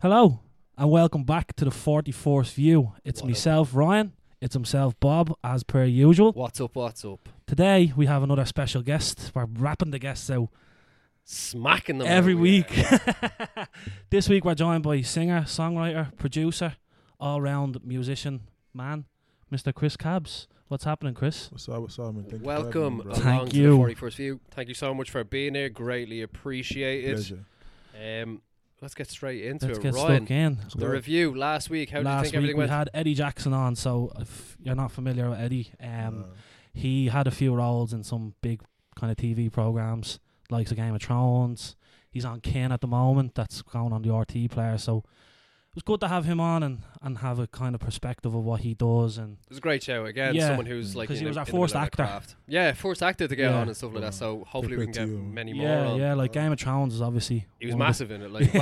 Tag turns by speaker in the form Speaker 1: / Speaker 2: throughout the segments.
Speaker 1: Hello and welcome back to the 44th view. It's
Speaker 2: What up?
Speaker 1: myself, Ryan. It's himself, Bob, as per usual.
Speaker 2: What's up? What's up?
Speaker 1: Today we have another special guest. We're wrapping the guests out
Speaker 2: Smacking them
Speaker 1: every
Speaker 2: over
Speaker 1: week.
Speaker 2: here.
Speaker 1: this week we're joined by singer, songwriter, producer, all round musician, man, Mr. Chris Cabs. What's happening, Chris?
Speaker 3: What's up, what's up, man? Thank
Speaker 2: Welcome uh,
Speaker 3: You for having
Speaker 1: Thank
Speaker 2: along
Speaker 3: me, bro.
Speaker 2: to
Speaker 1: you.
Speaker 2: the forty first view. Thank you so much for being here. Greatly appreciated.
Speaker 3: Pleasure.
Speaker 2: Um, let's get straight into
Speaker 1: Let's
Speaker 2: it.
Speaker 1: get
Speaker 2: Ryan,
Speaker 1: stuck in.
Speaker 3: Let's
Speaker 2: the
Speaker 3: go.
Speaker 2: review last week. How do you
Speaker 1: Last
Speaker 2: think
Speaker 1: week
Speaker 2: everything
Speaker 1: we
Speaker 2: went?
Speaker 1: had Eddie Jackson on, so if you're not familiar with Eddie, um,
Speaker 3: Uh,
Speaker 1: he had a few roles in some big kind of TV programs, like the Game of Thrones. He's on Ken at the moment. That's going on the RT player. So it was good to have him on and, and have a kind of perspective of what he does. And
Speaker 2: it was a great show again.
Speaker 1: Yeah.
Speaker 2: someone who's like
Speaker 1: 'Cause he
Speaker 2: in
Speaker 1: was
Speaker 2: the-
Speaker 1: our
Speaker 2: in the
Speaker 1: first
Speaker 2: middle of their
Speaker 1: actor.
Speaker 2: craft. Yeah, forced actor to get
Speaker 1: Yeah.
Speaker 2: on and stuff like that. So hopefully we can
Speaker 3: Big
Speaker 2: get
Speaker 3: to you.
Speaker 2: many more.
Speaker 1: yeah,
Speaker 2: on.
Speaker 1: yeah, like
Speaker 3: Yeah.
Speaker 1: Game of Thrones is obviously
Speaker 2: He was
Speaker 1: one of the-
Speaker 2: massive in it. Like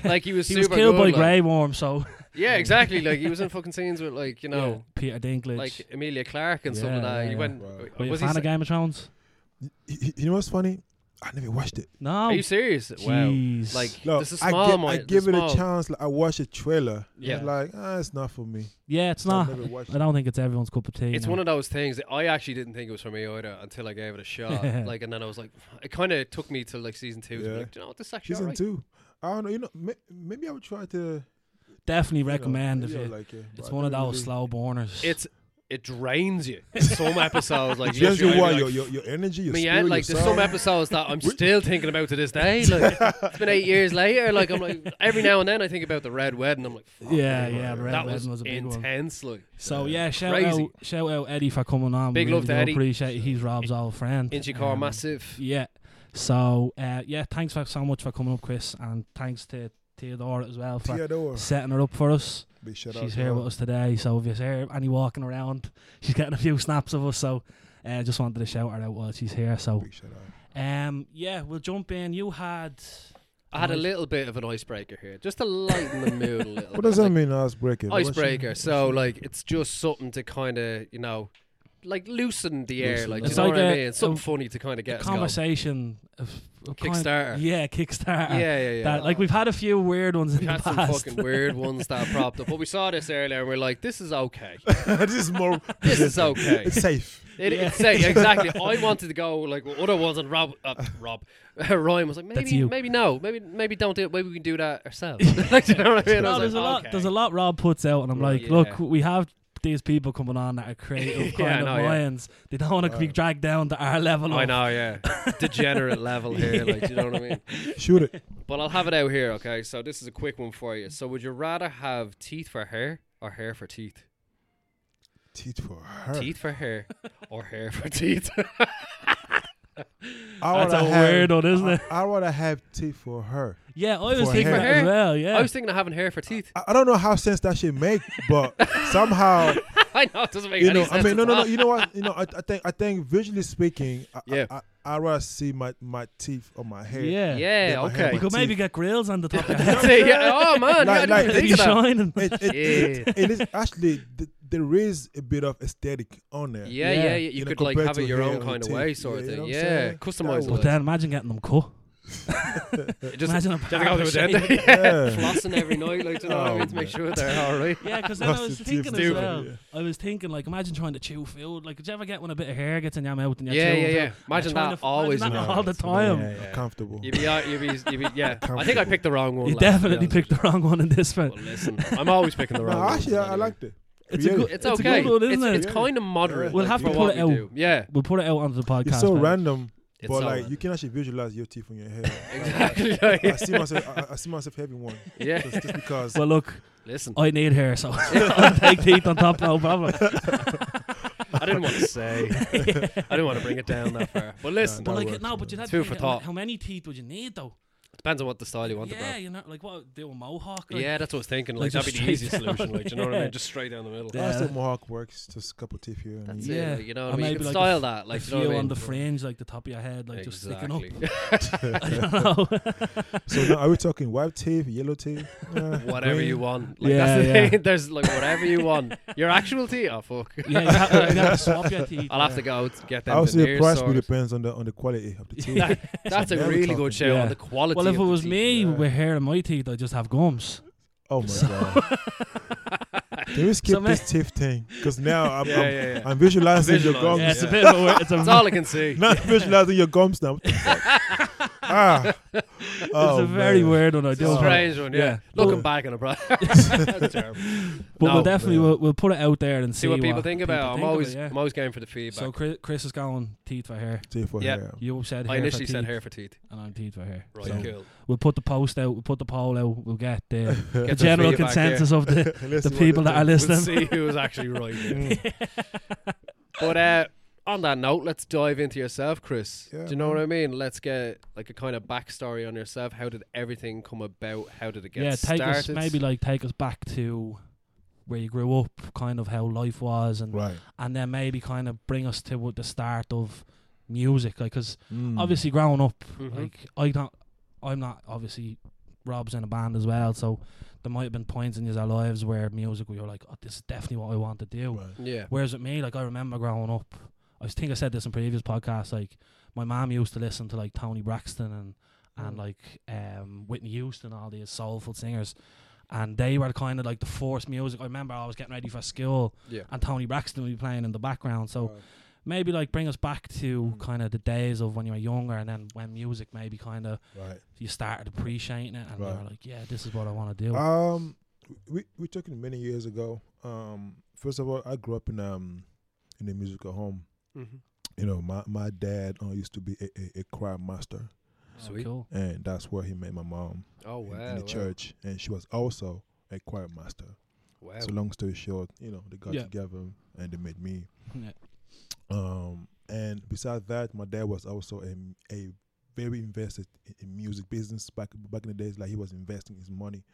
Speaker 2: what? like he was
Speaker 1: He
Speaker 2: super
Speaker 1: was killed
Speaker 2: good,
Speaker 1: by
Speaker 2: like-
Speaker 1: Grey Worm, so
Speaker 2: Yeah, exactly. Like he was in fucking scenes with like you know.
Speaker 1: yeah, Peter Dinklage.
Speaker 2: Like Amelia Clark and stuff
Speaker 1: Yeah,
Speaker 2: like that.
Speaker 1: yeah,
Speaker 2: he
Speaker 1: yeah.
Speaker 2: went.
Speaker 3: Wow.
Speaker 1: Were you a
Speaker 2: Was he
Speaker 1: fan
Speaker 2: sa-
Speaker 1: of Game of Thrones?
Speaker 3: y- y- you know what's funny? I never watched it.
Speaker 1: No.
Speaker 2: Are you serious? Wow.
Speaker 1: Jeez.
Speaker 2: Like
Speaker 3: Look,
Speaker 2: this is
Speaker 3: I,
Speaker 2: small.
Speaker 3: give,
Speaker 2: my-
Speaker 3: I
Speaker 2: this
Speaker 3: give it
Speaker 2: small.
Speaker 3: a chance. Like, I watched a trailer.
Speaker 2: Yeah.
Speaker 3: It's like, ah, it's not for me.
Speaker 1: yeah, it's
Speaker 3: I
Speaker 1: not.
Speaker 3: never watched
Speaker 1: I
Speaker 3: it.
Speaker 1: don't think it's everyone's cup of tea.
Speaker 2: It's
Speaker 1: no.
Speaker 2: one of those things that I actually didn't think it was for me either until I gave it a shot. like, and then I was like, it kind of took me to like season two. To be
Speaker 3: Yeah.
Speaker 2: like, Do you know what? This is actually
Speaker 3: Season
Speaker 2: alright."
Speaker 3: two. I don't know. You know, may, maybe I would try to you know,
Speaker 1: definitely recommend if
Speaker 3: maybe I
Speaker 1: you.
Speaker 3: would like it, but
Speaker 1: It's
Speaker 3: I
Speaker 1: one of
Speaker 3: never
Speaker 1: those
Speaker 3: really-
Speaker 1: slow borners.
Speaker 2: It's it drains you. some episodes like
Speaker 3: It's just your,
Speaker 2: literally,
Speaker 3: what,
Speaker 2: I'd be
Speaker 3: your,
Speaker 2: like,
Speaker 3: your your energy, your
Speaker 2: "Man,
Speaker 3: spirit,
Speaker 2: yeah, like
Speaker 3: your
Speaker 2: there's some
Speaker 3: soul.
Speaker 2: episodes that I'm still thinking about to this day. Like it's been eight years later. Like I'm like every now and then I think about the red wedding. I'm like, Fuck,
Speaker 1: yeah,
Speaker 3: Red
Speaker 1: yeah.
Speaker 3: Wedding.
Speaker 1: The Red
Speaker 2: that
Speaker 1: Wedding
Speaker 2: was,
Speaker 1: was a big one.
Speaker 2: intense. Like
Speaker 1: So
Speaker 3: Yeah.
Speaker 1: yeah, shout
Speaker 2: Crazy.
Speaker 1: out, shout out Eddie for coming on.
Speaker 2: Big
Speaker 1: really
Speaker 2: love
Speaker 1: do
Speaker 2: to Eddie.
Speaker 1: Appreciate it. he's Rob's old friend.
Speaker 2: Inchicore
Speaker 1: Um,
Speaker 2: massive.
Speaker 1: Yeah. So uh, yeah, thanks for so much for coming up, Chris, and thanks to Theodore as well for
Speaker 3: Theodore.
Speaker 1: setting her up for us.
Speaker 3: Big shout out
Speaker 1: she's
Speaker 3: to
Speaker 1: here
Speaker 3: her.
Speaker 1: with us today. So if you hear any walking around, she's getting a few snaps of us. So uh, just wanted to shout her out while she's here. So
Speaker 3: Big shout out.
Speaker 1: um, yeah, we'll jump in. You had
Speaker 2: I had a
Speaker 1: Nice.
Speaker 2: little bit of an icebreaker here, just to lighten the mood a little.
Speaker 3: What
Speaker 2: bit.
Speaker 3: does that
Speaker 2: Like,
Speaker 3: mean, icebreaker? What's your-
Speaker 2: Icebreaker.
Speaker 3: what's
Speaker 2: So
Speaker 3: your-
Speaker 2: like, it's just something to kind of you know, like loosen the air.
Speaker 3: Loosen
Speaker 2: Like
Speaker 3: it
Speaker 2: you
Speaker 3: up.
Speaker 2: know
Speaker 1: It's
Speaker 2: what I
Speaker 1: like a-
Speaker 2: mean. Something
Speaker 1: a-
Speaker 2: funny to kind of
Speaker 1: a
Speaker 2: get us going.
Speaker 1: conversation of, of kind of-
Speaker 2: Kickstarter.
Speaker 1: yeah, Kickstarter.
Speaker 2: Yeah, yeah, yeah.
Speaker 1: That, like we've had a few weird ones in
Speaker 2: we
Speaker 1: the
Speaker 2: had some
Speaker 1: past.
Speaker 2: fucking weird ones that propped up, but we saw this earlier and we're like, this is okay.
Speaker 3: this is more.
Speaker 2: This is okay.
Speaker 3: It's safe.
Speaker 2: It,
Speaker 1: Yeah.
Speaker 2: it's safe. exactly. I wanted to go like with other ones, and Rob, uh, Rob, Ryan was like,
Speaker 1: That's
Speaker 2: maybe,
Speaker 1: you.
Speaker 2: maybe no, maybe, maybe don't do it. Maybe we can do that ourselves. like, do you know what I mean?
Speaker 1: No,
Speaker 2: I was
Speaker 1: there's
Speaker 2: like,
Speaker 1: a lot.
Speaker 2: okay.
Speaker 1: There's a lot Rob puts out, and I'm like,
Speaker 2: Yeah.
Speaker 1: look, we have these people coming on that are creative
Speaker 2: Yeah,
Speaker 1: kind
Speaker 2: I
Speaker 1: of
Speaker 2: know, yeah.
Speaker 1: minds. They don't want to be
Speaker 3: Right.
Speaker 1: dragged down to our level.
Speaker 2: I
Speaker 1: of-
Speaker 2: know, yeah. Degenerate level here, like, do you know what I mean?
Speaker 3: Shoot it.
Speaker 2: But I'll have it out here, okay? So this is a quick one for you. So would you rather have teeth for hair or hair for teeth?
Speaker 3: Teeth for her.
Speaker 2: Teeth for hair or hair for teeth?
Speaker 3: I
Speaker 1: That's a
Speaker 3: wanna have-
Speaker 1: weird one, isn't
Speaker 3: I-
Speaker 1: it?
Speaker 3: I would have teeth for her.
Speaker 1: Yeah, I was
Speaker 3: For
Speaker 1: thinking
Speaker 3: hair.
Speaker 1: that as well. Yeah,
Speaker 2: I was thinking of having hair for teeth.
Speaker 3: I, I don't know how sense that should make, but somehow
Speaker 2: I know it doesn't make
Speaker 3: you
Speaker 2: any
Speaker 3: know.
Speaker 2: sense. Ah,
Speaker 3: I mean, no,
Speaker 2: at
Speaker 3: no, no.
Speaker 2: all.
Speaker 3: You know what? You know, I, I think I think visually speaking, I,
Speaker 2: Yeah.
Speaker 3: I, I, would rather see my my teeth or my hair.
Speaker 1: yeah.
Speaker 2: Yeah,
Speaker 3: Yeah,
Speaker 1: We
Speaker 3: my hair
Speaker 2: okay.
Speaker 3: was-
Speaker 1: could maybe get grills on the top. of
Speaker 2: That's it, yeah. Oh man, yeah, I
Speaker 3: Like-
Speaker 2: didn't
Speaker 3: like-
Speaker 2: even
Speaker 1: Be
Speaker 2: think of
Speaker 1: shining.
Speaker 3: It, it,
Speaker 2: that. Yeah.
Speaker 3: it is actually th- there is a bit of aesthetic on there.
Speaker 2: Yeah,
Speaker 1: Yeah.
Speaker 2: yeah, You,
Speaker 3: You know,
Speaker 2: could like
Speaker 3: compared
Speaker 2: have it
Speaker 3: to
Speaker 2: your
Speaker 3: hair
Speaker 2: own
Speaker 3: or
Speaker 2: kind of
Speaker 3: teeth.
Speaker 2: way, sort of
Speaker 3: Yeah, you
Speaker 2: thing.
Speaker 3: know what I'm
Speaker 2: yeah,
Speaker 3: saying?
Speaker 2: customize
Speaker 3: That
Speaker 2: it.
Speaker 1: But
Speaker 3: was-
Speaker 2: like.
Speaker 1: then imagine getting them cut.
Speaker 2: Just
Speaker 1: imagine a
Speaker 2: just go to a
Speaker 1: barber
Speaker 2: dentist.
Speaker 1: shave.
Speaker 3: Yeah.
Speaker 2: flossing every night, like, do you know what I
Speaker 3: Oh,
Speaker 2: mean, to make
Speaker 3: man.
Speaker 2: sure they're all right.
Speaker 1: Yeah, because then I
Speaker 3: Lost
Speaker 1: was
Speaker 3: the
Speaker 1: thinking
Speaker 3: teeth.
Speaker 1: as
Speaker 2: Stupid.
Speaker 1: well.
Speaker 3: Yeah.
Speaker 1: I was thinking like, imagine trying to chew food. Like, did you ever get when a bit of hair gets in your mouth and you're
Speaker 2: Yeah,
Speaker 1: chewing
Speaker 2: yeah,
Speaker 1: food?
Speaker 2: yeah.
Speaker 1: You're
Speaker 2: Imagine
Speaker 1: trying
Speaker 2: that
Speaker 1: to-
Speaker 2: always
Speaker 1: imagine
Speaker 2: in
Speaker 1: that
Speaker 2: your
Speaker 1: all the
Speaker 3: So now
Speaker 1: time.
Speaker 3: I'm
Speaker 2: Yeah, yeah.
Speaker 3: Uncomfortable.
Speaker 2: You'd be, out- you'd be, you'd be, yeah. I think I picked the wrong one.
Speaker 1: You
Speaker 2: lad, to be
Speaker 1: definitely
Speaker 2: honest
Speaker 1: picked
Speaker 2: with
Speaker 1: the wrong one in this
Speaker 2: you.
Speaker 1: one.
Speaker 2: Well, listen, I'm always picking the wrong
Speaker 3: No,
Speaker 2: one.
Speaker 3: actually, I, I liked it.
Speaker 1: It's a
Speaker 3: Creative.
Speaker 1: good- It's
Speaker 2: It's
Speaker 1: a
Speaker 2: okay.
Speaker 1: good one, isn't
Speaker 2: it's,
Speaker 1: it?
Speaker 2: it's kind of moderate.
Speaker 1: We'll
Speaker 2: like,
Speaker 1: have
Speaker 2: for
Speaker 1: to
Speaker 2: what
Speaker 1: put it
Speaker 2: we
Speaker 1: out.
Speaker 2: do. Yeah,
Speaker 1: We'll put it out onto the podcast.
Speaker 3: It's so
Speaker 1: man.
Speaker 3: random,
Speaker 2: it's
Speaker 3: but
Speaker 2: all
Speaker 3: like
Speaker 2: right.
Speaker 3: you can actually visualize your teeth on your head.
Speaker 2: exactly.
Speaker 3: I
Speaker 2: like-
Speaker 3: see myself. I, I see myself having one.
Speaker 2: yeah,
Speaker 3: Just, just because.
Speaker 1: Well, look,
Speaker 2: listen,
Speaker 1: I need hair, so I'll take teeth on top, no problem.
Speaker 2: I didn't want to say. I didn't want to bring it down that far. But listen,
Speaker 1: But
Speaker 3: That
Speaker 1: like,
Speaker 3: works,
Speaker 1: no,
Speaker 3: man.
Speaker 1: but you'd have
Speaker 2: Food
Speaker 1: to
Speaker 2: for
Speaker 1: think, how-
Speaker 2: thought.
Speaker 1: how many teeth would you need though?
Speaker 2: depends on what the style you want,
Speaker 1: yeah,
Speaker 2: bro.
Speaker 1: you know, like what do a mohawk? Like,
Speaker 2: Yeah, that's what I was thinking.
Speaker 1: Like,
Speaker 2: Like,
Speaker 1: just
Speaker 2: that'd be the easiest
Speaker 1: straight down,
Speaker 2: solution. Like, do you know what I
Speaker 1: yeah.
Speaker 2: mean? Just straight down the middle.
Speaker 1: Yeah.
Speaker 3: I still Mohawk works. Just a couple teeth here. and
Speaker 2: That's
Speaker 3: here.
Speaker 1: Yeah.
Speaker 2: it. Like, you know
Speaker 1: Or
Speaker 2: what I mean? You
Speaker 1: maybe
Speaker 2: can
Speaker 1: like a
Speaker 2: style
Speaker 1: f-
Speaker 2: that. Like,
Speaker 1: a
Speaker 2: you know what
Speaker 1: few
Speaker 2: I mean?
Speaker 1: on the fringe, like the top of your head, like just sticking up.
Speaker 2: exactly.
Speaker 1: I don't know.
Speaker 3: So now, are we talking white teeth, yellow teeth? Uh,
Speaker 2: whatever
Speaker 3: green?
Speaker 2: you want. Like,
Speaker 1: Yeah,
Speaker 2: that's the
Speaker 1: yeah.
Speaker 2: thing. There's like whatever you want. Your actual teeth? Oh, fuck.
Speaker 1: yeah, you have, you have to swap your teeth.
Speaker 2: I'll have to go to get them.
Speaker 3: I would say the
Speaker 2: veneers
Speaker 3: price
Speaker 2: sorted.
Speaker 3: will depends on the on the quality of the teeth.
Speaker 2: That- that's a
Speaker 3: Now we're
Speaker 2: really
Speaker 3: talking.
Speaker 2: good show
Speaker 1: Yeah.
Speaker 2: on the quality
Speaker 1: Well, well, if it
Speaker 2: of the
Speaker 1: was
Speaker 2: teeth,
Speaker 1: me
Speaker 2: yeah.
Speaker 1: with hair in my teeth, I'd just have gums.
Speaker 3: Oh my god! Can we skip
Speaker 1: So ma-
Speaker 3: this tiff thing? Because now I'm,
Speaker 2: Yeah,
Speaker 3: I'm,
Speaker 2: yeah, yeah.
Speaker 3: I'm visualizing your
Speaker 2: Visualize,
Speaker 3: gums.
Speaker 1: Yeah, it's a
Speaker 2: Oh, Yeah.
Speaker 1: bit of a. weird- It's a,
Speaker 2: That's all I can see.
Speaker 3: Not visualizing your gums now. What the fuck? ah. Oh,
Speaker 1: it's a very
Speaker 3: man.
Speaker 1: weird one. I
Speaker 2: It's
Speaker 1: do.
Speaker 2: a
Speaker 3: Oh,
Speaker 2: strange one, yeah.
Speaker 1: yeah.
Speaker 2: Looking
Speaker 3: But-
Speaker 2: back on it, bro. That's terrible.
Speaker 1: But
Speaker 2: No,
Speaker 1: we'll definitely
Speaker 3: man.
Speaker 1: we'll, we'll put it out there and see,
Speaker 2: See what people think about. it. I'm
Speaker 1: of
Speaker 2: always,
Speaker 1: it, yeah.
Speaker 2: I'm always going for the feedback.
Speaker 1: So Chris, Chris is going teeth for hair.
Speaker 3: Tiff for
Speaker 2: Yeah.
Speaker 3: hair.
Speaker 1: You said hair
Speaker 2: Oh. I initially
Speaker 1: for
Speaker 2: said
Speaker 1: teeth,
Speaker 2: hair for teeth.
Speaker 1: and I'm teeth for hair.
Speaker 2: Right,
Speaker 1: So
Speaker 2: cool.
Speaker 1: we'll put the post out. We'll put the poll out. We'll get the,
Speaker 2: Get
Speaker 1: the
Speaker 2: some
Speaker 1: general
Speaker 2: feedback here.
Speaker 1: consensus of the the
Speaker 3: Let's see what
Speaker 1: people
Speaker 3: they
Speaker 1: that are
Speaker 3: think.
Speaker 2: We'll
Speaker 1: listening.
Speaker 2: see who was actually right. there.
Speaker 3: Mm.
Speaker 2: But uh, on that note, let's dive into yourself, Chris.
Speaker 3: Yeah,
Speaker 2: Do you know
Speaker 3: man.
Speaker 2: what I mean? Let's get like a kind of backstory on yourself. How did everything come about? How did it get
Speaker 1: yeah, take
Speaker 2: started?
Speaker 1: us maybe like take us back to where you grew up, kind of how life was, and
Speaker 3: Right.
Speaker 1: and then maybe kind of bring us to what the start of music, like because
Speaker 3: Mm.
Speaker 1: obviously growing up,
Speaker 2: Mhm.
Speaker 1: like I don't, I'm not obviously. Rob's in a band as well, so there might have been points in his lives where music where you're like, oh, this is definitely what I want to do.
Speaker 3: Right.
Speaker 2: yeah,
Speaker 1: Whereas with me, like I remember growing up, I think I said this in previous podcasts. Like my mom used to listen to like Tony Braxton and and
Speaker 3: Mm.
Speaker 1: like um, Whitney Houston, all these soulful singers, and they were kind of like the force music. I remember I was getting ready for school,
Speaker 2: Yeah.
Speaker 1: and Tony Braxton would be playing in the background. So
Speaker 3: Right.
Speaker 1: maybe like bring us back to
Speaker 3: Mm.
Speaker 1: kind of the days of when you were younger, and then when music maybe kind of
Speaker 3: Right.
Speaker 1: you started appreciating it, and you
Speaker 3: Right.
Speaker 1: were like, yeah, this is what I want to do.
Speaker 3: Um, we we talking many years ago. Um, first of all, I grew up in um in a musical home.
Speaker 2: Mhm.
Speaker 3: You know, my my dad uh, used to be a, a, a choir master,
Speaker 1: Oh,
Speaker 2: sweet.
Speaker 1: cool.
Speaker 3: and that's where he met my mom
Speaker 2: Oh
Speaker 3: in,
Speaker 2: wow,
Speaker 3: in the
Speaker 2: wow.
Speaker 3: church, and she was also a choir master.
Speaker 2: Wow.
Speaker 3: So long story short, you know, they got
Speaker 1: Yeah.
Speaker 3: together and they made me.
Speaker 1: Yeah.
Speaker 3: Um, and besides that, my dad was also a, a very invested in, in music business back back in the days. Like he was investing his money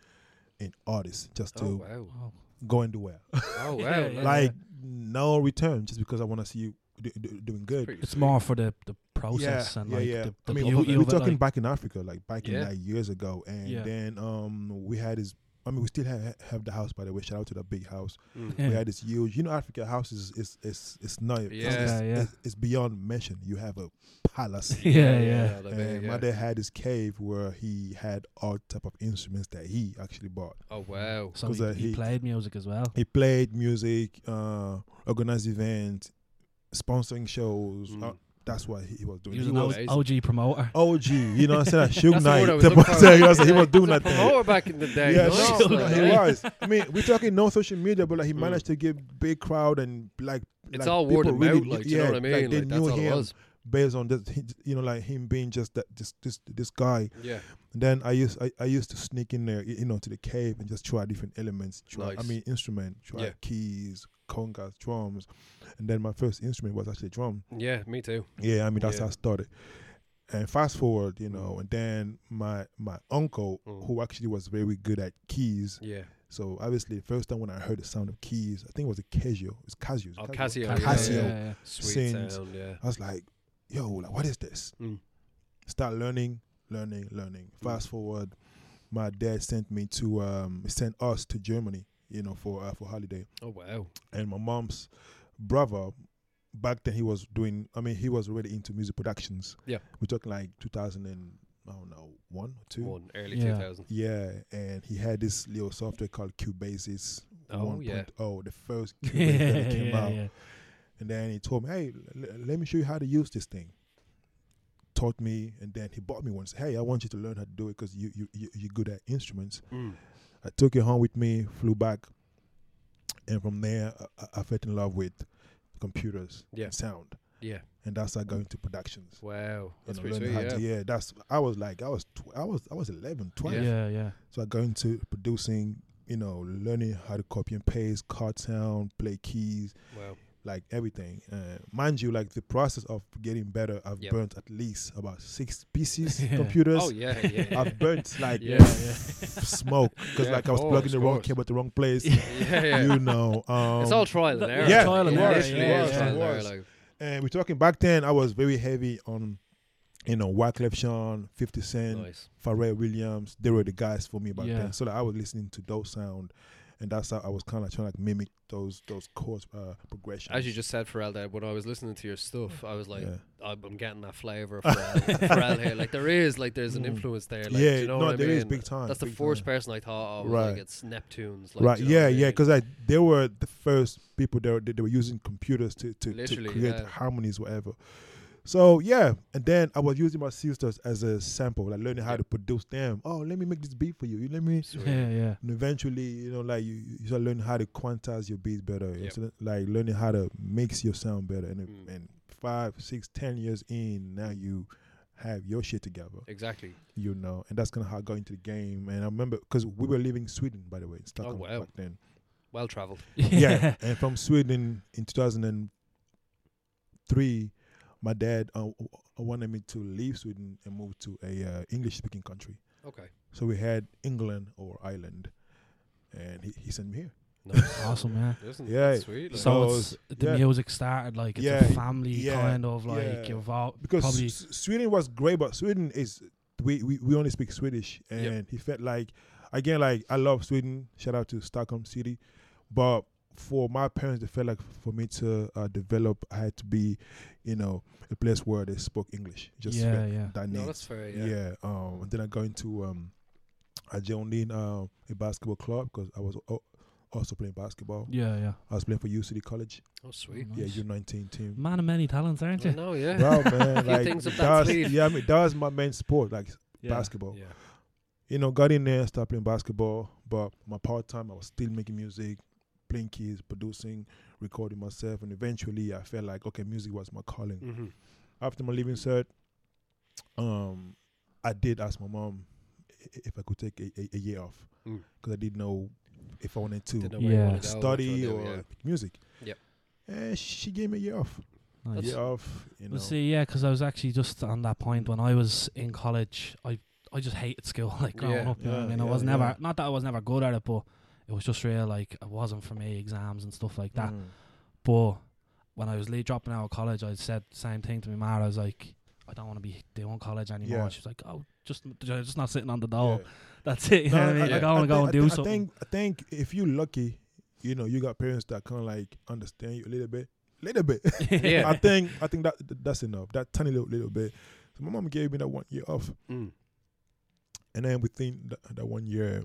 Speaker 3: in artists just to
Speaker 2: oh wow.
Speaker 1: Oh,
Speaker 3: go and do well.
Speaker 2: Oh
Speaker 1: Yeah,
Speaker 2: wow.
Speaker 1: yeah,
Speaker 2: that's-
Speaker 3: like no return, just because I want to see you do, do, doing
Speaker 2: that's
Speaker 3: good.
Speaker 2: pretty
Speaker 1: it's
Speaker 2: sweet.
Speaker 1: more for the the process and like the, the
Speaker 3: I mean,
Speaker 1: beauty
Speaker 3: we're,
Speaker 1: of it,
Speaker 3: talking
Speaker 1: like-
Speaker 3: back in Africa, like back in
Speaker 2: Yeah.
Speaker 3: like years ago, and
Speaker 1: Yeah.
Speaker 3: then um we had his. I mean, we still have, have the house, by the way. Shout out to the big house.
Speaker 2: Mm.
Speaker 1: Yeah.
Speaker 3: We had this huge, you know, Africa house is is is it's not,
Speaker 2: Yeah.
Speaker 3: it's,
Speaker 1: Yeah, yeah.
Speaker 3: It's, it's beyond mention. You have a palace.
Speaker 1: yeah, yeah.
Speaker 2: they're
Speaker 3: and
Speaker 2: big,
Speaker 3: my
Speaker 2: yeah.
Speaker 3: dad had his cave where he had all type of instruments that he actually bought.
Speaker 2: Oh wow.
Speaker 1: So
Speaker 3: 'Cause,
Speaker 1: he,
Speaker 3: uh,
Speaker 1: he
Speaker 3: he-
Speaker 1: played music as well.
Speaker 3: He played music, uh, organized events, sponsoring shows.
Speaker 2: Mm.
Speaker 3: Uh, that's what he, he was Oh, doing.
Speaker 1: He was
Speaker 3: He
Speaker 1: an
Speaker 3: was
Speaker 1: O-
Speaker 2: amazing.
Speaker 1: OG promoter.
Speaker 3: OG, you know what I'm saying? Like Suge
Speaker 2: That's the word I was
Speaker 3: Knight. the
Speaker 2: looking
Speaker 3: boss,
Speaker 2: for.
Speaker 3: yeah, you know what I'm saying? he
Speaker 2: Yeah,
Speaker 3: was doing
Speaker 2: a
Speaker 3: that thing.
Speaker 2: promoter back in the day.
Speaker 3: Yeah,
Speaker 2: nice,
Speaker 3: no,
Speaker 2: like,
Speaker 3: he
Speaker 2: eh?
Speaker 3: was. I mean, we're talking no social media, but like he
Speaker 2: Mm.
Speaker 3: managed to get big crowd and like
Speaker 2: It's
Speaker 3: like,
Speaker 2: all word
Speaker 3: people
Speaker 2: of
Speaker 3: really
Speaker 2: mouth,
Speaker 3: knew-
Speaker 2: like do you know
Speaker 3: yeah,
Speaker 2: what I mean?
Speaker 3: Like, they
Speaker 2: Like, that's
Speaker 3: knew
Speaker 2: all it
Speaker 3: him
Speaker 2: was.
Speaker 3: based on this, he- you know, like him being just that this this this guy.
Speaker 2: Yeah.
Speaker 3: And then I used I, I used to sneak in there, y- you know, to the cave and just try different elements. Try, I
Speaker 2: Nice.
Speaker 3: mean, instrument. Try
Speaker 2: Yeah.
Speaker 3: keys, congas, drums, and then my first instrument was actually drum.
Speaker 2: Yeah, me too.
Speaker 3: Yeah, I mean that's
Speaker 2: Yeah.
Speaker 3: how I started. And fast forward, you know, and then my my uncle,
Speaker 2: Mm.
Speaker 3: who actually was very good at keys,
Speaker 2: Yeah.
Speaker 3: so obviously the first time when I heard the sound of keys, I think it was a Casio, it's Casio, it's
Speaker 2: Oh, Casio.
Speaker 1: Yeah,
Speaker 3: Casio.
Speaker 1: yeah, yeah.
Speaker 2: Sweet
Speaker 3: Sins.
Speaker 2: sound, yeah.
Speaker 3: I was like, yo, like what is this?
Speaker 2: Mm.
Speaker 3: Start learning, learning, learning. Fast forward, my dad sent me to um sent us to Germany, you know, for uh, for holiday.
Speaker 2: Oh wow.
Speaker 3: And my mom's brother, back then he was doing I mean, he was already into music productions.
Speaker 2: Yeah.
Speaker 3: We're talking like two thousand and I don't know, one or two.
Speaker 2: One early
Speaker 1: Yeah.
Speaker 2: two thousand.
Speaker 3: Yeah, and he had this little software called Cubasis
Speaker 2: Oh
Speaker 3: 1.0,
Speaker 2: yeah.
Speaker 3: the first
Speaker 1: Yeah,
Speaker 3: Cubase that came
Speaker 1: yeah,
Speaker 3: out.
Speaker 1: yeah.
Speaker 3: And then he told me, hey, l- l- let me show you how to use this thing. Taught me, and then he bought me one. Said, hey, I want you to learn how to do it because you, you, you, you're good at instruments.
Speaker 2: Mm.
Speaker 3: I took it home with me, flew back, and from there, I- I, I fell in love with computers
Speaker 2: Yeah.
Speaker 3: and sound.
Speaker 2: Yeah.
Speaker 3: And that's how I got into productions.
Speaker 2: Wow.
Speaker 3: You
Speaker 2: That's
Speaker 3: know,
Speaker 2: pretty sweet.
Speaker 3: learning
Speaker 2: Yeah.
Speaker 3: how to- yeah, that's. I was like, I was, tw- I was, I was 11, 12.
Speaker 1: Yeah, yeah. yeah.
Speaker 3: So I got into producing, you know, learning how to copy and paste, cut sound, play keys,
Speaker 2: Wow.
Speaker 3: like everything. Uh, mind you, like the process of getting better, I've
Speaker 2: Yep.
Speaker 3: burnt at least about six PCs
Speaker 1: Yeah.
Speaker 3: computers.
Speaker 2: Oh yeah, yeah.
Speaker 3: I've burnt like
Speaker 2: Yeah,
Speaker 3: smoke because
Speaker 2: Yeah,
Speaker 3: like I was
Speaker 2: of
Speaker 3: plugging the wrong
Speaker 2: course.
Speaker 3: cable at the wrong place.
Speaker 2: yeah, yeah.
Speaker 3: You know, um,
Speaker 2: it's all trial and error.
Speaker 3: yeah,
Speaker 1: trial and
Speaker 2: It
Speaker 1: error,
Speaker 2: literally
Speaker 1: yeah,
Speaker 2: is
Speaker 1: yeah.
Speaker 2: trial and error,
Speaker 3: Was.
Speaker 2: like,
Speaker 3: and we're talking back then. I was very heavy on, you know, Wyclef Jean, Fifty Cent,
Speaker 2: nice.
Speaker 3: Pharrell Williams, they were the guys for me back
Speaker 1: Yeah.
Speaker 3: then. So like, I was listening to those sound, and that's how I was kind of trying to like mimic those those chords uh, progressions.
Speaker 2: As you just said, Pharrell, there, when I was listening to your stuff, I was like,
Speaker 3: yeah,
Speaker 2: I'm I'm getting that flavor of Pharrell, Pharrell here. Like there is, like there's an
Speaker 3: Mm.
Speaker 2: influence there. Like, do
Speaker 3: yeah
Speaker 2: you know
Speaker 3: no,
Speaker 2: what I
Speaker 3: there
Speaker 2: mean?
Speaker 3: is big time.
Speaker 2: That's the
Speaker 3: big
Speaker 2: first
Speaker 3: time.
Speaker 2: person I thought of.
Speaker 3: Right.
Speaker 2: Like it's Neptune's. Like,
Speaker 3: right?
Speaker 2: do you know
Speaker 3: Yeah,
Speaker 2: what I
Speaker 3: yeah,
Speaker 2: mean?
Speaker 3: because like they were the first people that were, that they were using computers to to, to
Speaker 2: Literally,
Speaker 3: create
Speaker 2: yeah.
Speaker 3: harmonies, whatever. So yeah, and then I was using my sisters as a sample, like learning how
Speaker 2: Yeah.
Speaker 3: to produce them. Oh, let me make this beat for you. You let me
Speaker 2: Sweet.
Speaker 1: Yeah, yeah.
Speaker 3: and eventually you know like you, you start learning how to quantize your beats better you
Speaker 2: Yep.
Speaker 3: start, like learning how to mix your sound better and,
Speaker 2: Mm.
Speaker 3: and five six ten years in now you have your shit together
Speaker 2: Exactly.
Speaker 3: you know and that's kind of how i got into the game and i remember because we were living in sweden by the way in Stockholm
Speaker 2: wow.
Speaker 3: back then
Speaker 2: Well traveled.
Speaker 3: yeah and from sweden in 2003 my dad uh, w- wanted me to leave sweden and move to a uh, english speaking country
Speaker 2: Okay.
Speaker 3: so we had england or ireland and he, he sent me here
Speaker 2: Nice.
Speaker 1: Awesome, yeah.
Speaker 2: Listen,
Speaker 3: Yeah.
Speaker 2: that's Sweet. like-
Speaker 1: So
Speaker 3: So
Speaker 1: it's
Speaker 3: it's-
Speaker 1: the
Speaker 3: yeah.
Speaker 1: music started like it's
Speaker 3: Yeah,
Speaker 1: a family
Speaker 3: yeah,
Speaker 1: kind of like
Speaker 3: yeah.
Speaker 1: involved
Speaker 3: because
Speaker 1: probably
Speaker 3: S- Sweden was great, but Sweden is we, we, we only speak Swedish, and
Speaker 2: Yep.
Speaker 3: he felt like again like I love Sweden. Shout out to Stockholm City, but for my parents, they felt like for me to uh, develop, I had to be, you know, a place where they spoke English. Just
Speaker 1: yeah,
Speaker 3: felt
Speaker 1: yeah.
Speaker 3: that
Speaker 2: No,
Speaker 3: need.
Speaker 2: that's fair.
Speaker 3: yeah.
Speaker 2: Yeah.
Speaker 3: Um, and then I got into um, I joined in um a basketball club because I was al- also playing basketball.
Speaker 1: Yeah, yeah.
Speaker 3: I was playing for UCD College,
Speaker 2: Oh, sweet.
Speaker 1: Nice.
Speaker 3: yeah, U19 team.
Speaker 1: Man of many talents, aren't
Speaker 2: I
Speaker 1: you?
Speaker 2: know. Yeah.
Speaker 3: Wow, man!
Speaker 2: Few
Speaker 3: like
Speaker 2: things up that
Speaker 3: that's,
Speaker 2: sleeve.
Speaker 3: yeah, I mean that's my main sport, like basketball.
Speaker 2: Yeah.
Speaker 3: You know, got in there, started playing basketball, but my part time I was still making music, playing keys, producing, recording myself, and eventually I felt like okay, music was my calling.
Speaker 2: Mm-hmm.
Speaker 3: After my leaving cert, um, I did ask my mom i- if I could take a, a, a year off
Speaker 2: Mm.
Speaker 3: because I didn't know if I wanted to
Speaker 2: Didn't know where you
Speaker 1: Yeah.
Speaker 2: wanted to go, which
Speaker 3: study
Speaker 2: one,
Speaker 3: or
Speaker 2: yeah.
Speaker 3: pick music.
Speaker 2: Yep.
Speaker 3: And she gave me a year off. A
Speaker 1: Nice.
Speaker 3: year off, you know.
Speaker 1: Well, see, yeah, because I was actually just on that point when I was in college. I I just hated school, like growing
Speaker 2: Yeah.
Speaker 1: up. You know what I
Speaker 3: Yeah,
Speaker 1: mean, I
Speaker 3: yeah,
Speaker 1: was
Speaker 3: yeah.
Speaker 1: never not that I was never good at it, but it was just real. Like it wasn't for me, exams and stuff like that.
Speaker 3: Mm.
Speaker 1: But when I was late dropping out of college, I said the same thing to my mom. I was like, I don't want to be doing college anymore.
Speaker 3: Yeah.
Speaker 1: She was like, Oh, just just not sitting on the
Speaker 2: Oh,
Speaker 1: door.
Speaker 3: Yeah.
Speaker 1: That's it. You know what I mean?
Speaker 2: I-
Speaker 1: Like
Speaker 2: I
Speaker 1: I want to go and do
Speaker 3: thi-
Speaker 1: something.
Speaker 3: I think, I think if you're lucky, you know, you got parents that kind of like understand you a little bit, little bit.
Speaker 2: Yeah.
Speaker 3: I think, I think that that's enough. That tiny little little bit. So my mom gave me that one year off,
Speaker 2: Mm.
Speaker 3: and then within that, that one year,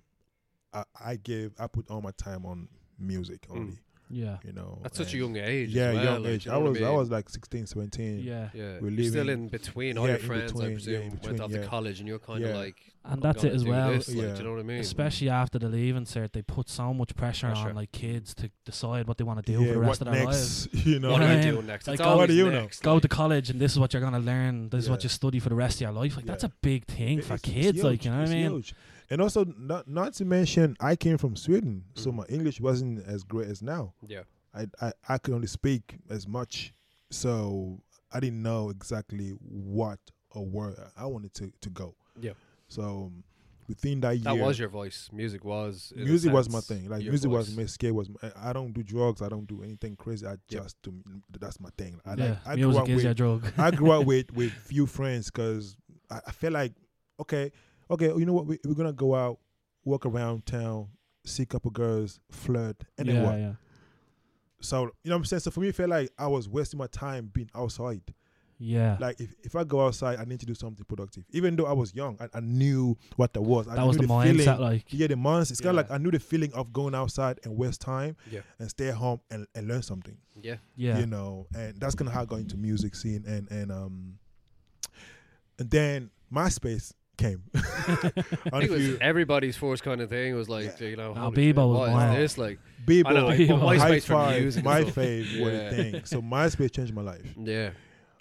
Speaker 3: I, I gave, I put all my time on music
Speaker 2: Mm.
Speaker 3: only.
Speaker 1: yeah.
Speaker 3: You know,
Speaker 2: At such a
Speaker 3: and-
Speaker 2: young age. as
Speaker 3: yeah,
Speaker 2: well,
Speaker 3: young
Speaker 2: like,
Speaker 3: age.
Speaker 2: you
Speaker 3: I
Speaker 2: know what
Speaker 3: was, I
Speaker 2: mean?
Speaker 3: was like 16, 17.
Speaker 1: Yeah.
Speaker 2: Yeah,
Speaker 3: We're
Speaker 2: you're still
Speaker 3: leaving-
Speaker 2: in between. All
Speaker 3: yeah,
Speaker 2: your
Speaker 3: in
Speaker 2: friends,
Speaker 3: between,
Speaker 2: I
Speaker 3: yeah,
Speaker 2: presume,
Speaker 3: in
Speaker 2: went
Speaker 3: between,
Speaker 2: off
Speaker 3: yeah.
Speaker 2: to college, and you're kind of
Speaker 3: Yeah.
Speaker 2: like,
Speaker 1: And
Speaker 2: "I'm
Speaker 1: that's
Speaker 2: gonna
Speaker 1: it as
Speaker 2: do
Speaker 1: well.
Speaker 2: this," like,
Speaker 3: Yeah.
Speaker 2: do you know what I mean?
Speaker 1: Especially after the leaving cert, they put so much pressure,
Speaker 2: Pressure.
Speaker 1: on like kids to decide what they want to do
Speaker 3: Yeah,
Speaker 1: for the rest
Speaker 3: what
Speaker 1: of their lives.
Speaker 3: next? You know,
Speaker 2: what
Speaker 1: Yeah.
Speaker 2: do
Speaker 3: like,
Speaker 2: I
Speaker 1: mean?
Speaker 2: do next?
Speaker 1: Like,
Speaker 2: It's
Speaker 1: oh, what
Speaker 2: always
Speaker 3: do you know?
Speaker 2: next.
Speaker 1: Go
Speaker 2: like-
Speaker 1: to college and this is what you're gonna learn. This is what
Speaker 3: Yeah.
Speaker 1: you study for the rest of your life. Like that's
Speaker 3: Yeah.
Speaker 1: a big thing
Speaker 3: it-
Speaker 1: for
Speaker 3: it's- it's
Speaker 1: kids. Like you
Speaker 3: huge,
Speaker 1: know what I
Speaker 3: it's
Speaker 1: mean?
Speaker 3: huge. And also, not not to mention, I came from Sweden, so
Speaker 2: Mm.
Speaker 3: my English wasn't as great as now.
Speaker 2: yeah,
Speaker 3: I, I I could only speak as much, so I didn't know exactly what or where I wanted to to go.
Speaker 2: Yeah.
Speaker 3: So um, within that year,
Speaker 2: that was your voice. Music was in a
Speaker 3: music was my
Speaker 2: sense,
Speaker 3: thing. Like
Speaker 2: your
Speaker 3: music was
Speaker 2: voice.
Speaker 3: my scare was. My, I don't do drugs. I don't do anything crazy. I just do. That's my thing. I
Speaker 1: yeah,
Speaker 3: like. I grew
Speaker 1: music
Speaker 3: up
Speaker 1: is your
Speaker 3: with.
Speaker 1: drug.
Speaker 3: I grew up with with few friends because I, I feel like okay, okay. You know what? We, we're gonna go out, walk around town, see a couple girls, flirt, and
Speaker 1: yeah,
Speaker 3: then what?
Speaker 1: yeah,
Speaker 3: So you know what I'm saying. So for me, it felt like I was wasting my time being outside.
Speaker 1: yeah.
Speaker 3: Like if, if I go outside, I need to do something productive. Even though I was young, I, I knew what that was. I
Speaker 1: that was
Speaker 3: knew
Speaker 1: the,
Speaker 3: feeling.
Speaker 1: mindset. Like
Speaker 3: Yeah, the months. It's kind
Speaker 2: Yeah.
Speaker 3: of like I knew the feeling of going outside and waste time
Speaker 2: Yeah.
Speaker 3: and stay at home and, and learn something.
Speaker 2: Yeah,
Speaker 1: yeah,
Speaker 3: You know, and that's kind of how I got into music scene and and um and then MySpace came. I
Speaker 2: I
Speaker 3: don't
Speaker 2: think
Speaker 3: know
Speaker 2: it
Speaker 3: if
Speaker 2: was
Speaker 3: you-
Speaker 2: everybody's first kind of thing. It was like,
Speaker 3: Yeah.
Speaker 2: you know,
Speaker 1: Ah,
Speaker 2: holy
Speaker 1: Bieber
Speaker 2: shit,
Speaker 1: was
Speaker 2: what
Speaker 1: mine.
Speaker 2: is this like?
Speaker 3: Bebo,
Speaker 2: I know, like,
Speaker 1: Bieber.
Speaker 2: but
Speaker 3: High
Speaker 2: MySpace for
Speaker 3: five,
Speaker 2: music.
Speaker 3: my
Speaker 2: was-
Speaker 3: fave were the
Speaker 2: Yeah.
Speaker 3: thing. So MySpace changed my life.
Speaker 2: Yeah,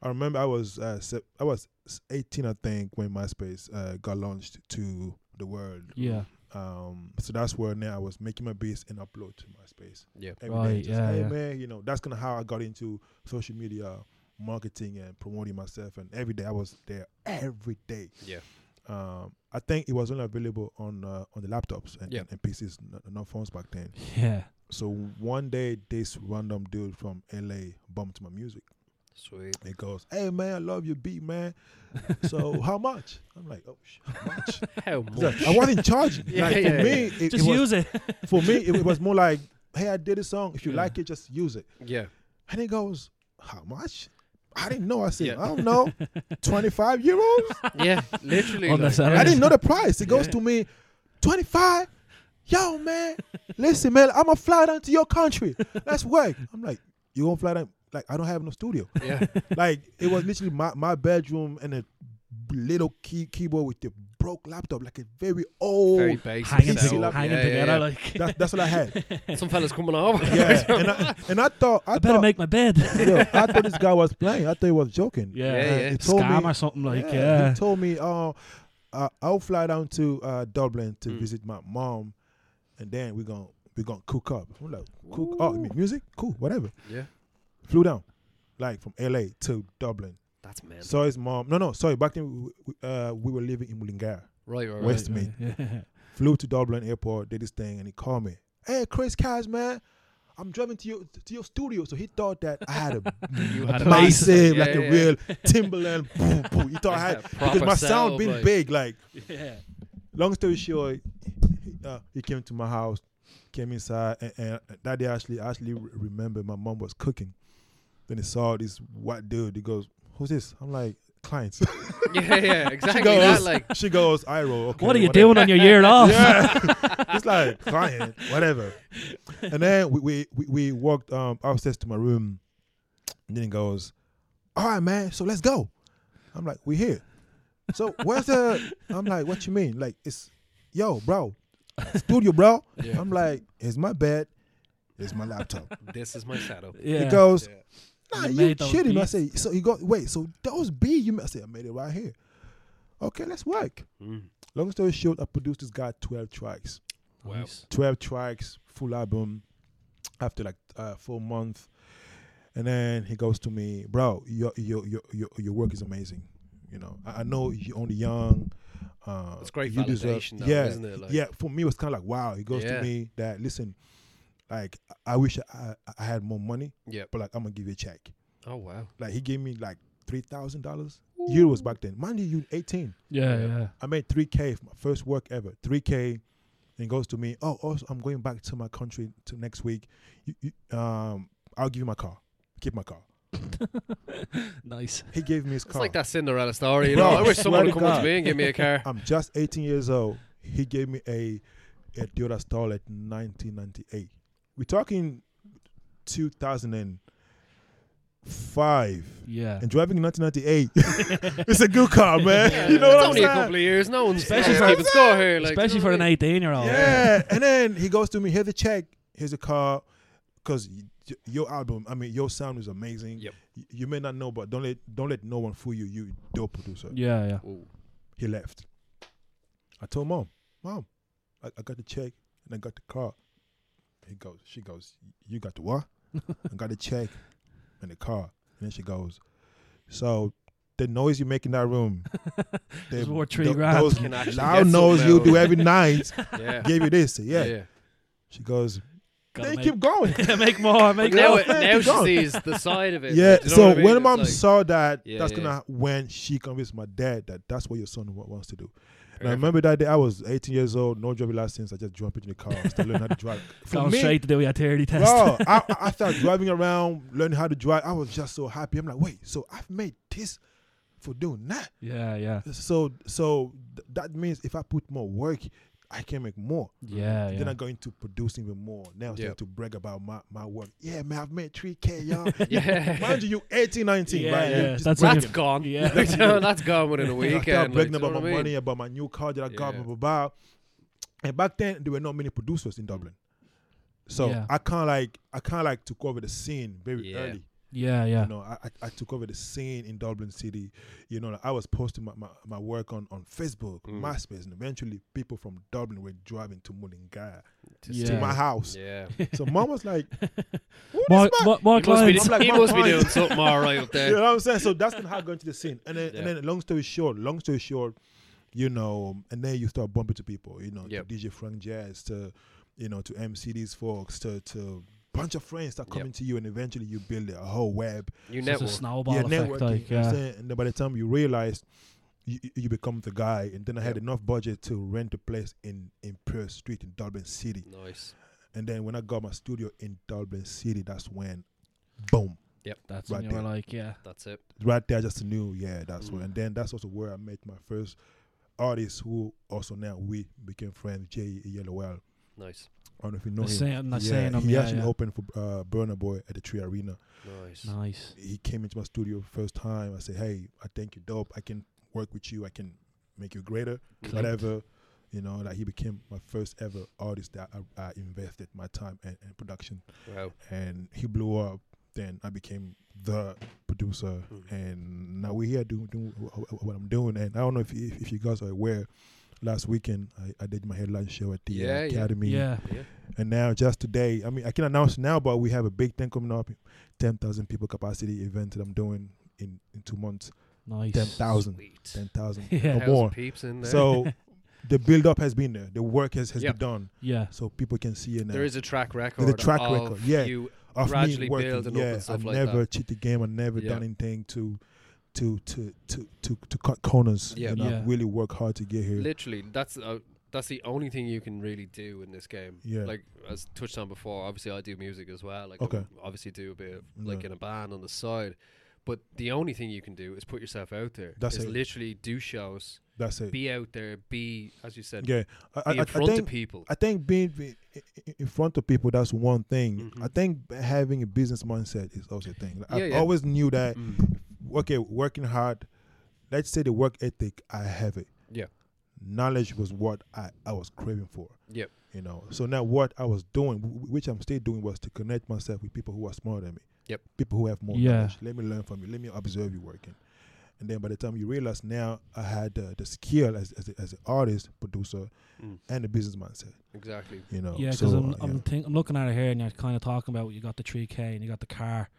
Speaker 3: I remember I was uh, se- I was 18, I think, when MySpace uh, got launched to the world.
Speaker 1: yeah,
Speaker 3: Um, so that's where now I was making my beats and upload to MySpace.
Speaker 2: Yeah.
Speaker 3: Every day,
Speaker 1: Right,
Speaker 3: just,
Speaker 1: yeah,
Speaker 3: hey
Speaker 1: yeah.
Speaker 3: man, you know that's kind of how I got into social media marketing and promoting myself. And every day I was there every day.
Speaker 2: Yeah.
Speaker 3: Um, I think it was only available on uh, on the laptops and,
Speaker 2: Yeah.
Speaker 3: and, and PCs, no, no phones back then.
Speaker 1: yeah.
Speaker 3: So one day this random dude from LA bumped my music.
Speaker 2: Sweet.
Speaker 3: He goes, "Hey man, I love your beat, man. So how much?" I'm like, "Oh, sh- how much?"
Speaker 2: How
Speaker 3: He's like,
Speaker 2: much?
Speaker 3: I wasn't charging.
Speaker 2: Yeah,
Speaker 3: like,
Speaker 2: yeah,
Speaker 3: for me, it, it
Speaker 1: Just
Speaker 3: was
Speaker 1: use it.
Speaker 3: for me it was more like, "Hey, I did a song. If you
Speaker 1: Yeah.
Speaker 3: like it, just use it."
Speaker 2: Yeah.
Speaker 3: And he goes, "How much?" I didn't know. I said,
Speaker 2: Yeah.
Speaker 3: "I don't know, 25 euros."
Speaker 2: Yeah. Literally.
Speaker 1: On the
Speaker 2: like,
Speaker 1: side.
Speaker 3: I didn't know the price. It goes
Speaker 2: Yeah.
Speaker 3: to me, 25. Yo, man, listen, man, I'ma fly down to your country. Let's work. I'm like, you gonna fly down? Like, I don't have no studio.
Speaker 2: yeah.
Speaker 3: Like, it was literally my, my bedroom and a little key keyboard with the broke laptop, like a very old.
Speaker 2: Very basic.
Speaker 1: hanging
Speaker 3: PC
Speaker 2: so,
Speaker 1: to-
Speaker 3: laptop.
Speaker 1: hanging
Speaker 2: yeah, yeah,
Speaker 1: together
Speaker 2: yeah.
Speaker 1: like.
Speaker 3: That, that's what I had.
Speaker 2: Some fella's coming over.
Speaker 3: Yeah, and I, and I thought I,
Speaker 1: I better
Speaker 3: thought
Speaker 1: make my bed.
Speaker 3: yo, I thought this guy was playing. I thought he was joking.
Speaker 2: Yeah,
Speaker 1: Yeah,
Speaker 2: yeah.
Speaker 3: He told
Speaker 1: scam
Speaker 3: me,
Speaker 1: or something like. Yeah,
Speaker 3: He told me, "Oh, uh, I'll fly down to uh, Dublin to
Speaker 2: Mm.
Speaker 3: visit my mom, and then we're gonna we're gonna cook up." I'm like, "Cook? Oh, I mean, music? Cool, whatever."
Speaker 2: Yeah.
Speaker 3: Flew down, like from LA to Dublin.
Speaker 2: That's man.
Speaker 3: Saw his mom. No, no, sorry. Back then, we, we- uh, we were living in Mullingar.
Speaker 2: right, right, right.
Speaker 3: West- me.
Speaker 1: Yeah.
Speaker 3: Flew to Dublin airport, did his thing, and he called me. Hey, Chris Cash, man. I'm driving to your to your studio, so he thought that I had a
Speaker 2: You had a base.
Speaker 3: massive,
Speaker 2: Yeah,
Speaker 3: like
Speaker 2: yeah,
Speaker 3: a real Timberland. boom, boom. He thought I
Speaker 2: Like
Speaker 3: had
Speaker 2: that
Speaker 3: because
Speaker 2: proper
Speaker 3: my
Speaker 2: sound,
Speaker 3: sound been
Speaker 2: like-
Speaker 3: big. Like
Speaker 1: yeah.
Speaker 3: long story short, he, uh, he came to my house, came inside, and, and that day actually I actually re- remember my mom was cooking. Then he saw this white dude. He goes, "Who's this?" I'm like, "Clients."
Speaker 2: yeah, yeah, exactly.
Speaker 3: goes-
Speaker 2: that, like,
Speaker 3: she goes, "I roll." Okay,
Speaker 1: What are you
Speaker 3: whatever."
Speaker 1: doing on your year off?
Speaker 3: Yeah, it's like client, whatever. And then we we we, we walked um, upstairs to my room. And then he goes, "All right, man, so let's go." I'm like, "We here." So where's the? I'm like, "What you mean? Like it's, yo, bro, studio, bro."
Speaker 2: Yeah.
Speaker 3: I'm like, "It's my bed, it's my laptop."
Speaker 2: this is my setup.
Speaker 1: Yeah.
Speaker 3: He goes,
Speaker 2: Yeah.
Speaker 3: Nah,
Speaker 1: You
Speaker 3: you
Speaker 1: made those
Speaker 3: kidding? I
Speaker 1: beats?
Speaker 3: say. So he go, wait. So those B, you? ma-" I say, I made it right here. Okay, let's work.
Speaker 2: Mm.
Speaker 3: Long story short, I produced this guy 12 tracks.
Speaker 2: Wow.
Speaker 1: Nice.
Speaker 3: 12 tracks, full album after like uh, four months. And then he goes to me, bro, your your your your, your work is amazing. You know, I, I know you're only young. Uh,
Speaker 2: It's great
Speaker 3: you
Speaker 2: validation though,
Speaker 3: yeah,
Speaker 2: isn't it? Like-
Speaker 3: yeah. For me, it was kind of like, wow. He goes
Speaker 2: Yeah.
Speaker 3: to me that, listen, like I I wish I, I had more money,
Speaker 2: Yeah.
Speaker 3: but like I'm gonna give you a check.
Speaker 2: Oh wow.
Speaker 3: Like he gave me like three thousand dollars euros back then. Mind you, you 18.
Speaker 1: Yeah,
Speaker 2: Yeah.
Speaker 1: yeah.
Speaker 3: I made 3K, for my first work ever. 3K, and he goes to me, oh, also, I'm going back to my country to next week. You, you, um, I'll give you my car. Keep my car.
Speaker 1: Nice.
Speaker 3: He gave me his
Speaker 2: It's
Speaker 3: car.
Speaker 2: like that Cinderella story, you know.
Speaker 3: Bro,
Speaker 2: I wish
Speaker 3: swear
Speaker 2: someone
Speaker 3: to
Speaker 2: would come up
Speaker 3: God.
Speaker 2: to me and give me a car.
Speaker 3: I'm just 18 years old. He gave me a a Toyota Starlet 1998. We're talking 2005.
Speaker 1: Yeah.
Speaker 3: And driving 1998, it's a good car, man. You know
Speaker 2: it's
Speaker 3: what I'm
Speaker 2: only a
Speaker 3: saying?
Speaker 2: couple of years. No one's
Speaker 1: Especially
Speaker 2: especially
Speaker 1: for-
Speaker 2: keeping score here. Like,
Speaker 1: Especially for an 18 year old.
Speaker 3: Yeah. And then he goes to me, here's a check, here's a car, because your album, I mean, your sound is amazing.
Speaker 2: Yep.
Speaker 3: Y- You may not know, but don't let don't let no one fool you. You dope producer.
Speaker 1: Yeah, yeah.
Speaker 2: Ooh.
Speaker 3: He left. I told mom, mom, I, I got the check and I got the car. He goes, she goes, you got the what? I got the check and the car. And then she goes, so the noise you make in that room, they-
Speaker 1: It's worth three
Speaker 3: tho-
Speaker 1: grand.
Speaker 3: Those
Speaker 2: Can actually
Speaker 3: loud
Speaker 2: get
Speaker 3: noise
Speaker 2: something
Speaker 3: you
Speaker 2: out.
Speaker 3: do every night
Speaker 2: Yeah.
Speaker 3: gave you this. Yeah.
Speaker 2: yeah.
Speaker 3: She goes,
Speaker 1: Gotta
Speaker 3: they
Speaker 1: make,
Speaker 3: keep going.
Speaker 1: make more, make
Speaker 2: Now,
Speaker 1: more.
Speaker 2: it, now
Speaker 3: oh, Keep going.
Speaker 2: she sees the side of it.
Speaker 3: yeah.
Speaker 2: like, do you know
Speaker 3: so
Speaker 2: what I mean?
Speaker 3: when
Speaker 2: It's
Speaker 3: mom
Speaker 2: like-
Speaker 3: saw that,
Speaker 2: Yeah,
Speaker 3: that's
Speaker 2: yeah.
Speaker 3: gonna when she convinced my dad that that's what your son wa- wants to do. And I
Speaker 2: Perfect.
Speaker 3: remember that day I was 18 years old, no driving license. I just jumped into the car, still learning how to drive. For
Speaker 1: Going
Speaker 3: me,
Speaker 1: straight to do your theory test.
Speaker 3: bro, I, I- I started driving around, learning how to drive. I was just so happy. I'm like, wait, so I've made this for doing that.
Speaker 1: Yeah, yeah.
Speaker 3: So so th- that means if I put more work, I can make more.
Speaker 1: Yeah,
Speaker 3: Then
Speaker 1: yeah.
Speaker 3: I go into producing even more. Now I start
Speaker 2: Yeah.
Speaker 3: to brag about my, my work. Yeah, man, I've made 3K, y'all.
Speaker 2: yeah.
Speaker 3: Mind you, you 18, 19,
Speaker 1: Yeah,
Speaker 3: right? You
Speaker 1: yeah,
Speaker 3: just
Speaker 1: that's
Speaker 3: brag-
Speaker 1: when
Speaker 2: That's gone.
Speaker 1: Yeah.
Speaker 2: Like, you know, that's gone within a
Speaker 3: I
Speaker 2: weekend.
Speaker 3: start
Speaker 2: like, do
Speaker 3: bragging
Speaker 2: you know
Speaker 3: about my
Speaker 2: what I mean?
Speaker 3: money, about my new car that I got,
Speaker 2: Yeah.
Speaker 3: blah, blah, blah. And back then, there were not many producers in
Speaker 2: Mm.
Speaker 3: Dublin. So
Speaker 1: Yeah.
Speaker 3: I kind of like, I kind of like took over the scene very
Speaker 2: Yeah.
Speaker 3: early.
Speaker 1: Yeah, yeah.
Speaker 3: You know, I, I, I took over the scene in Dublin City. You know, like, I was posting my, my, my work on, on Facebook,
Speaker 2: Mm.
Speaker 3: MySpace, and eventually people from Dublin were driving to Mullingar,
Speaker 2: Just-
Speaker 1: Yeah.
Speaker 3: to my house.
Speaker 2: Yeah.
Speaker 3: So mom was like, "Who
Speaker 1: More,
Speaker 3: this man?"
Speaker 1: more, more
Speaker 2: He must, be,
Speaker 1: clients.
Speaker 3: I'm like,
Speaker 2: he
Speaker 3: my
Speaker 2: must be
Speaker 3: God.
Speaker 2: doing something all right up
Speaker 3: You know
Speaker 2: there.
Speaker 3: what I'm saying? So that's kind of how I got into the scene. And then, and
Speaker 2: Yeah.
Speaker 3: then, long story short, long story short, you know, and then you start bumping to people, you know,
Speaker 2: Yep.
Speaker 3: to DJ Frank Jazz, to you know, to MCDs folks, to to bunch of friends start
Speaker 2: Yep.
Speaker 3: coming to you, and eventually you build a whole web.
Speaker 2: You
Speaker 1: It's
Speaker 2: network.
Speaker 1: a snowball
Speaker 3: yeah,
Speaker 1: effect.
Speaker 3: networking.
Speaker 1: Like,
Speaker 3: you know what I'm
Speaker 1: yeah.
Speaker 3: saying? And then by the time you realize, you, you- you become the guy. And then I had
Speaker 2: Yep.
Speaker 3: enough budget to rent a place in in Perth Street in Dublin City.
Speaker 2: Nice.
Speaker 3: And then when I got my studio in Dublin City, that's when, boom,
Speaker 1: That's
Speaker 3: Right
Speaker 1: when you were
Speaker 3: there.
Speaker 1: like, yeah,
Speaker 2: That's it.
Speaker 3: right there, I just knew, yeah, that's
Speaker 2: Mm.
Speaker 3: what. And then that's also where I met my first artist, who also now we became friends, Jay Yellowell.
Speaker 2: Nice.
Speaker 3: I don't know if you know
Speaker 1: I'm
Speaker 3: him.
Speaker 1: saying, I'm
Speaker 3: yeah,
Speaker 1: saying,
Speaker 3: he
Speaker 1: yeah,
Speaker 3: actually
Speaker 1: yeah.
Speaker 3: opened for uh, Burner Boy at the Tree Arena.
Speaker 2: Nice.
Speaker 1: nice.
Speaker 3: He came into my studio first time. I said, "Hey, I think you're dope. I can work with you. I can make you greater,
Speaker 2: Clicked.
Speaker 3: whatever." You know, like he became my first ever artist that I, I invested my time and, and production,
Speaker 2: Wow.
Speaker 3: and he blew up. Then I became the producer,
Speaker 2: Mhm.
Speaker 3: and now we're here doing, doing wh- wh- what I'm doing. And I don't know if if, if you guys are aware. Last weekend, I, I did my headline show at the uh,
Speaker 2: Yeah, yeah.
Speaker 3: Academy.
Speaker 1: yeah,
Speaker 2: Mm-hmm. Yeah.
Speaker 3: And now, just today, I mean, I can announce now, but we have a big thing coming up 10,000 people capacity event that I'm doing in, in two months.
Speaker 1: nice.
Speaker 3: 10,000.
Speaker 2: Sweet.
Speaker 3: 10,000
Speaker 1: Yeah.
Speaker 3: or
Speaker 2: Thousand
Speaker 3: more.
Speaker 2: peeps in there.
Speaker 3: So the build up has been there. The work has, has
Speaker 2: Yep.
Speaker 3: been done.
Speaker 1: Yeah,
Speaker 3: So people can see uh, it now.
Speaker 2: there is a track record.
Speaker 3: There's a track
Speaker 2: of
Speaker 3: record, yeah.
Speaker 2: You
Speaker 3: Of
Speaker 2: gradually building up
Speaker 3: yeah,
Speaker 2: and stuff
Speaker 3: I've
Speaker 2: like
Speaker 3: never
Speaker 2: that.
Speaker 3: cheat the game. I've never
Speaker 2: Yeah.
Speaker 3: done anything to to to to to, to cut corners.
Speaker 2: Yeah.
Speaker 3: And
Speaker 1: Yeah.
Speaker 3: I've really worked hard to get here.
Speaker 2: literally that's uh, that's the only thing you can really do in this game.
Speaker 3: Yeah.
Speaker 2: Like as touched on before, obviously I do music as well. Like
Speaker 3: Okay.
Speaker 2: I obviously do a bit of, like
Speaker 3: Yeah.
Speaker 2: in a band on the side. But the only thing you can do is put yourself out there.
Speaker 3: That's
Speaker 2: is
Speaker 3: it.
Speaker 2: literally do shows,
Speaker 3: That's it.
Speaker 2: be out there, be as you said,
Speaker 3: Yeah. I, I,
Speaker 2: be
Speaker 3: I- I
Speaker 2: in front
Speaker 3: think
Speaker 2: of people.
Speaker 3: I think being be- i- i- in front of people that's one thing.
Speaker 2: Mhm.
Speaker 3: I think b- having a business mindset is also a thing. Like,
Speaker 2: Yeah,
Speaker 3: I
Speaker 2: yeah.
Speaker 3: always knew that.
Speaker 2: Mm.
Speaker 3: Okay, working hard. Let's say the work ethic, I have it.
Speaker 2: Yeah.
Speaker 3: knowledge was what I I was craving for.
Speaker 2: Yep.
Speaker 3: You know, so now what I was doing, w- w- which I'm still doing, was to connect myself with people who are smarter than me.
Speaker 2: Yep.
Speaker 3: People who have more
Speaker 1: Yeah.
Speaker 3: knowledge. Let me learn from you. Let me observe you working. And then by the time you realize now, I had uh, the skill as as, a, as an artist, producer,
Speaker 2: Mm.
Speaker 3: and the business mindset.
Speaker 2: Exactly.
Speaker 3: You know.
Speaker 1: yeah. Because
Speaker 3: so,
Speaker 1: I'm,
Speaker 3: uh,
Speaker 1: I'm,
Speaker 3: yeah.
Speaker 1: think, I'm looking at it here, and you're kind of talking about you got the 3K and you got the car,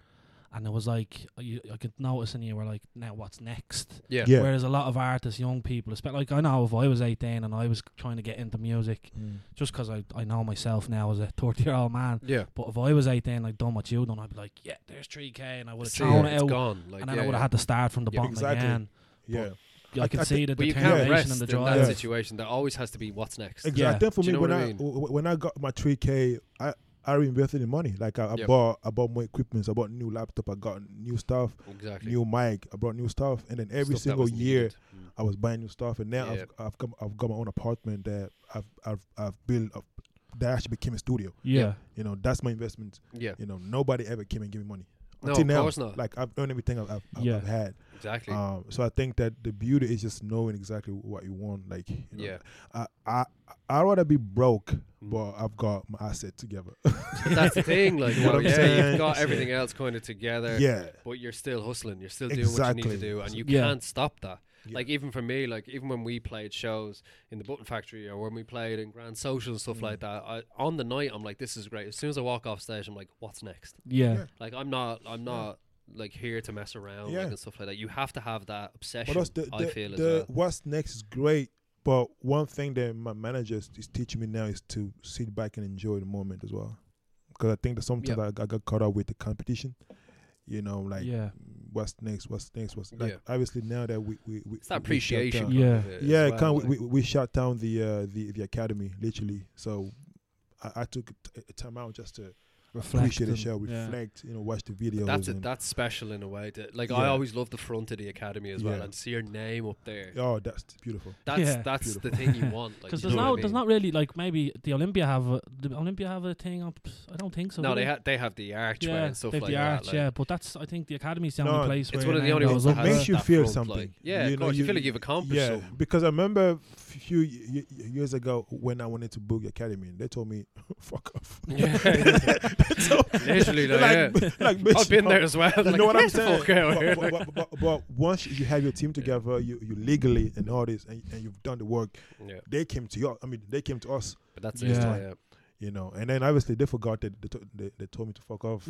Speaker 1: and it was like you, I could notice, and you were like, now what's next?
Speaker 2: Yeah.
Speaker 3: Yeah.
Speaker 1: Whereas a lot of artists, young people, especially like I know if I was 18 and I was trying to get into music, just 'cause I, I know myself now as a 30 year old man.
Speaker 2: Yeah.
Speaker 1: But if I was 18, like done what you done, I'd be like, yeah, there's 3K, and I would have
Speaker 2: See,
Speaker 1: thrown
Speaker 2: yeah,
Speaker 1: it
Speaker 2: it's
Speaker 1: out,
Speaker 2: gone. Like,
Speaker 1: and then
Speaker 2: yeah,
Speaker 1: I would have
Speaker 2: yeah.
Speaker 1: had to start from the
Speaker 2: Yeah,
Speaker 1: bottom
Speaker 3: exactly.
Speaker 1: again.
Speaker 3: Yeah.
Speaker 1: I,
Speaker 3: I-
Speaker 1: can
Speaker 3: I
Speaker 1: see the
Speaker 2: But you can't
Speaker 1: determination and
Speaker 2: rest
Speaker 1: the
Speaker 2: in that
Speaker 1: drive.
Speaker 3: Yeah.
Speaker 2: situation. There always has to be what's next.
Speaker 3: Exactly.
Speaker 1: Yeah.
Speaker 3: I think for
Speaker 2: Do you
Speaker 3: me,
Speaker 2: know
Speaker 3: when
Speaker 2: what I
Speaker 3: I,
Speaker 2: mean?
Speaker 3: w- w- when I got my 3K, I I reinvested in money. Like I, I
Speaker 2: Yep.
Speaker 3: bought I bought more equipment. I bought new laptop. I got new stuff,
Speaker 2: Exactly.
Speaker 3: new mic. I brought new stuff, and then every
Speaker 2: Stuff that
Speaker 3: single
Speaker 2: was
Speaker 3: year
Speaker 2: needed. Mm.
Speaker 3: I was buying new stuff. And now
Speaker 2: Yeah.
Speaker 3: I've I've come I've got my own apartment that I've I've I've built. Up, that actually became a studio.
Speaker 1: Yeah,
Speaker 3: You know, that's my investment.
Speaker 2: Yeah.
Speaker 3: You know, nobody ever came and gave me money.
Speaker 2: No,
Speaker 3: Until
Speaker 2: of
Speaker 3: now,
Speaker 2: course not.
Speaker 3: Like I've earned everything I've, I've, I've-
Speaker 1: Yeah.
Speaker 3: I've had.
Speaker 2: Exactly.
Speaker 3: Um, so I think that the beauty is just knowing exactly what you want. Like, you know,
Speaker 2: yeah.
Speaker 3: I I I'd rather be broke,
Speaker 2: Mm.
Speaker 3: but I've got my asset together.
Speaker 2: But that's the thing. Like,
Speaker 3: You know
Speaker 2: no,
Speaker 3: what I'm
Speaker 2: yeah,
Speaker 3: saying?
Speaker 2: you've got
Speaker 3: Yeah.
Speaker 2: everything else kind of together,
Speaker 3: yeah,
Speaker 2: but you're still hustling. You're still doing what you need
Speaker 3: Exactly.
Speaker 2: to do, and you
Speaker 1: Yeah.
Speaker 2: can't stop that.
Speaker 3: Yeah.
Speaker 2: Like, even for me, like, even when we played shows in the Button Factory or when we played in Grand Social and stuff
Speaker 3: Mm.
Speaker 2: like that, I, on the night, I'm like, this is great. As soon as I walk off stage, I'm like, what's next?
Speaker 1: yeah,
Speaker 3: Yeah.
Speaker 2: Like, I'm not, I'm not. Like here to mess around
Speaker 3: Yeah.
Speaker 2: like, and stuff like that. You have to have that obsession.
Speaker 3: but also the,
Speaker 2: I
Speaker 3: the-
Speaker 2: feel as
Speaker 3: the-
Speaker 2: well.
Speaker 3: what's next is great. But one thing that my manager is, is teaching me now is to sit back and enjoy the moment as well, because I think that sometimes
Speaker 2: Yeah.
Speaker 3: I, got- I got caught up with the competition. You know, like
Speaker 1: yeah,
Speaker 3: what's next, what's next, what's like.
Speaker 2: Yeah.
Speaker 3: Obviously now that we we, we
Speaker 2: It's that
Speaker 3: we- we shut
Speaker 2: appreciation.
Speaker 3: down-
Speaker 2: kind
Speaker 1: Yeah.
Speaker 2: of it as
Speaker 3: yeah,
Speaker 2: well,
Speaker 3: can
Speaker 2: like.
Speaker 3: we, we we shut down the uh, the the academy literally. So I, I took a t- a time out just to
Speaker 1: Reflect
Speaker 3: appreciate the
Speaker 1: and-
Speaker 3: show,
Speaker 1: yeah.
Speaker 3: reflect, you know, watch the videos.
Speaker 2: That's it.
Speaker 3: and,
Speaker 2: That's special in a way. That, like I
Speaker 3: Yeah.
Speaker 2: always love the front of the academy as well,
Speaker 3: Yeah.
Speaker 2: and see your name up there.
Speaker 3: oh, that's beautiful.
Speaker 2: That's
Speaker 1: Yeah.
Speaker 2: that's
Speaker 3: Beautiful.
Speaker 2: the thing you want. Like,
Speaker 1: Because
Speaker 2: you
Speaker 1: there's
Speaker 2: know
Speaker 1: no,
Speaker 2: what I
Speaker 1: there's
Speaker 2: mean?
Speaker 1: not really like maybe the Olympia have a, the Olympia have a thing up. I don't think so.
Speaker 2: No,
Speaker 1: do
Speaker 2: they have they have the archway
Speaker 1: yeah,
Speaker 2: and stuff
Speaker 1: they've
Speaker 2: like
Speaker 1: the
Speaker 2: that.
Speaker 1: arch,
Speaker 2: like,
Speaker 1: yeah. But that's I think the academy's the
Speaker 3: No,
Speaker 1: only place. where
Speaker 2: it's one of
Speaker 1: your
Speaker 2: the
Speaker 1: name
Speaker 2: only
Speaker 1: goes
Speaker 2: ones
Speaker 1: up
Speaker 2: that has
Speaker 3: It
Speaker 1: there.
Speaker 3: makes you
Speaker 2: that
Speaker 3: feel
Speaker 2: front,
Speaker 3: something.
Speaker 2: Like, yeah,
Speaker 3: You
Speaker 2: of
Speaker 3: know,
Speaker 2: course. You,
Speaker 3: you-
Speaker 2: feel like you've accomplished
Speaker 3: yeah,
Speaker 2: something.
Speaker 3: because I remember f- few y- y- years ago when I wanted to book the academy, they told me, "Fuck off."
Speaker 2: Yeah.
Speaker 3: So,
Speaker 2: Literally, though,
Speaker 3: like,
Speaker 2: yeah.
Speaker 3: like,
Speaker 2: I've
Speaker 3: bitch,
Speaker 2: been
Speaker 3: no.
Speaker 2: there as well.
Speaker 3: You
Speaker 2: like,
Speaker 3: know what I'm
Speaker 2: get the
Speaker 3: saying?
Speaker 2: fuck out here,
Speaker 3: But,
Speaker 2: like-
Speaker 3: but, but, but, but once you have your team together, you you legally and all this, and, and you've done the work.
Speaker 2: Yeah,
Speaker 3: They came to you. I mean, they came to us.
Speaker 2: but that's
Speaker 1: Yeah.
Speaker 2: it. Yeah.
Speaker 3: you know. And then obviously they forgot that they, to- they, they told me to fuck off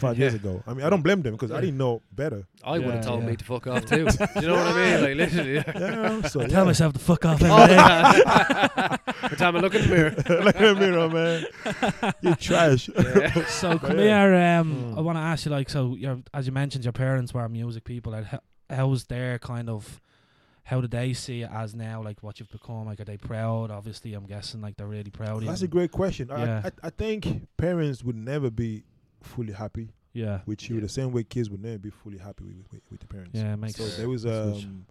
Speaker 3: five
Speaker 2: Yeah.
Speaker 3: years ago. I mean, I don't blame them because I
Speaker 2: Yeah.
Speaker 3: didn't know better.
Speaker 2: I would
Speaker 1: Yeah,
Speaker 2: have told
Speaker 1: yeah.
Speaker 2: me to fuck off too. Do you know what I mean? Like literally.
Speaker 3: Yeah, so
Speaker 1: I
Speaker 3: yeah.
Speaker 1: tell myself to fuck off eh?
Speaker 2: All
Speaker 1: every
Speaker 2: the
Speaker 1: day.
Speaker 2: time. Every time I look in the mirror.
Speaker 3: Look in the mirror, man. You trash.
Speaker 2: Yeah.
Speaker 1: so come
Speaker 3: Yeah. Hmm.
Speaker 1: here. Um,
Speaker 2: Mm.
Speaker 1: I want to ask you, like, so your as you mentioned, your parents were music people. Like, how, how's their kind of how do they see it as now? Like, what you've become? Like, are they proud? Obviously, I'm guessing like they're really proud. of
Speaker 3: That's
Speaker 1: you.
Speaker 3: a great question. I-
Speaker 1: Yeah.
Speaker 3: I, I, I think parents would never be fully happy
Speaker 1: yeah,
Speaker 3: with you,
Speaker 2: Yeah.
Speaker 3: the same way kids would never be fully happy with, with, with the parents.
Speaker 1: yeah, it makes
Speaker 3: So there was
Speaker 1: Switch.
Speaker 3: um,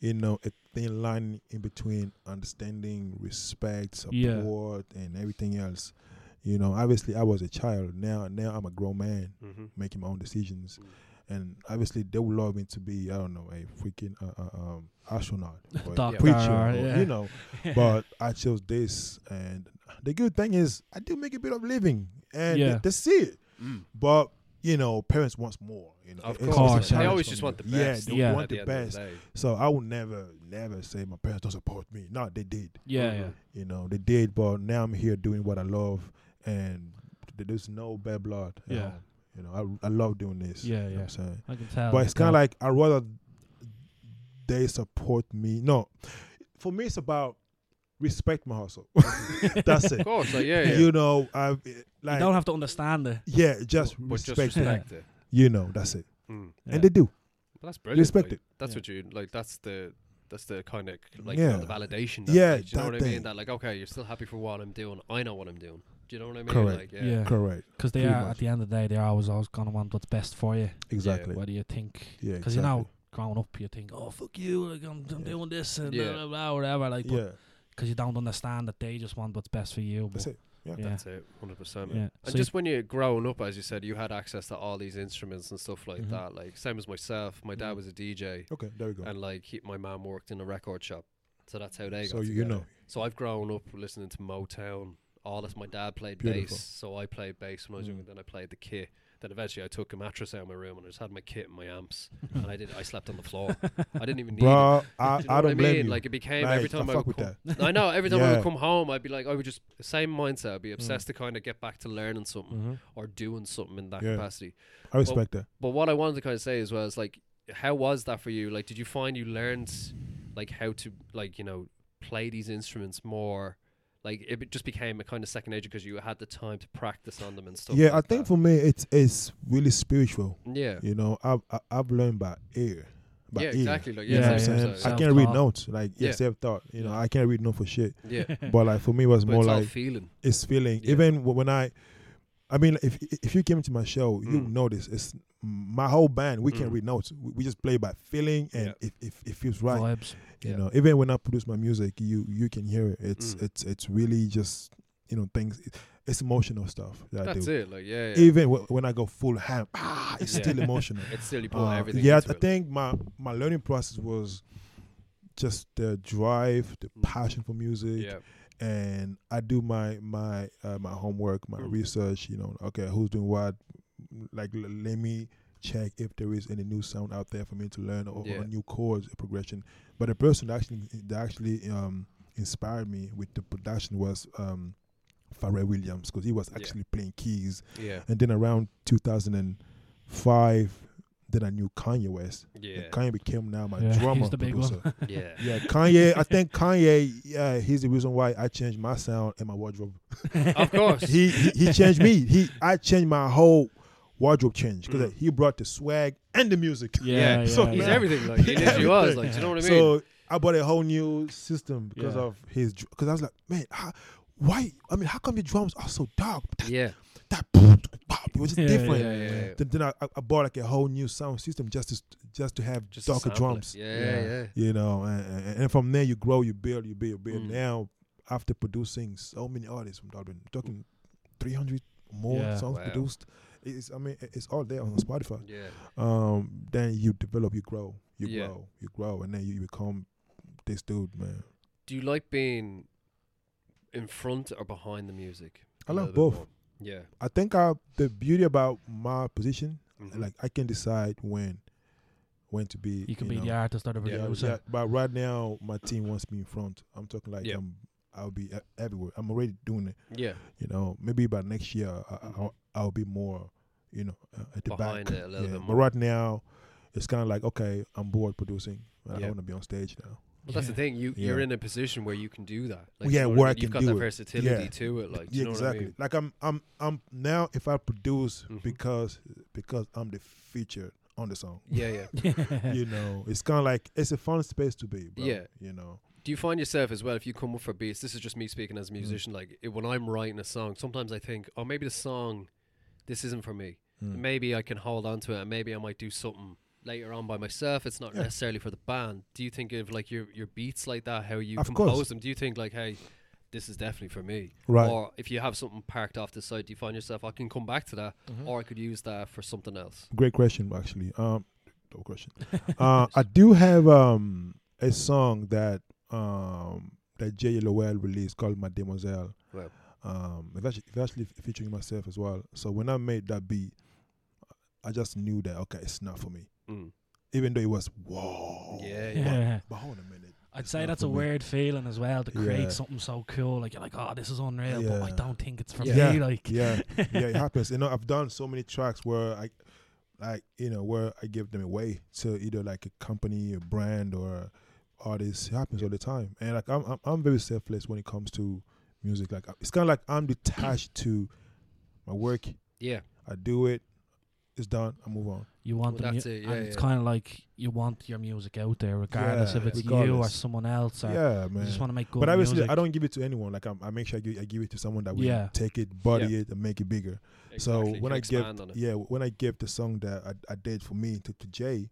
Speaker 3: you know, a thin line in between understanding, respect,
Speaker 1: Yeah.
Speaker 3: support, and everything else. You know, obviously I was a child. Now, now I'm a grown man
Speaker 2: Mhm.
Speaker 3: making my own decisions,
Speaker 2: Mm.
Speaker 3: and obviously they would love me to be I don't know a freaking uh, uh, um, astronaut, or a
Speaker 1: Doctor,
Speaker 3: preacher,
Speaker 1: or-
Speaker 3: or,
Speaker 1: yeah.
Speaker 3: you know. But I chose this, and the good thing is I do make a bit of living, and
Speaker 1: Yeah.
Speaker 3: they, they see it
Speaker 2: Mm.
Speaker 3: but you know, parents wants more. You know,
Speaker 2: Of
Speaker 3: It's- it's a
Speaker 1: course.
Speaker 3: challenge
Speaker 1: They
Speaker 2: always
Speaker 3: for
Speaker 2: just
Speaker 3: me.
Speaker 2: want the best.
Speaker 3: Yeah, they
Speaker 1: Yeah.
Speaker 3: want
Speaker 2: At the
Speaker 3: the
Speaker 2: end of
Speaker 3: best.
Speaker 2: the day.
Speaker 3: So I would never, never say my parents don't support me. No, they did.
Speaker 1: yeah, yeah,
Speaker 2: Mhm.
Speaker 3: You know, they did. But now I'm here doing what I love, and th- there's no bad blood. at
Speaker 1: Yeah.
Speaker 3: home. you know, I I love doing this.
Speaker 1: Yeah,
Speaker 3: you know
Speaker 1: yeah.
Speaker 3: What I'm saying,
Speaker 1: I can tell.
Speaker 3: but it's kind of like I rather they support me. No, for me it's about respect my hustle. That's
Speaker 2: Of
Speaker 3: it.
Speaker 2: course, like yeah, yeah.
Speaker 3: You know, I
Speaker 1: you
Speaker 3: like
Speaker 1: don't have to understand it.
Speaker 3: yeah, just
Speaker 2: but just
Speaker 3: respect. it.
Speaker 2: respect it.
Speaker 3: You know, that's it.
Speaker 2: Mm.
Speaker 1: Yeah.
Speaker 3: And they do.
Speaker 2: But that's brilliant.
Speaker 3: Respect
Speaker 2: like,
Speaker 3: it.
Speaker 2: That's
Speaker 1: Yeah.
Speaker 2: what you like. That's the that's the kind of like you
Speaker 3: Yeah.
Speaker 2: know, the validation. That,
Speaker 3: Yeah,
Speaker 2: like, do you know
Speaker 3: that
Speaker 2: what I
Speaker 3: thing.
Speaker 2: mean? That like okay, you're still happy for what I'm doing. I know what I'm doing. Do you know what I mean?
Speaker 3: Correct.
Speaker 2: Like,
Speaker 1: Yeah.
Speaker 3: Correct.
Speaker 1: Because they
Speaker 3: Pretty
Speaker 1: are,
Speaker 3: much.
Speaker 1: at the end of the day, they're always always gonna want what's best for you.
Speaker 3: Exactly.
Speaker 1: Whether you think,
Speaker 3: Yeah.
Speaker 1: because
Speaker 3: exactly.
Speaker 1: you know, growing up, you think, oh fuck you, like I'm, I'm
Speaker 3: Yeah.
Speaker 1: doing this and
Speaker 2: Yeah.
Speaker 1: blah, blah, blah, whatever. Like,
Speaker 3: Yeah.
Speaker 1: because you don't understand that they just want what's best for you.
Speaker 3: That's
Speaker 1: but-
Speaker 3: it. Yeah.
Speaker 1: Yeah.
Speaker 2: That's it, hundred percent.
Speaker 1: Yeah.
Speaker 2: And
Speaker 1: So you-
Speaker 2: just when you're growing up, as you said, you had access to all these instruments and stuff like
Speaker 3: Mm-hmm.
Speaker 1: Mhm.
Speaker 2: that. Like same as myself, my dad
Speaker 1: Mhm.
Speaker 2: was a DJ,
Speaker 3: Okay. There we go.
Speaker 2: and like he, my mom worked in a record shop, so that's how they.
Speaker 3: so
Speaker 2: got
Speaker 3: you, you
Speaker 2: together.
Speaker 3: know.
Speaker 2: So I've grown up listening to Motown. All this. My dad played
Speaker 3: Beautiful.
Speaker 2: bass, so I played bass when I was younger.
Speaker 3: Mm.
Speaker 2: Then I played the kit. Then eventually I took a mattress out of my room and I just had my kit and my amps, and I did. I slept on the floor. I didn't even need. it.
Speaker 3: Bro, I,
Speaker 2: Do you know
Speaker 3: I
Speaker 2: what
Speaker 3: don't blame
Speaker 2: mean?
Speaker 3: you.
Speaker 2: Like it became
Speaker 3: Like,
Speaker 2: every time
Speaker 3: I
Speaker 2: I,
Speaker 3: fuck
Speaker 2: would
Speaker 3: with
Speaker 2: come, I know every time I
Speaker 3: Yeah. Mm.
Speaker 2: would come home, I'd be like, I would just same mindset. I'd be obsessed to kind of get back to learning something
Speaker 1: Mm-hmm.
Speaker 3: Mhm.
Speaker 2: or doing something in that
Speaker 3: Yeah.
Speaker 2: capacity.
Speaker 3: I respect that.
Speaker 2: But what I wanted to kind of say as well is like, how was that for you? Like, did you find you learned like how to like you know play these instruments more? Like it be- just became a kind of second nature because you had the time to practice on them and stuff.
Speaker 3: Yeah, I
Speaker 2: like
Speaker 3: think
Speaker 2: that.
Speaker 3: for me it's it's really spiritual.
Speaker 2: yeah,
Speaker 3: You know, I've I, I've learned by ear. By
Speaker 2: yeah,
Speaker 3: ear.
Speaker 2: exactly. Like
Speaker 3: You
Speaker 2: yeah,
Speaker 3: know what
Speaker 1: yeah, yeah.
Speaker 3: I'm saying?
Speaker 2: so-
Speaker 3: I
Speaker 2: so-
Speaker 1: Self-taught.
Speaker 3: can't read notes. Like yeah,
Speaker 2: Yeah.
Speaker 3: self taught. You know,
Speaker 1: Yeah.
Speaker 3: I can't read notes for shit.
Speaker 2: yeah.
Speaker 3: But like for me, it was
Speaker 2: But
Speaker 3: more
Speaker 2: it's all
Speaker 3: like
Speaker 2: feeling.
Speaker 3: it's feeling.
Speaker 2: Yeah.
Speaker 3: Even w- when I, I mean, if if you came to my show, you
Speaker 2: Mm.
Speaker 3: notice it's my whole band. We can't
Speaker 2: Mm.
Speaker 3: read notes. We, we just play by feeling, and if if it feels right,
Speaker 1: Vibes.
Speaker 3: you
Speaker 2: Yeah.
Speaker 3: know even when i produce my music you you can hear it it's
Speaker 2: Mm.
Speaker 3: it's it's really just you know things it's emotional stuff that
Speaker 2: That's
Speaker 3: i do
Speaker 2: it. Like yeah, yeah.
Speaker 3: even w- when i go full ham ah it's
Speaker 2: Yeah.
Speaker 3: still emotional
Speaker 2: it's still you put
Speaker 3: Uh,
Speaker 2: everything.
Speaker 3: yeah i
Speaker 2: into it.
Speaker 3: think my my learning process was just the drive the
Speaker 2: Mm.
Speaker 3: passion for music
Speaker 2: Yeah.
Speaker 3: and i do my my uh, my homework my
Speaker 2: Mm.
Speaker 3: research you know okay who's doing what like l- let me check if there is any new sound out there for me to learn or,
Speaker 2: Yeah.
Speaker 3: or new chords or progression but the person that actually that actually um inspired me with the production was um Pharrell Williams because he was
Speaker 2: Yeah.
Speaker 3: actually playing keys
Speaker 2: Yeah.
Speaker 3: and then around 2005 then I knew Kanye West
Speaker 2: Yeah.
Speaker 3: and Kanye became now my
Speaker 1: Yeah, he's
Speaker 3: drummer
Speaker 1: the big one.
Speaker 3: producer
Speaker 2: Yeah.
Speaker 3: yeah Kanye I think Kanye yeah he's the reason why I changed my sound and my wardrobe
Speaker 2: Of course.
Speaker 3: he, he he changed me. He I changed my whole wardrobe change because
Speaker 2: Mm.
Speaker 3: he brought the swag and the music.
Speaker 1: Yeah,
Speaker 2: Yeah.
Speaker 3: So
Speaker 1: yeah,
Speaker 2: He's
Speaker 1: yeah.
Speaker 2: everything. Like he literally was. Like do you know what I mean?
Speaker 3: So I bought a whole new system because
Speaker 1: Yeah.
Speaker 3: of his. Because I was like, man, how, why? I mean, how come the drums are so dark? That,
Speaker 2: yeah.
Speaker 3: that it was just
Speaker 1: Yeah,
Speaker 3: different.
Speaker 2: Yeah. Yeah. yeah.
Speaker 3: Then, then I, I bought like a whole new sound system just to just to have
Speaker 2: Just
Speaker 3: darker
Speaker 2: sample it.
Speaker 3: drums.
Speaker 2: Yeah.
Speaker 1: Yeah.
Speaker 2: Yeah. yeah.
Speaker 3: You know, and, and- and from there you grow, you build, you build, you build.
Speaker 2: Mm.
Speaker 3: Now, after producing so many artists from Dublin, talking 300 more
Speaker 1: Yeah.
Speaker 3: songs
Speaker 2: Wow.
Speaker 3: produced. It's I mean it's all there on Spotify.
Speaker 2: Yeah.
Speaker 3: Um, then you develop, you grow, you
Speaker 2: Yeah.
Speaker 3: grow, you grow, and then you become this dude, man.
Speaker 2: Do you like being in front or behind the music?
Speaker 3: I
Speaker 2: a
Speaker 3: like
Speaker 2: little bit
Speaker 3: both.
Speaker 2: more? Yeah.
Speaker 3: I think I, the beauty about my position,
Speaker 2: Mhm.
Speaker 3: like I can decide when, when to be.
Speaker 1: You can be
Speaker 3: know,
Speaker 1: the artist or the
Speaker 2: Yeah,
Speaker 3: Yeah,
Speaker 1: producer.
Speaker 3: yeah, but right now my team wants me in front. I'm talking like
Speaker 2: Yeah.
Speaker 3: um, I'll be e- everywhere. I'm already doing it.
Speaker 2: Yeah,
Speaker 3: You know, maybe by next year I,
Speaker 2: Mhm.
Speaker 3: I'll, I'll be more, you know, uh, at the
Speaker 2: Behind
Speaker 3: back.
Speaker 2: it a little bit
Speaker 3: But
Speaker 2: more.
Speaker 3: right now, it's kind of like okay, I'm bored producing. I
Speaker 2: Yeah.
Speaker 3: want to be on stage now.
Speaker 2: well, that's the
Speaker 1: Yeah.
Speaker 2: thing. You you're
Speaker 3: Yeah.
Speaker 2: in a position where you can do that.
Speaker 3: Well,
Speaker 2: you
Speaker 3: yeah,
Speaker 2: know what
Speaker 3: where I
Speaker 2: mean? You've
Speaker 3: can
Speaker 2: got that
Speaker 3: do it.
Speaker 2: versatility
Speaker 3: Yeah.
Speaker 2: to it. Like,
Speaker 3: yeah,
Speaker 2: you know
Speaker 3: exactly.
Speaker 2: What
Speaker 3: Like I'm, I'm, I'm now. If I produce
Speaker 2: Mhm.
Speaker 3: because because I'm the featured on the song,
Speaker 2: I mean? Yeah, yeah.
Speaker 1: yeah.
Speaker 3: you know, it's kind of like it's a fun space to be. Bro,
Speaker 2: Yeah.
Speaker 3: you know,
Speaker 2: Do you find yourself as well if you come up for beats? This is just me speaking
Speaker 3: Mm.
Speaker 2: as a musician. Like it, when I'm writing a song, sometimes I think, oh, maybe the song, this isn't for me.
Speaker 3: Mm.
Speaker 2: Maybe I can hold on to it, and maybe I might do something later on by myself. It's not
Speaker 3: Yeah.
Speaker 2: necessarily for the band. Do you think of like your your beats like that? How you
Speaker 3: Of
Speaker 2: compose
Speaker 3: course.
Speaker 2: them? Do you think like, hey, this is definitely for me?
Speaker 3: right?
Speaker 2: Or if you have something parked off the side, do you find yourself I can come back to that,
Speaker 3: Mm-hmm.
Speaker 2: or I could use that for something else?
Speaker 3: Great question, actually. Um, no question. uh, I do have um a song that um that Jay Lowell released called Mademoiselle.
Speaker 2: Wow.
Speaker 3: Um, it's actually, it's actually featuring myself as well. So when I made that beat, I just knew that okay, it's not for me.
Speaker 2: Mm.
Speaker 3: Even though it was whoa,
Speaker 2: Yeah,
Speaker 3: but-
Speaker 1: Yeah.
Speaker 3: But, hold a minute,
Speaker 1: I'd
Speaker 3: it's
Speaker 1: say
Speaker 3: not
Speaker 1: that's
Speaker 3: for
Speaker 1: a
Speaker 3: me.
Speaker 1: weird feeling as well to create
Speaker 3: Yeah.
Speaker 1: something so cool. Like you're like, oh, this is unreal, but I
Speaker 3: Yeah.
Speaker 1: don't think it's for
Speaker 3: Yeah.
Speaker 1: me. Like,
Speaker 3: Yeah, yeah, it happens. You know, I've done so many tracks where I, like, you know, where I give them away to either like a company, a brand, or artists. It happens all the time. And like, I'm I'm, I'm very selfless when it comes to music. Like, it's kind of like I'm detached to my work.
Speaker 2: Yeah,
Speaker 3: I do it. It's done. I move on.
Speaker 1: you want the
Speaker 2: Well, that's
Speaker 1: mu-
Speaker 2: it, yeah,
Speaker 1: and it's
Speaker 2: yeah.
Speaker 1: kind of like you want your music out there, regardless
Speaker 3: Yeah,
Speaker 1: if it's you or
Speaker 3: regardless.
Speaker 1: someone else. Or
Speaker 3: yeah,
Speaker 1: you
Speaker 3: man.
Speaker 1: just want to make good
Speaker 3: But obviously,
Speaker 1: music.
Speaker 3: I don't give it to anyone. Like, I'm, I make sure I give, I give it to someone that will
Speaker 1: Yeah.
Speaker 3: take it, body it, and make it bigger.
Speaker 2: Exactly.
Speaker 3: So when
Speaker 2: You
Speaker 3: I give,
Speaker 2: expand on it.
Speaker 3: yeah, when I gave the song that I, I did for me to, to Jay,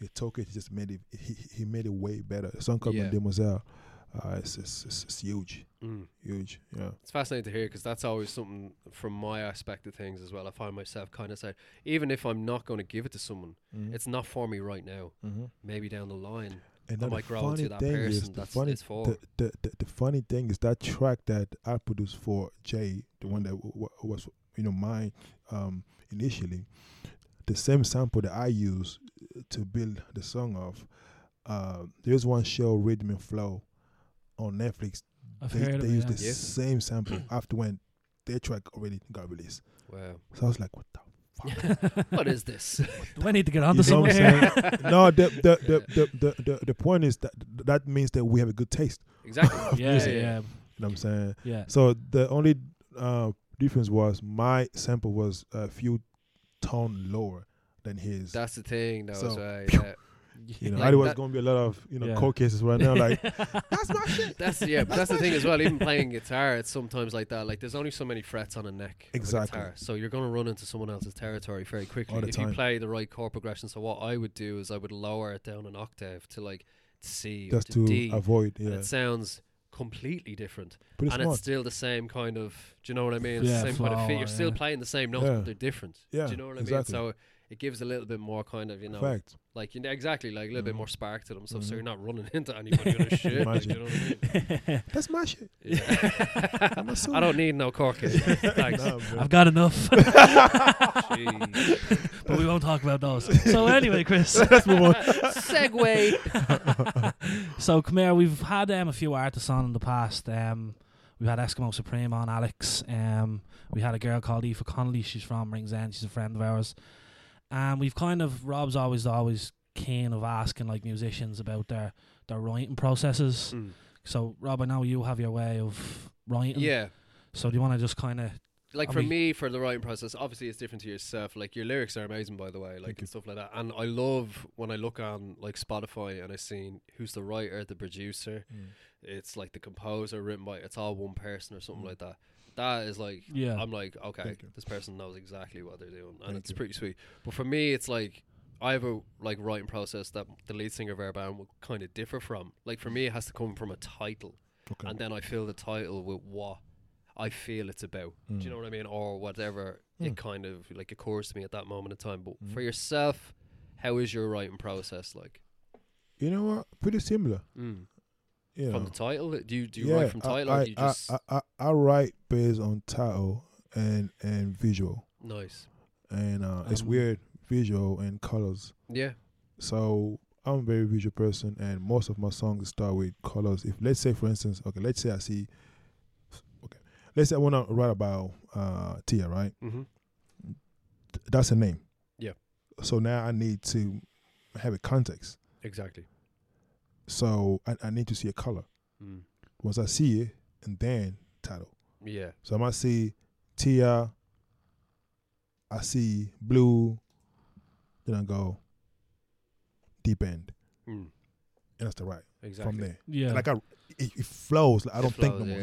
Speaker 3: he took it, he just made it, he, he made it way better. The song called
Speaker 2: Yeah.
Speaker 3: Mademoiselle, uh, it's, it's, it's, it's huge,
Speaker 2: Mm.
Speaker 3: huge, yeah.
Speaker 2: It's fascinating to hear because that's always something from my aspect of things as well. I find myself kind of saying, even if I'm not going to give it to someone,
Speaker 3: Hmm.
Speaker 2: it's not for me right now.
Speaker 3: mm-hmm.
Speaker 2: Maybe down the line, I
Speaker 3: and then the
Speaker 2: might grow
Speaker 3: funny
Speaker 2: into that
Speaker 3: thing is,
Speaker 2: person
Speaker 3: the
Speaker 2: that's
Speaker 3: funny,
Speaker 2: it's for.
Speaker 3: the, the, the, the funny thing is that track that I produced for Jay, the one that w- w- was you know mine um, initially, the same sample that I used to build the song off. Uh, there's one show Rhythm and Flow on Netflix
Speaker 1: I've
Speaker 3: they,
Speaker 1: heard of
Speaker 3: they
Speaker 1: it,
Speaker 3: used
Speaker 1: yeah.
Speaker 3: the
Speaker 2: Yeah.
Speaker 3: same sample after when their track already got released.
Speaker 2: wow,
Speaker 3: So I was like, what the fuck?
Speaker 2: what is this?
Speaker 1: Do I need to get on
Speaker 3: You
Speaker 1: to
Speaker 3: know what
Speaker 1: something?
Speaker 3: I'm
Speaker 1: here?
Speaker 3: no, the the, the, the, the the the point is that that means that we have a good taste.
Speaker 2: exactly.
Speaker 1: yeah, yeah,
Speaker 3: You know what I'm saying?
Speaker 1: yeah.
Speaker 3: So the only uh, difference was my sample was a few tone lower than his.
Speaker 2: That's the thing, though.
Speaker 3: So,
Speaker 2: as well, yeah.
Speaker 3: you know,
Speaker 2: like
Speaker 3: otherwise
Speaker 2: that-
Speaker 3: going to be a lot of you know
Speaker 1: Yeah.
Speaker 3: court cases right now. Like
Speaker 1: that's
Speaker 3: my shit.
Speaker 2: That's yeah, but that's the thing as well. Even playing guitar, it's sometimes like that. Like there's only so many frets on a neck. of a
Speaker 3: Exactly.
Speaker 2: guitar, so you're gonna run into someone else's territory very quickly
Speaker 3: All the
Speaker 2: if
Speaker 3: time.
Speaker 2: you play the right chord progression. So what I would do is I would lower it down an octave to like C or
Speaker 3: just
Speaker 2: to,
Speaker 3: to
Speaker 2: D,
Speaker 3: avoid,
Speaker 2: and
Speaker 3: yeah,
Speaker 2: it sounds completely different.
Speaker 3: pretty
Speaker 2: and
Speaker 3: smart.
Speaker 2: it's still the same kind of do you know what I mean? It's
Speaker 1: Yeah,
Speaker 2: the same kind of fit.
Speaker 1: flow,
Speaker 2: You're still
Speaker 1: yeah.
Speaker 2: playing the same notes,
Speaker 3: Yeah.
Speaker 2: but they're different.
Speaker 3: Yeah,
Speaker 2: do you know what
Speaker 3: exactly.
Speaker 2: I mean? So it gives a little bit more kind of you know,
Speaker 3: Fact.
Speaker 2: like you know, exactly like a little bit
Speaker 3: Mhm.
Speaker 2: more spark to them. So,
Speaker 3: Mhm.
Speaker 2: so you're not running into anybody on a shit. Like, do
Speaker 3: Imagine.
Speaker 2: you know what I mean?
Speaker 3: That's my shit.
Speaker 2: Yeah.
Speaker 3: I'm a
Speaker 2: I
Speaker 3: soldier.
Speaker 2: don't need no cork. in. Thanks.
Speaker 3: Nah, bro.
Speaker 1: I've got enough,
Speaker 2: Jeez.
Speaker 1: but we won't talk about those. So anyway, Chris.
Speaker 2: Segway.
Speaker 1: so come here. We've had um, a few artists on in the past. Um, we've had Eskimo Supreme on Alex. Um, we had a girl called Aoife Connolly. She's from Ringsend. She's a friend of ours. And we've kind of Rob's always always keen of asking like musicians about their their writing processes.
Speaker 2: Mm.
Speaker 1: So Rob, I know you have your way of writing.
Speaker 2: Yeah.
Speaker 1: So do you want to just kind of
Speaker 2: Like
Speaker 1: I
Speaker 2: for
Speaker 1: mean-
Speaker 2: me, for the writing process, obviously it's different to yourself. Like your lyrics are amazing, by the way, like
Speaker 3: Thank you.
Speaker 2: and stuff like that. And I love when I look on like Spotify and I seen who's the writer, the producer.
Speaker 3: Mm.
Speaker 2: It's like the composer written by. It's all one person or something
Speaker 3: Mm.
Speaker 2: like that. That is like
Speaker 1: yeah
Speaker 2: I'm like, okay,
Speaker 3: Thank you.
Speaker 2: this person knows exactly what they're doing, and
Speaker 3: Thank
Speaker 2: it's
Speaker 3: you.
Speaker 2: pretty sweet. But for me, it's like I have a like writing process that the lead singer of our band will kind of differ from. Like for me, it has to come from a title,
Speaker 3: Okay.
Speaker 2: and then I fill the title with what I feel it's about. Do you know what I mean, or whatever
Speaker 3: Mm.
Speaker 2: it kind of like occurs to me at that moment in time. But
Speaker 3: Mm.
Speaker 2: for yourself, how is your writing process like?
Speaker 3: You know what? Pretty similar.
Speaker 2: Mm.
Speaker 3: You know.
Speaker 2: From the title, do you do you write from
Speaker 3: I-
Speaker 2: title? or
Speaker 3: I,
Speaker 2: do you just
Speaker 3: I, I, I, I write based on title and and visual,
Speaker 2: nice?
Speaker 3: and uh, it's
Speaker 1: Um,
Speaker 3: weird visual and colors.
Speaker 2: Yeah,
Speaker 3: So I'm a very visual person, and most of my songs start with colors. If let's say, for instance, okay, let's say I see, okay, let's say I want to write about uh, Tia, right?
Speaker 2: Mm-hmm.
Speaker 3: Th- That's a name.
Speaker 2: Yeah.
Speaker 3: So now I need to have a context.
Speaker 2: Exactly.
Speaker 3: So I, I need to see a color.
Speaker 2: Mm.
Speaker 3: Once I see it, and then title.
Speaker 2: Yeah.
Speaker 3: So I might see Tia. I see blue. Then I go deep end,
Speaker 2: Mm.
Speaker 3: and that's the right
Speaker 2: Exactly.
Speaker 3: from there.
Speaker 1: Yeah.
Speaker 3: Like I, it, it flows. Like I
Speaker 2: It
Speaker 3: don't think no
Speaker 2: flows,
Speaker 3: more.
Speaker 2: yeah,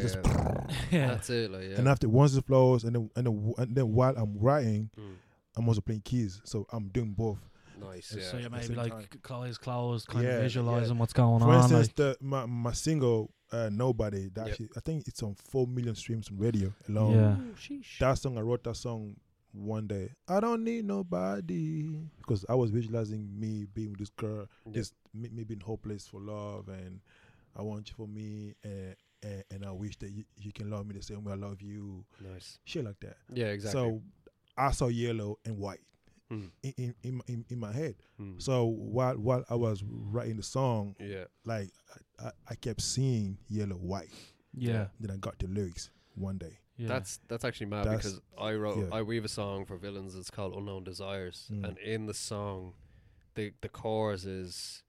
Speaker 3: Just
Speaker 1: yeah.
Speaker 2: That's it. Like, yeah.
Speaker 3: and after once it flows, and then and then, and then while I'm writing,
Speaker 2: Mm.
Speaker 3: I'm also playing keys. So I'm doing both.
Speaker 2: Nice.
Speaker 1: So
Speaker 2: Yeah.
Speaker 1: yeah,
Speaker 3: the
Speaker 1: maybe
Speaker 3: same
Speaker 1: like
Speaker 3: time.
Speaker 1: c- eyes closed, kind
Speaker 3: Yeah,
Speaker 1: of
Speaker 3: yeah.
Speaker 1: visualizing what's going
Speaker 3: For
Speaker 1: on.
Speaker 3: instance,
Speaker 1: like,
Speaker 3: the my, my single uh, "Nobody" that
Speaker 2: Yep.
Speaker 3: actually, I think it's on four million streams on radio alone.
Speaker 1: yeah,
Speaker 3: that song I wrote that song one day. I don't need nobody because I was visualizing me being with this girl,
Speaker 2: Yeah.
Speaker 3: this me, me being hopeless for love, and I want you for me, and and, and I wish that you, you can love me the same way I love you,
Speaker 2: Nice.
Speaker 3: shit like that.
Speaker 2: Yeah. Exactly.
Speaker 3: So I saw yellow and white
Speaker 2: Mm.
Speaker 3: in in, in, my- in in my head.
Speaker 2: Mm.
Speaker 3: So while while I was writing the song,
Speaker 2: yeah.
Speaker 3: like I, I, I kept seeing yellow white.
Speaker 1: yeah,
Speaker 3: Then I got the lyrics one day.
Speaker 1: yeah.
Speaker 2: That's that's actually mad
Speaker 3: That's-
Speaker 2: because I wrote
Speaker 3: yeah.
Speaker 2: I weave a song for villains. It's called Unknown Desires,
Speaker 3: Mm.
Speaker 2: and in the song, the the chorus is,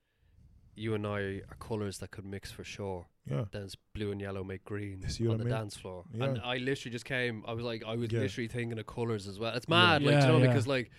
Speaker 2: "You and I are colors that could mix for sure.
Speaker 3: Yeah,
Speaker 2: Dance blue and yellow make green
Speaker 3: See
Speaker 2: on
Speaker 3: what I
Speaker 2: the
Speaker 3: mean?
Speaker 2: dance floor."
Speaker 3: Yeah.
Speaker 2: And I literally just came. I was like, I was
Speaker 3: Yeah.
Speaker 2: literally thinking of colors as well. It's
Speaker 3: Yeah.
Speaker 2: mad, like
Speaker 1: Yeah,
Speaker 2: you know,
Speaker 1: yeah.
Speaker 2: because like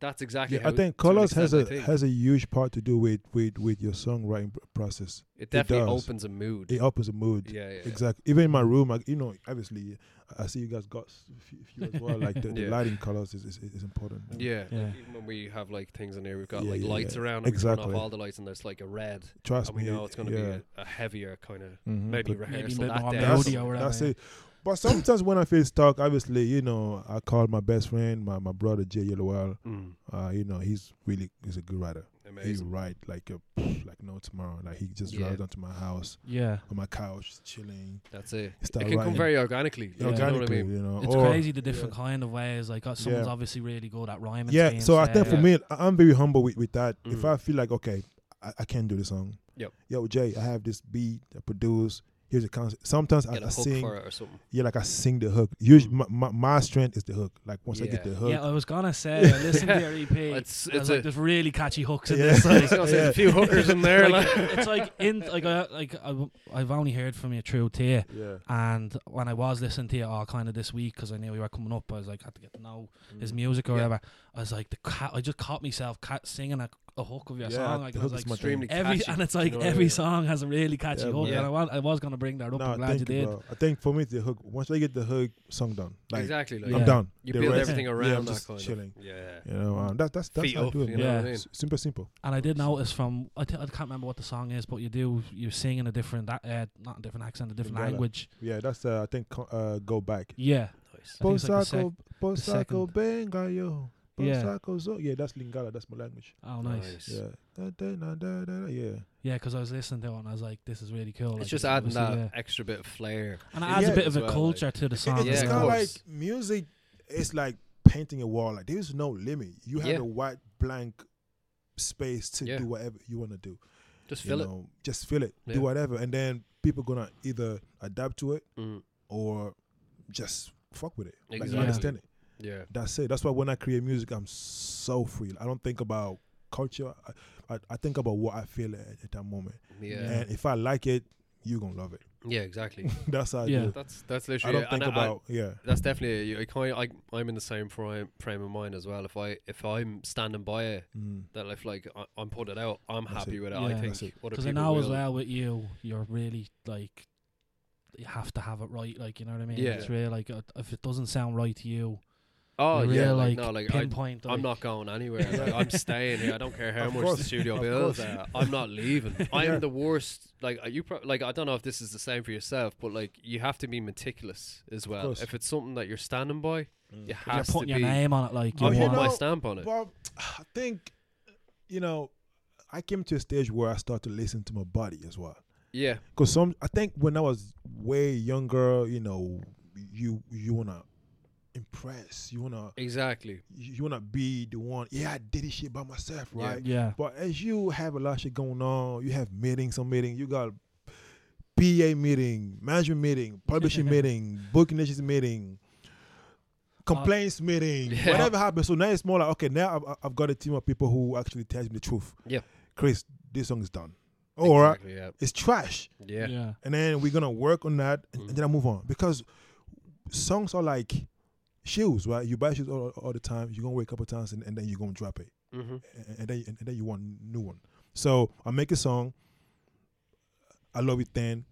Speaker 2: that's exactly.
Speaker 3: yeah,
Speaker 2: how
Speaker 3: I think
Speaker 2: to an
Speaker 3: colors has a
Speaker 2: extent, I think.
Speaker 3: has a huge part to do with with with your songwriting pr- process.
Speaker 2: it definitely
Speaker 3: does.
Speaker 2: opens a mood.
Speaker 3: It opens a mood.
Speaker 2: Yeah, yeah,
Speaker 3: Exactly. Even in my room, I, you know, obviously, I I see you guys got s- few, few as well. Like the, the
Speaker 2: Yeah.
Speaker 3: lighting colors is, is, is important.
Speaker 2: Yeah,
Speaker 1: Yeah.
Speaker 2: like, even when we have like things in here, we've got
Speaker 3: Yeah,
Speaker 2: like
Speaker 3: yeah,
Speaker 2: lights
Speaker 3: yeah.
Speaker 2: around. And We turn
Speaker 3: Exactly.
Speaker 2: off all the lights, and there's like a red,
Speaker 3: Trust
Speaker 2: and we
Speaker 3: me.
Speaker 2: know it's going to
Speaker 3: yeah.
Speaker 2: be a, a heavier kind of
Speaker 3: Mhm,
Speaker 2: maybe
Speaker 3: but
Speaker 1: Maybe a
Speaker 2: rehearsal
Speaker 1: bit
Speaker 2: that
Speaker 1: more
Speaker 2: day.
Speaker 3: that's,
Speaker 1: melody or whatever,
Speaker 3: that's
Speaker 1: yeah.
Speaker 3: it. But sometimes when I feel stuck, obviously, you know, I call my best friend, my, my brother Jay Yellowell.
Speaker 2: Mm,
Speaker 3: Uh, you know, he's really he's a good writer. He
Speaker 2: amazing.
Speaker 3: write like a like no tomorrow. Like he just
Speaker 2: Yeah.
Speaker 3: drives down to my house
Speaker 1: yeah.
Speaker 3: on my couch, chilling.
Speaker 2: That's it. It
Speaker 3: Start
Speaker 2: can come
Speaker 3: writing.
Speaker 2: very organically.
Speaker 1: Yeah.
Speaker 2: like, You know what I
Speaker 3: organically,
Speaker 2: mean?
Speaker 3: you know.
Speaker 1: It's
Speaker 3: or-
Speaker 1: crazy the different kind of ways. Like, uh, someone's
Speaker 3: Yeah.
Speaker 1: obviously really good at rhyming.
Speaker 3: Yeah,
Speaker 1: schemes
Speaker 3: so I think
Speaker 1: there.
Speaker 3: for me, I- I'm very humble with, with that. If
Speaker 2: Mm.
Speaker 3: I feel like okay, I, I can't do this song.
Speaker 2: Yep.
Speaker 3: Yo, Jay, I have this beat I produce. Here's a concept. Sometimes I,
Speaker 2: Get a
Speaker 3: I
Speaker 2: hook
Speaker 3: sing.
Speaker 2: for it or something.
Speaker 3: Yeah, like I sing the hook. Usually, my,
Speaker 2: Mm.
Speaker 3: my, my strength is the hook. Like once I get
Speaker 2: Yeah.
Speaker 3: the hook,
Speaker 1: Yeah, I was gonna say, I listened to
Speaker 2: Yeah.
Speaker 1: your EP.
Speaker 2: It's
Speaker 1: I was
Speaker 2: it's
Speaker 1: like,
Speaker 2: a.
Speaker 1: there's really catchy hooks in
Speaker 3: Yeah.
Speaker 1: this.
Speaker 2: I
Speaker 1: Like,
Speaker 2: was gonna say, there's a few hookers in there.
Speaker 1: like,
Speaker 2: like-
Speaker 1: it's like in like I like I, have only heard from you through tear,
Speaker 3: yeah,
Speaker 1: and when I was listening to you all kind of this week because I knew we were coming up, I was like had to get to know his music or
Speaker 2: Mm. Yeah.
Speaker 1: whatever. I was like the cat. I just caught myself cat singing a, a hook of your
Speaker 3: Yeah,
Speaker 1: song. Like,
Speaker 3: the
Speaker 1: I was
Speaker 3: hook
Speaker 1: like
Speaker 3: is my
Speaker 2: extremely
Speaker 1: every
Speaker 2: catchy.
Speaker 1: and it's
Speaker 2: do you
Speaker 1: like
Speaker 2: know what I
Speaker 1: every
Speaker 2: mean?
Speaker 1: song has a really catchy
Speaker 3: Yeah,
Speaker 1: hook.
Speaker 2: man.
Speaker 1: And I, want, I was gonna bring that up.
Speaker 3: No,
Speaker 1: I'm glad
Speaker 3: thank
Speaker 1: you
Speaker 3: you,
Speaker 1: did.
Speaker 3: bro. I think for me, it's the hook. Once I get the hook, song done. Like
Speaker 2: exactly. Like,
Speaker 1: Yeah.
Speaker 3: I'm done.
Speaker 2: You
Speaker 3: The
Speaker 2: build
Speaker 3: rest-
Speaker 2: everything
Speaker 3: yeah, I'm
Speaker 2: around that
Speaker 3: just
Speaker 2: kind
Speaker 3: chilling.
Speaker 2: of. Yeah.
Speaker 3: You know, um, that, that's that's
Speaker 2: Feet
Speaker 3: how
Speaker 2: up,
Speaker 3: I do it.
Speaker 2: you know
Speaker 1: Yeah.
Speaker 2: what I mean?
Speaker 3: S- Simple, simple.
Speaker 1: And I did notice from I, t- I can't remember what the song is, but you do you sing in a different a- uh, not a different accent, a different
Speaker 3: Bengali.
Speaker 1: language.
Speaker 3: Yeah, that's uh, I think co- uh, go back.
Speaker 1: Yeah,
Speaker 2: Nice.
Speaker 1: I think it's like the
Speaker 3: Posako, Posako,
Speaker 1: second-
Speaker 3: Bengayo.
Speaker 1: Yeah.
Speaker 3: Posako, zo. Yeah, that's Lingala. That's my language.
Speaker 1: oh nice.
Speaker 3: Yeah. Da, da, na, da, da, da, yeah.
Speaker 1: Yeah, because I was listening to it and I was like, this is really cool. Like,
Speaker 2: It's just adding that
Speaker 1: obviously,
Speaker 2: extra bit of flair.
Speaker 1: yeah. and it adds
Speaker 3: Yeah,
Speaker 1: a bit
Speaker 2: as
Speaker 1: of a
Speaker 2: well, like-
Speaker 1: culture to the song.
Speaker 3: It-
Speaker 2: Yeah,
Speaker 3: it's
Speaker 1: as
Speaker 2: of
Speaker 3: kind
Speaker 1: well.
Speaker 3: of like
Speaker 2: course.
Speaker 3: music. It's like painting a wall. Like there's no limit. You have
Speaker 2: Yeah.
Speaker 3: a white blank space to
Speaker 2: Yeah.
Speaker 3: do whatever you want to do.
Speaker 2: Just
Speaker 3: You
Speaker 2: fill
Speaker 3: know, just fill it.
Speaker 2: Yeah.
Speaker 3: Do whatever, and then people gonna either adapt to it
Speaker 2: it. Mm,
Speaker 3: or just fuck with it. Like
Speaker 2: Exactly.
Speaker 3: you understand it.
Speaker 2: yeah.
Speaker 3: That's it. That's why when I create music, I'm so free. I don't think about culture. I, I, I think about what I feel at, at that moment.
Speaker 2: Yeah.
Speaker 3: And if I like it, you gonna love it.
Speaker 2: Yeah. Exactly.
Speaker 3: That's how I
Speaker 1: Yeah.
Speaker 3: do. it.
Speaker 2: That's that's
Speaker 3: I
Speaker 2: literally.
Speaker 3: don't
Speaker 2: it.
Speaker 3: think
Speaker 2: And I- I-
Speaker 3: about yeah.
Speaker 2: That's definitely. I kind. I I'm in the same frame frame of mind as well. If I if I'm standing by it,
Speaker 3: Mm.
Speaker 2: that if like I, I'm put it out, I'm
Speaker 3: That's
Speaker 2: happy
Speaker 3: it.
Speaker 2: with it.
Speaker 1: Yeah.
Speaker 2: I
Speaker 3: That's
Speaker 2: think
Speaker 3: it.
Speaker 2: other
Speaker 1: Because
Speaker 2: people
Speaker 1: I know as
Speaker 2: will.
Speaker 1: well with you, you're really like, you have to have it right. Like you know what I mean?
Speaker 2: Yeah.
Speaker 1: It's real. Like uh, if it doesn't sound right to you,
Speaker 2: Oh
Speaker 1: you're
Speaker 2: yeah,
Speaker 1: real,
Speaker 2: like,
Speaker 1: like,
Speaker 2: no, like I,
Speaker 1: pinpoint.
Speaker 2: I'm not going anywhere. Like, I'm staying here. I don't care how
Speaker 3: Of
Speaker 2: much the
Speaker 3: course.
Speaker 2: studio
Speaker 3: Of
Speaker 2: bills
Speaker 3: course.
Speaker 2: are. I'm not leaving. I'm
Speaker 3: Yeah.
Speaker 2: the worst. Like are you, pro- like I don't know if this is the same for yourself, but like you have to be meticulous as well.
Speaker 3: course. Mm.
Speaker 2: If it's something that you're standing by, it
Speaker 1: Like,
Speaker 2: has
Speaker 1: you're putting
Speaker 2: to
Speaker 1: your
Speaker 2: be.
Speaker 1: name on it. Like
Speaker 2: I
Speaker 1: you
Speaker 3: Oh,
Speaker 2: put
Speaker 3: you
Speaker 1: want.
Speaker 2: my
Speaker 3: know-
Speaker 2: stamp on it.
Speaker 3: Well, I think you know, I came to a stage where I start to listen to my body as well.
Speaker 2: Yeah,
Speaker 3: Cause some, I think when I was way younger, you know, you you wanna impress. You wanna
Speaker 2: Exactly.
Speaker 3: you you wanna be the one. Yeah, I did this shit by myself,
Speaker 2: Yeah.
Speaker 3: right?
Speaker 1: Yeah.
Speaker 3: But as you have a lot of shit going on, you have meetings, some meeting, you got PA meeting, management meeting, publishing meeting, booking issues meeting, complaints meeting,
Speaker 2: Uh, Yeah.
Speaker 3: whatever happens. So now it's more like, okay, now I've, I've got a team of people who actually tells me the truth.
Speaker 2: Yeah.
Speaker 3: Chris, this song is done. Oh, All right,
Speaker 2: Exactly, yeah.
Speaker 3: it's trash
Speaker 2: Yeah.
Speaker 1: Yeah.
Speaker 3: and then we're gonna work on that and,
Speaker 2: Mm.
Speaker 3: and then I move on because songs are like shoes right you buy shoes all, all the time you're gonna wear a couple times and, and then you're gonna drop it
Speaker 2: Mm-hmm.
Speaker 3: and, and then and, then you want new one so I make a song I love it then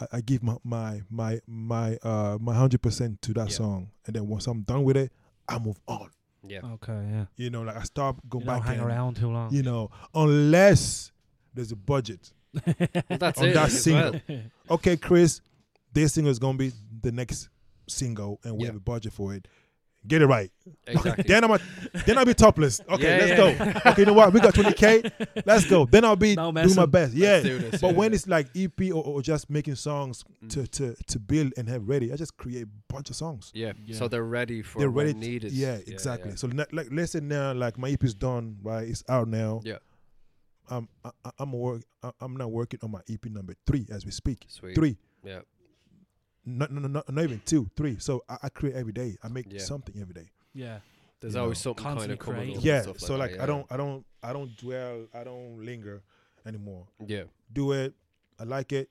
Speaker 3: I, I give my my my my uh my hundred percent to that
Speaker 2: Yeah.
Speaker 3: song and then once I'm done with it I move on
Speaker 2: Yeah.
Speaker 3: Oh.
Speaker 1: Okay. Yeah.
Speaker 3: you know like I stop go
Speaker 1: You don't
Speaker 3: back
Speaker 1: hang
Speaker 3: and,
Speaker 1: around too long.
Speaker 3: you know unless there's a budget
Speaker 2: Well, that's
Speaker 3: On
Speaker 2: it.
Speaker 3: that
Speaker 2: like, as
Speaker 3: Oh, single.
Speaker 2: well.
Speaker 3: okay, Chris, this single is gonna be the next single, and we
Speaker 2: Yeah.
Speaker 3: have a budget for it. Get it right.
Speaker 2: Exactly.
Speaker 3: Then I'm a, then I'll be topless. Okay,
Speaker 2: Yeah,
Speaker 3: let's go. Okay, you know what? We got 20k. Let's go. Then I'll be
Speaker 1: No
Speaker 3: doing my
Speaker 1: messing.
Speaker 3: best. Yeah.
Speaker 2: do this,
Speaker 3: but
Speaker 2: yeah,
Speaker 3: when
Speaker 2: yeah.
Speaker 3: it's like EP or, or just making songs
Speaker 2: Mm.
Speaker 3: to, to to build and have ready, I just create a bunch of songs.
Speaker 2: yeah.
Speaker 1: Yeah.
Speaker 2: So they're ready for
Speaker 3: They're
Speaker 2: when
Speaker 3: ready. to-
Speaker 2: needed.
Speaker 3: yeah, exactly.
Speaker 2: yeah.
Speaker 3: So na- like, let's say now, like my EP is done, right? It's out now.
Speaker 2: Yeah.
Speaker 3: I'm I, I- I'm work. I, I'm now working on my EP number three as we speak.
Speaker 2: Sweet.
Speaker 3: Three.
Speaker 2: Yeah.
Speaker 3: not, no, no, not, not even two, three. So I, I create every day. I make
Speaker 2: Yeah.
Speaker 3: something every day.
Speaker 1: yeah.
Speaker 2: There's
Speaker 3: you
Speaker 2: always
Speaker 3: know,
Speaker 2: something kind
Speaker 1: constantly
Speaker 2: of coming.
Speaker 1: creating.
Speaker 2: up and
Speaker 3: Yeah.
Speaker 2: stuff
Speaker 3: so
Speaker 2: that,
Speaker 3: like
Speaker 2: yeah.
Speaker 3: I don't, I don't, I don't dwell. I don't linger anymore.
Speaker 2: Yeah.
Speaker 3: Do it. I like it.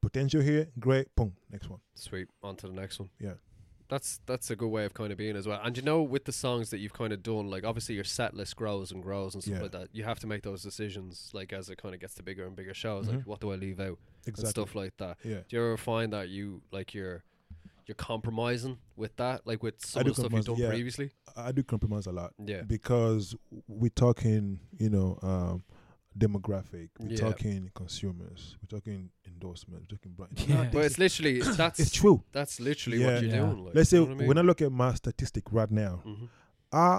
Speaker 3: Potential here, great. Boom, next one.
Speaker 2: Sweet. On to the next one.
Speaker 3: Yeah.
Speaker 2: That's that's a good way of kind of being as well. And you know, with the songs that you've kind of done, like obviously your set list grows and grows and stuff
Speaker 3: Yeah.
Speaker 2: like that. You have to make those decisions, like as it kind of gets to bigger and bigger shows.
Speaker 3: Mhm.
Speaker 2: Like, what do I leave out
Speaker 3: Exactly.
Speaker 2: and stuff like that?
Speaker 3: Yeah.
Speaker 2: Do you ever find that you like you're you're compromising with that, like with some of
Speaker 3: do
Speaker 2: the stuff you've
Speaker 3: compromise,
Speaker 2: done
Speaker 3: yeah.
Speaker 2: previously?
Speaker 3: I I do compromise a lot
Speaker 2: Yeah.
Speaker 3: because we're talking, you know, um, demographic. We're
Speaker 2: Yeah.
Speaker 3: talking consumers. We're talking endorsements. We're talking brand.
Speaker 1: Yeah.
Speaker 2: But it's literally it's- that's
Speaker 3: it's true.
Speaker 2: that's literally
Speaker 3: Yeah.
Speaker 2: what you're
Speaker 1: Yeah.
Speaker 2: doing. Like,
Speaker 3: Let's say
Speaker 2: you know what I mean?
Speaker 3: when I look at my statistic right now,
Speaker 2: Mhm.
Speaker 3: I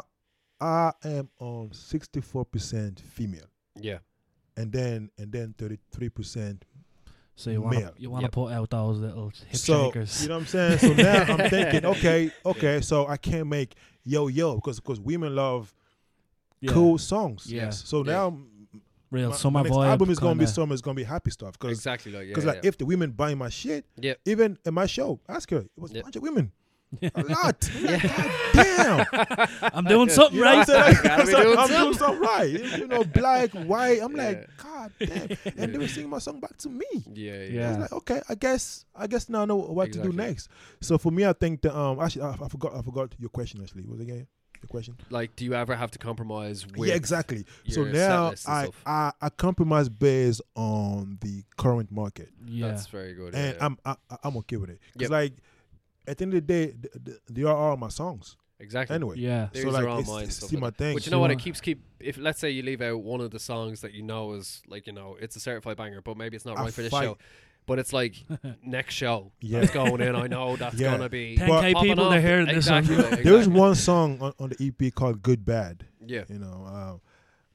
Speaker 3: I am on sixty four percent female.
Speaker 2: Yeah.
Speaker 3: and then and then 33 percent
Speaker 1: So you want
Speaker 3: Male.
Speaker 1: to you want to
Speaker 2: Yep.
Speaker 1: put out those little hip
Speaker 3: so
Speaker 1: shakers.
Speaker 3: you know what i'm saying so now i'm thinking okay okay so i can't make yo yo because because women love
Speaker 1: Yeah.
Speaker 3: cool songs
Speaker 1: Yeah.
Speaker 3: so
Speaker 2: Yeah.
Speaker 3: now
Speaker 1: Real
Speaker 3: my,
Speaker 1: summer
Speaker 3: my next
Speaker 1: vibe.
Speaker 3: album is gonna be
Speaker 1: kinda-
Speaker 3: summer it's gonna be happy stuff because
Speaker 2: Exactly. Like yeah.
Speaker 3: like
Speaker 2: yeah.
Speaker 3: if the women buy my shit
Speaker 2: Yeah.
Speaker 3: even in my show ask her it was
Speaker 2: Yeah.
Speaker 3: a bunch of women a lot damn
Speaker 1: I'm doing something
Speaker 3: You know
Speaker 1: right.
Speaker 3: what I'm saying?
Speaker 2: Gotta
Speaker 3: I'm,
Speaker 2: be
Speaker 3: doing
Speaker 2: doing
Speaker 3: I'm
Speaker 2: something.
Speaker 3: doing something right. You you know, black, white. I'm
Speaker 2: Yeah.
Speaker 3: like, God damn. And they were singing my song back to me.
Speaker 2: yeah. Yeah.
Speaker 1: Yeah.
Speaker 3: It's like okay, I guess I guess now I know what to do
Speaker 2: Exactly.
Speaker 3: next. So for me, I think that um actually I, I forgot I forgot your question actually. What was it again your question?
Speaker 2: Like, do you ever have to compromise with?
Speaker 3: yeah, exactly. So
Speaker 2: your set
Speaker 3: now
Speaker 2: list and
Speaker 3: I,
Speaker 2: stuff.
Speaker 3: I I compromise based on the current market,
Speaker 1: yeah.
Speaker 2: That's very good.
Speaker 3: and
Speaker 2: yeah.
Speaker 3: I'm I, I- I'm okay with it. It's
Speaker 2: Yep.
Speaker 3: like at the end of the day, th- th- they are all my songs
Speaker 2: exactly.
Speaker 3: anyway.
Speaker 1: yeah.
Speaker 2: These
Speaker 3: so
Speaker 2: are
Speaker 3: like
Speaker 2: all
Speaker 3: it's,
Speaker 2: mine and
Speaker 3: it's
Speaker 2: stuff
Speaker 3: see
Speaker 2: like
Speaker 3: my
Speaker 2: that.
Speaker 3: thing.
Speaker 2: But you know what? It
Speaker 1: Yeah.
Speaker 2: keeps keep. If let's say you leave out one of the songs that you know is like you know it's a certified banger, but maybe it's not
Speaker 3: I
Speaker 2: right for this
Speaker 3: fight.
Speaker 2: show. But it's like next show
Speaker 3: Yeah.
Speaker 2: that's going in. I know that's
Speaker 3: Yeah.
Speaker 2: gonna be
Speaker 1: 10k
Speaker 2: popping
Speaker 1: people
Speaker 2: off.
Speaker 1: they're hearing this
Speaker 2: exactly,
Speaker 1: one.
Speaker 2: like, exactly.
Speaker 3: There is one song on, on the EP called Good Bad.
Speaker 2: Yeah.
Speaker 3: You know, uh,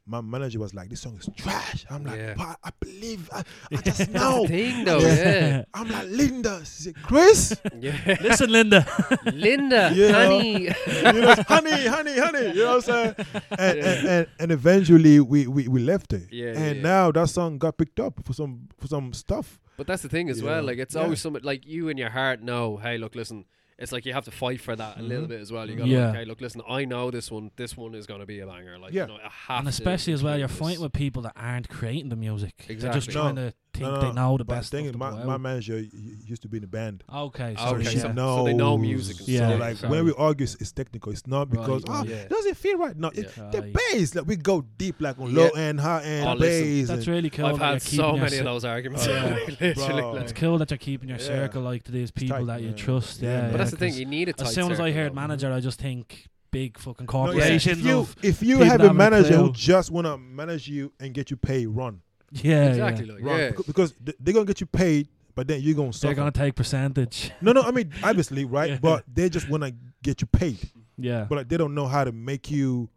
Speaker 3: my manager was like, "This song is trash." I'm like,
Speaker 2: Yeah.
Speaker 3: "But I believe I, I just know."
Speaker 2: Thing though, Oh, yeah,
Speaker 1: Yeah.
Speaker 3: I'm like Linda. She said, Chris,
Speaker 2: yeah.
Speaker 1: Listen, Linda.
Speaker 2: Linda,
Speaker 3: Yeah.
Speaker 2: honey,
Speaker 3: you know, honey, honey, honey. You know what I'm saying? And, and, and, and eventually we, we, we left it.
Speaker 2: Yeah, yeah,
Speaker 3: and
Speaker 2: yeah.
Speaker 3: now that song got picked up for some for some stuff.
Speaker 2: But that's the thing as
Speaker 3: You
Speaker 2: well.
Speaker 3: know?
Speaker 2: Like it's
Speaker 3: Yeah.
Speaker 2: always something like you in your heart know. Hey, look, listen. It's like you have to fight for that a little
Speaker 3: Mhm.
Speaker 2: bit as well. You gotta
Speaker 1: Yeah.
Speaker 2: like, hey, look, listen. I know this one. This one is gonna be a banger. Like,
Speaker 3: Yeah.
Speaker 2: you know, I have
Speaker 1: and
Speaker 2: to
Speaker 1: especially as well,
Speaker 2: include
Speaker 1: you're
Speaker 2: this.
Speaker 1: fighting with people that aren't creating the music. They're just
Speaker 2: Exactly.
Speaker 1: trying
Speaker 3: No.
Speaker 1: to think
Speaker 3: No, no,
Speaker 1: they know the
Speaker 3: but
Speaker 1: best. stuff
Speaker 3: thing is,
Speaker 1: to
Speaker 3: my,
Speaker 1: put
Speaker 3: my
Speaker 1: out.
Speaker 3: manager y- y- used to be in a band.
Speaker 1: Okay,
Speaker 2: Oh,
Speaker 1: sorry,
Speaker 3: So
Speaker 2: okay.
Speaker 3: she
Speaker 1: yeah.
Speaker 2: No. so they know music
Speaker 3: knows.
Speaker 1: and stuff
Speaker 3: So
Speaker 1: like
Speaker 3: like
Speaker 1: that.
Speaker 3: when we argue, it's, it's technical. It's not
Speaker 1: Right,
Speaker 3: because ah,
Speaker 1: right.
Speaker 2: Yeah.
Speaker 3: it doesn't feel right. No, it,
Speaker 1: Yeah.
Speaker 3: the
Speaker 1: Right.
Speaker 3: bass. Like we go deep, like on
Speaker 2: Yeah.
Speaker 3: low end, high end
Speaker 2: Oh, listen,
Speaker 3: bass.
Speaker 1: That's
Speaker 3: and,
Speaker 1: really cool.
Speaker 2: I've
Speaker 1: that
Speaker 2: had
Speaker 1: you're
Speaker 2: so
Speaker 1: keeping your
Speaker 2: many
Speaker 1: cir-
Speaker 2: of those arguments.
Speaker 1: Oh, yeah.
Speaker 2: Literally,
Speaker 3: Bro.
Speaker 2: like-
Speaker 1: It's cool that you're keeping your
Speaker 3: Yeah.
Speaker 1: circle like to these people
Speaker 3: tight,
Speaker 1: that you
Speaker 3: man.
Speaker 1: trust.
Speaker 3: Yeah,
Speaker 1: Yeah,
Speaker 3: man.
Speaker 2: but
Speaker 1: yeah,
Speaker 2: that's the thing.
Speaker 1: 'cause
Speaker 2: You need a tight
Speaker 1: As soon as I
Speaker 2: circle,
Speaker 1: heard
Speaker 2: though.
Speaker 1: manager, I just think big fucking
Speaker 3: No, yeah. If
Speaker 1: corporations.
Speaker 3: you,
Speaker 1: of-
Speaker 3: if you
Speaker 1: people
Speaker 3: have
Speaker 1: that
Speaker 3: a
Speaker 1: have no
Speaker 3: manager who
Speaker 1: clue.
Speaker 3: just want to manage you and get you paid, run.
Speaker 1: yeah, yeah.
Speaker 2: exactly. Like,
Speaker 3: Run.
Speaker 2: yeah.
Speaker 3: Becau- Because th- they're going to get you paid, but then you're going to
Speaker 1: They're
Speaker 3: suffer.
Speaker 1: gonna take percentage.
Speaker 3: no, no, I mean, obviously, right?
Speaker 1: Yeah.
Speaker 3: But they just want to get you paid.
Speaker 1: Yeah,
Speaker 3: But like, they don't know how to make you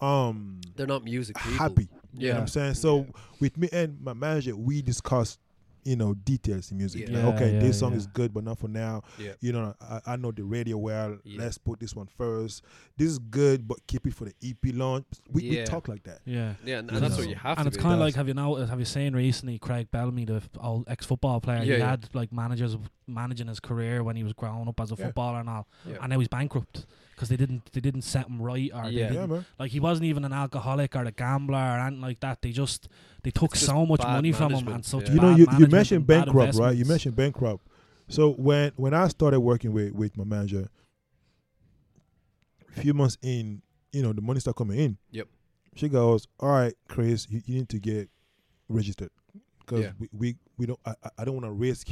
Speaker 3: um
Speaker 2: They're not music people.
Speaker 3: happy. You know what
Speaker 2: Yeah.
Speaker 3: I'm saying? So with me and my manager, we discuss you know details in music.
Speaker 2: Yeah.
Speaker 3: Like,
Speaker 1: Yeah,
Speaker 3: okay,
Speaker 1: yeah,
Speaker 3: this song
Speaker 1: yeah.
Speaker 3: is good, but not for now.
Speaker 2: Yeah.
Speaker 3: You know, I, I know the radio well.
Speaker 2: Yeah.
Speaker 3: Let's put this one first. This is good, but keep it for the EP launch. We, we
Speaker 2: Yeah.
Speaker 3: talk like that.
Speaker 1: Yeah.
Speaker 2: Yeah, and,
Speaker 3: You
Speaker 2: and that's
Speaker 3: know.
Speaker 2: what you have
Speaker 1: and
Speaker 2: to
Speaker 1: it's
Speaker 2: be.
Speaker 1: kind of
Speaker 3: does.
Speaker 1: like have you know have you seen recently Craig Bellamy, the f- old ex-football player,
Speaker 2: Yeah,
Speaker 1: he
Speaker 2: yeah.
Speaker 1: had like managers managing his career when he was growing up as a
Speaker 3: Yeah.
Speaker 1: footballer and all,
Speaker 2: Yeah.
Speaker 1: and now he's bankrupt because they didn't they didn't set him right or they
Speaker 2: Yeah.
Speaker 1: didn't-
Speaker 3: Yeah, man.
Speaker 1: like he wasn't even an alcoholic or a gambler or anything like that. They just they took
Speaker 2: It's just
Speaker 1: so much
Speaker 2: bad
Speaker 1: money from him
Speaker 2: management,
Speaker 1: and such.
Speaker 2: yeah.
Speaker 3: you
Speaker 1: bad
Speaker 3: know you, you
Speaker 1: management
Speaker 3: mentioned
Speaker 1: and bad
Speaker 3: bankrupt right you
Speaker 1: investments.
Speaker 3: mentioned bankrupt so when when i started working with with my manager a few months in you know the money started coming in
Speaker 2: Yep.
Speaker 3: she goes all right chris you, you need to get registered because
Speaker 2: Yeah.
Speaker 3: we, we we don't i, I- I don't want to risk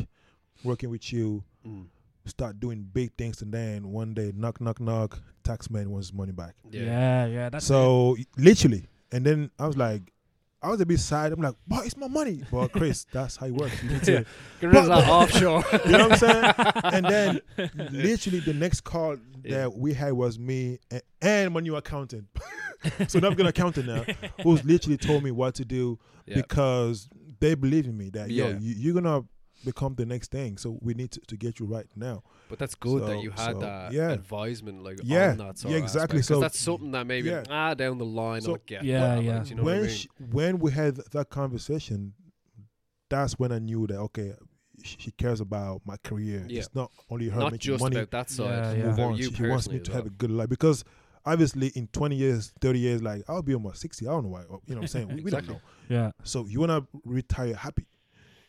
Speaker 3: working with you
Speaker 2: Mm.
Speaker 3: start doing big things and then one day knock knock knock taxman wants his money back
Speaker 2: Yeah.
Speaker 1: Yeah, yeah. That's
Speaker 3: so literally, and then I was like, I was a bit sad. I'm like, but it's my money. But Chris, that's how it works. You need to,
Speaker 2: Get rid of
Speaker 3: But-
Speaker 2: that offshore.
Speaker 3: you know what I'm saying? And then literally the next call that we had was me and, and my new accountant. so now I've got an accountant now who's literally told me what to do
Speaker 2: Yeah.
Speaker 3: because they believe in me that yo,
Speaker 2: Yeah.
Speaker 3: you, you're gonna become the next thing. So we need to, to get you right now.
Speaker 2: But that's good
Speaker 3: So-
Speaker 2: that you had
Speaker 3: so,
Speaker 2: that
Speaker 3: yeah.
Speaker 2: advisement, like
Speaker 3: Yeah,
Speaker 2: on that sort
Speaker 3: yeah,
Speaker 2: of
Speaker 3: exactly.
Speaker 2: aspect, 'cause
Speaker 3: So-
Speaker 2: that's something that maybe
Speaker 3: yeah.
Speaker 2: ah down the line
Speaker 3: So-
Speaker 2: I'll get.
Speaker 1: Yeah,
Speaker 2: that,
Speaker 1: yeah.
Speaker 2: Like, do you know
Speaker 3: when
Speaker 2: what I mean?
Speaker 3: she, when we had that conversation, that's when I knew that okay, she, she cares about my career.
Speaker 2: Yeah.
Speaker 3: It's not only her
Speaker 2: Not
Speaker 3: making
Speaker 2: just
Speaker 3: money.
Speaker 2: about that
Speaker 1: Yeah,
Speaker 2: side.
Speaker 1: yeah.
Speaker 2: but
Speaker 3: move on.
Speaker 2: You
Speaker 3: She, she wants me
Speaker 2: personally
Speaker 3: to
Speaker 2: as
Speaker 3: have a
Speaker 2: well.
Speaker 3: good life because obviously in 20 years, 30 years, like I'll be almost 60. I don't know why. You know what I'm saying? We, we don't
Speaker 2: Exactly.
Speaker 3: know.
Speaker 1: yeah.
Speaker 3: So you wanna retire happy.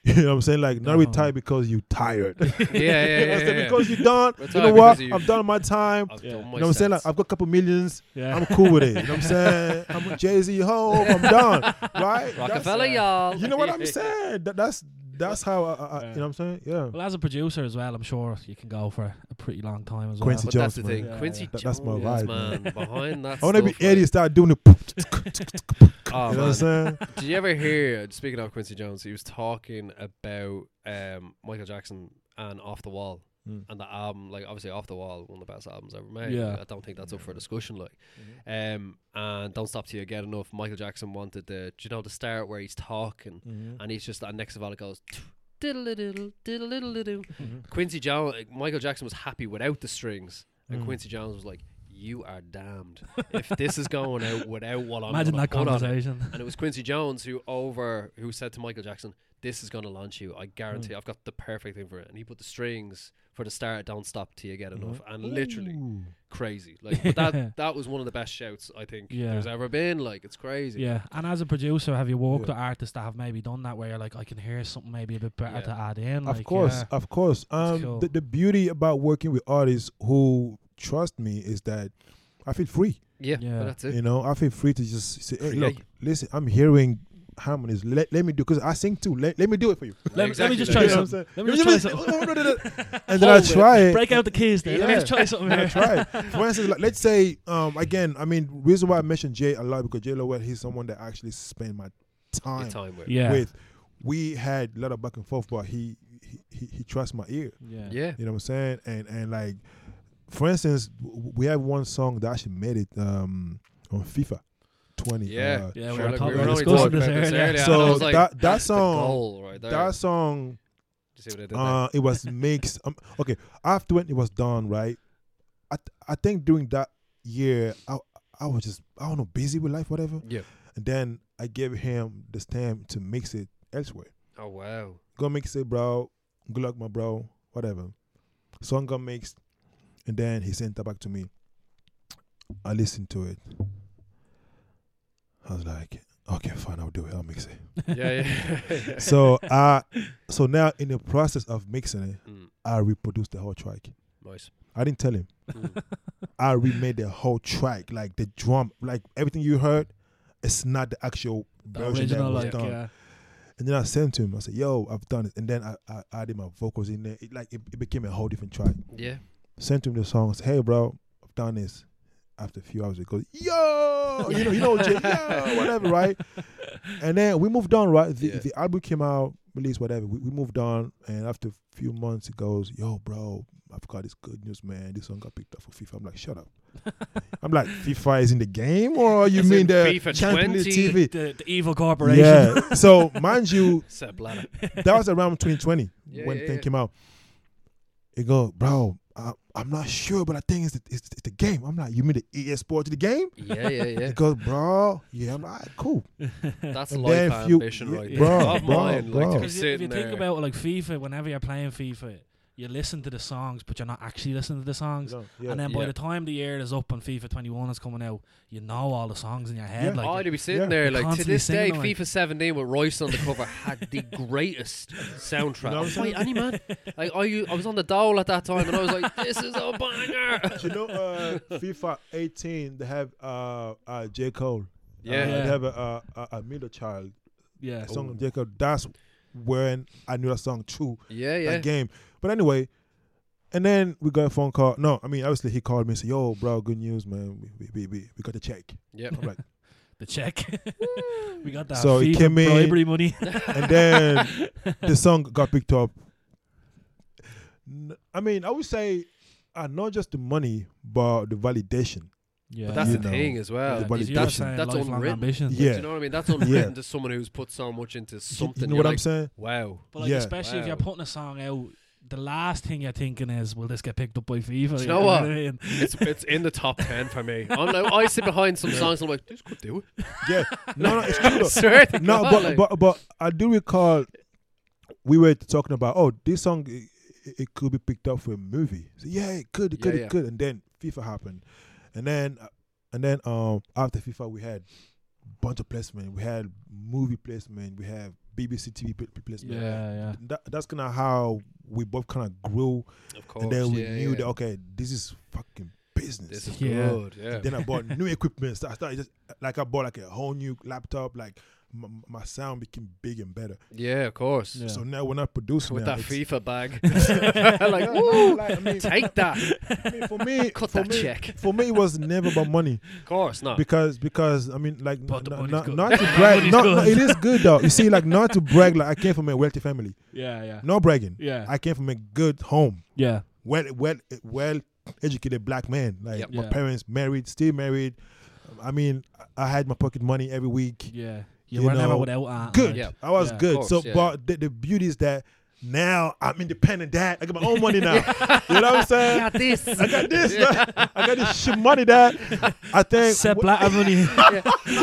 Speaker 3: You know what I'm saying? Like not
Speaker 1: Definitely.
Speaker 3: retire because you tired.
Speaker 2: yeah, yeah,
Speaker 3: You
Speaker 2: yeah,
Speaker 3: know what I'm
Speaker 2: yeah,
Speaker 3: saying?
Speaker 2: yeah.
Speaker 3: Because you done.
Speaker 2: Retire
Speaker 3: You know
Speaker 2: because
Speaker 3: what?
Speaker 2: you-
Speaker 3: I've done my time.
Speaker 2: I've
Speaker 1: Yeah.
Speaker 2: done my
Speaker 3: You know what I'm saying? Like
Speaker 2: stats.
Speaker 3: I've got a couple millions.
Speaker 1: Yeah.
Speaker 3: I'm cool with it. You know what I'm saying? I'm Jay Z home. I'm done. Right?
Speaker 2: Rockefeller,
Speaker 3: That's-
Speaker 2: y'all.
Speaker 3: You know what I'm saying? That, that's that's how I, I, I you know what I'm saying? Yeah.
Speaker 1: Well, as a producer as well, I'm sure you can go for a pretty long time as well.
Speaker 3: Quincy
Speaker 2: But that's the
Speaker 3: Jones, man.
Speaker 2: thing,
Speaker 1: Yeah,
Speaker 2: Quincy
Speaker 1: yeah.
Speaker 3: That-
Speaker 2: Jones,
Speaker 3: that's my vibe,
Speaker 2: man. Behind that,
Speaker 3: I want to be
Speaker 2: stuff,
Speaker 3: 80
Speaker 2: like-
Speaker 3: start doing the.
Speaker 2: Oh,
Speaker 3: you know what I'm
Speaker 2: man.
Speaker 3: saying?
Speaker 2: Did you ever hear? Speaking of Quincy Jones, he was talking about um, Michael Jackson and Off the Wall
Speaker 3: Mm.
Speaker 2: and the album. Like obviously, Off the Wall, one of the best albums ever made.
Speaker 1: Yeah.
Speaker 2: I don't think that's up for discussion. Like, um, and Don't Stop Till You Get Enough. Michael Jackson wanted the, do you know, the start where he's talking and he's just that next of all it goes. diddle-diddle, diddle-diddle-diddle.
Speaker 1: Mm-hmm.
Speaker 2: Quincy Jones, Michael Jackson was happy without the strings, and
Speaker 3: Mm.
Speaker 2: Quincy Jones was like, "You are damned if this is going out without what I'm."
Speaker 1: Imagine
Speaker 2: gonna
Speaker 1: that
Speaker 2: put on it."
Speaker 1: conversation.
Speaker 2: And it was Quincy Jones who over who said to Michael Jackson, "This is going to launch you. I
Speaker 1: Mm.
Speaker 2: guarantee. I've got the perfect thing for it." And he put the strings for the start. Don't stop till you get
Speaker 1: Mm-hmm.
Speaker 2: enough. And literally crazy. Like but that that was one of the best shouts I think
Speaker 1: Yeah.
Speaker 2: there's ever been. Like it's crazy.
Speaker 1: Yeah, and as a producer, have you worked
Speaker 3: Yeah.
Speaker 1: with artists that have maybe done that where you're like, I can hear something maybe a bit better
Speaker 2: Yeah.
Speaker 1: to add in?
Speaker 3: Of
Speaker 1: like,
Speaker 3: course, of course. Um,
Speaker 1: cool.
Speaker 3: the, the beauty about working with artists who trust me is that I feel free.
Speaker 2: yeah.
Speaker 1: Yeah.
Speaker 2: But that's it.
Speaker 3: You know, I feel free to just say, hey, look,
Speaker 2: Create.
Speaker 3: listen, I'm hearing harmonies. Let, let me do because I sing too. Let, let me do it for you.
Speaker 1: Let, me- let me
Speaker 2: Exactly,
Speaker 1: just try
Speaker 2: like- You
Speaker 3: know what I'm
Speaker 1: something. Let
Speaker 3: saying?
Speaker 1: me just try something.
Speaker 3: And then I try it.
Speaker 1: Break out the keys there. Let me
Speaker 3: Yeah.
Speaker 1: just try something
Speaker 3: Yeah,
Speaker 1: here.
Speaker 3: try it. For instance, like, let's say um, again, I mean, reason why I mentioned Jay a lot because Jay Lowell, he's someone that I actually spend my
Speaker 2: Your
Speaker 3: time,
Speaker 2: time with.
Speaker 1: Yeah.
Speaker 3: with. We had a lot of back and forth, but he he, he he trusts my ear.
Speaker 1: Yeah.
Speaker 2: Yeah.
Speaker 3: You know what I'm saying? And and like, for instance, w- we have one song that actually made it um, on FIFA 20.
Speaker 2: Yeah.
Speaker 3: uh,
Speaker 1: Yeah, we
Speaker 2: Sure,
Speaker 1: were
Speaker 2: like,
Speaker 1: talking-
Speaker 2: we were
Speaker 1: we
Speaker 2: only
Speaker 1: discussing
Speaker 2: talking
Speaker 1: this
Speaker 2: about this
Speaker 1: earlier.
Speaker 2: earlier.
Speaker 3: So
Speaker 2: and I was like,
Speaker 3: that- that
Speaker 2: that's the
Speaker 3: song-
Speaker 2: goal right there.
Speaker 3: that song
Speaker 2: Do you see what I did there?
Speaker 3: uh, it was mixed. Um, okay, after when it was done, right? I th- I think during that year, I I was just I don't know busy with life, whatever.
Speaker 2: Yeah.
Speaker 3: And then I gave him the stamp to mix it elsewhere.
Speaker 2: Oh wow.
Speaker 3: Go mix it, bro. Good luck, my bro. Whatever. Song got mixed, and then he sent that back to me. I listened to it. I was like, okay, fine, I'll do it. I'll mix it.
Speaker 2: Yeah, yeah.
Speaker 3: So I, so now in the process of mixing it,
Speaker 2: Mm,
Speaker 3: I reproduced the whole track.
Speaker 2: nice.
Speaker 3: I didn't tell him.
Speaker 2: Mm.
Speaker 3: I remade the whole track, like the drum, like everything you heard. It's not the actual
Speaker 1: The
Speaker 3: version
Speaker 1: original,
Speaker 3: that was
Speaker 1: like,
Speaker 3: done.
Speaker 1: yeah.
Speaker 3: And then I sent to him. I said, "Yo, I've done it." And then I, I added my vocals in there. It like it, it became a whole different track.
Speaker 2: Yeah.
Speaker 3: Sent him the song. I said, "Hey, bro, I've done this." After a few hours, he goes, "Yo, you know, you know, Jay, yo, whatever, right?" And then we moved on, right? The,
Speaker 2: Yeah.
Speaker 3: the album came out, released, whatever. We, we moved on, and after a few months, he goes, "Yo, bro, I forgot this good news, man. This song got picked up for FIFA. I'm like, shut up. I'm like, FIFA is in the game, or you
Speaker 2: It's
Speaker 3: mean
Speaker 2: in
Speaker 3: the
Speaker 2: FIFA
Speaker 3: Champions
Speaker 2: 20?
Speaker 3: League TV?
Speaker 1: The, the evil corporation.
Speaker 3: Yeah. so mind you,
Speaker 2: Sepp Blatter.
Speaker 3: that was around 2020
Speaker 2: Yeah,
Speaker 3: when
Speaker 2: yeah,
Speaker 3: thing
Speaker 2: yeah.
Speaker 3: came out. It go, bro. I, I'm not sure, but I think it's the, it's, it's the game. I'm like, you mean the EA Sport to the game?
Speaker 2: Yeah, yeah, yeah.
Speaker 3: It goes, bro. Yeah, I'm like, "Alright, cool.
Speaker 2: That's
Speaker 3: And
Speaker 2: life
Speaker 3: then few-
Speaker 2: ambition,
Speaker 3: yeah,
Speaker 2: right? there.
Speaker 3: bro,
Speaker 2: Of
Speaker 3: bro,
Speaker 2: mine, like, to
Speaker 3: bro.
Speaker 2: be
Speaker 1: Because you, if you
Speaker 2: sitting
Speaker 1: think
Speaker 2: there.
Speaker 1: about it, like FIFA, whenever you're playing FIFA, you listen to the songs, but you're not actually listening to the songs.
Speaker 3: Yeah.
Speaker 1: And then by
Speaker 2: Yeah.
Speaker 1: the time the year is up and FIFA 21 is coming out, you know all the songs in your head.
Speaker 3: Yeah.
Speaker 1: Like,
Speaker 2: oh, to be sitting
Speaker 3: yeah.
Speaker 2: there like to
Speaker 1: Constantly
Speaker 2: this day,
Speaker 1: singing, like-
Speaker 2: FIFA 17 with Royce on the cover had the greatest soundtrack.
Speaker 3: You know what I'm saying?
Speaker 2: Wait, any man? Like, are you? I was on the dole at that time, and I was like, "This is a banger."
Speaker 3: you know, uh, FIFA 18, they have uh, uh, J. Cole.
Speaker 2: Yeah. Oh.
Speaker 3: Uh,
Speaker 1: Yeah.
Speaker 3: They have a, a, a, a middle child
Speaker 1: yeah.
Speaker 3: a song
Speaker 2: Ooh.
Speaker 3: of J. Cole. That's when I knew that song too,
Speaker 2: Yeah,
Speaker 3: that
Speaker 2: yeah.
Speaker 3: game. But anyway, and then we got a phone call. No, I mean, obviously he called me and said, yo, bro, good news, man. We, we, we, we, we got the check.
Speaker 2: Yeah.
Speaker 3: I'm like,
Speaker 1: The check. we got that
Speaker 3: So it
Speaker 1: FIFA
Speaker 3: came in-
Speaker 1: bribery money.
Speaker 3: and then the song got picked up. N- I mean, I would say uh, not just the money, but the validation.
Speaker 1: yeah.
Speaker 2: But that's
Speaker 3: You
Speaker 2: the
Speaker 3: know.
Speaker 2: thing as well.
Speaker 3: Yeah, but
Speaker 2: Like,
Speaker 3: it's
Speaker 2: that's
Speaker 3: different.
Speaker 2: that's unwritten.
Speaker 1: ambition.
Speaker 2: Do
Speaker 3: Yeah.
Speaker 2: you know what I mean? That's unwritten to someone who's put so much into
Speaker 3: You-
Speaker 2: something.
Speaker 3: You know
Speaker 2: You're
Speaker 3: what I'm
Speaker 2: like,
Speaker 3: saying?
Speaker 2: Wow.
Speaker 1: But like,
Speaker 3: Yeah.
Speaker 1: especially if
Speaker 2: Wow.
Speaker 1: you're putting a song out, the last thing you're thinking is, will this get picked up by FIFA?
Speaker 2: you
Speaker 1: You
Speaker 2: know
Speaker 1: what
Speaker 2: what?
Speaker 1: I mean?
Speaker 2: It's it's in the top ten for me. I'm like, I sit behind some songs. I'm like, this could do it.
Speaker 3: Yeah. No, no, it's true. though.
Speaker 2: Swear to
Speaker 3: no,
Speaker 2: God,
Speaker 3: but,
Speaker 2: like-
Speaker 3: but but I do recall we were talking about oh this song it, it could be picked up for a movie. So, yeah, it could, it could,
Speaker 2: Yeah, yeah.
Speaker 3: it could, and then FIFA happened, and then uh, and then um after FIFA we had bunch of placement, we had movie placement, we had BBC TV pl- pl- placement.
Speaker 1: Yeah,
Speaker 3: That, that's kind of how we both kind of grew,
Speaker 2: of course,
Speaker 3: and then we
Speaker 2: yeah,
Speaker 3: knew
Speaker 2: yeah.
Speaker 3: that okay, this is fucking business.
Speaker 2: This is
Speaker 1: Yeah.
Speaker 2: good. Yeah.
Speaker 3: Then I bought new equipment. So I started just like I bought like a whole new laptop. Like my, my sound became big and better.
Speaker 2: Yeah, of course.
Speaker 1: yeah.
Speaker 3: So now when I produce
Speaker 2: With
Speaker 3: now,
Speaker 2: that
Speaker 3: it's-
Speaker 2: FIFA bag.
Speaker 3: Yeah,
Speaker 2: like,
Speaker 3: no,
Speaker 2: woo,
Speaker 3: like, I mean,
Speaker 2: take that.
Speaker 3: I mean, for me,
Speaker 2: Cut
Speaker 3: for
Speaker 2: that
Speaker 3: me,
Speaker 2: check.
Speaker 3: For me, it was never about money
Speaker 2: Of course not.
Speaker 3: because because I mean like
Speaker 1: But the
Speaker 3: n-
Speaker 1: money's
Speaker 3: n-
Speaker 1: good.
Speaker 3: not to
Speaker 1: The
Speaker 3: brag.
Speaker 1: money's
Speaker 3: no, no,
Speaker 1: good.
Speaker 3: it is good though. You see, like not to brag. Like I came from a wealthy family.
Speaker 1: yeah, yeah,
Speaker 3: No bragging.
Speaker 1: yeah,
Speaker 3: I came from a good home.
Speaker 1: yeah,
Speaker 3: Well, well, well educated black man. Like
Speaker 2: Yep.
Speaker 3: my
Speaker 1: Yeah.
Speaker 3: parents married, still married. I mean, I had my pocket money every week.
Speaker 1: yeah. You,
Speaker 3: You
Speaker 1: were never
Speaker 3: know,
Speaker 1: without aunt.
Speaker 3: good.
Speaker 2: Yeah.
Speaker 3: I was
Speaker 1: Yeah, of
Speaker 3: good.
Speaker 2: course,
Speaker 3: so,
Speaker 2: yeah.
Speaker 3: but the, the beauty is that now I'm independent. Dad, I got my own money now. You know what I'm saying?
Speaker 2: got this.
Speaker 3: I got this. man. I got this shit money. Dad, I think.
Speaker 1: Set black money.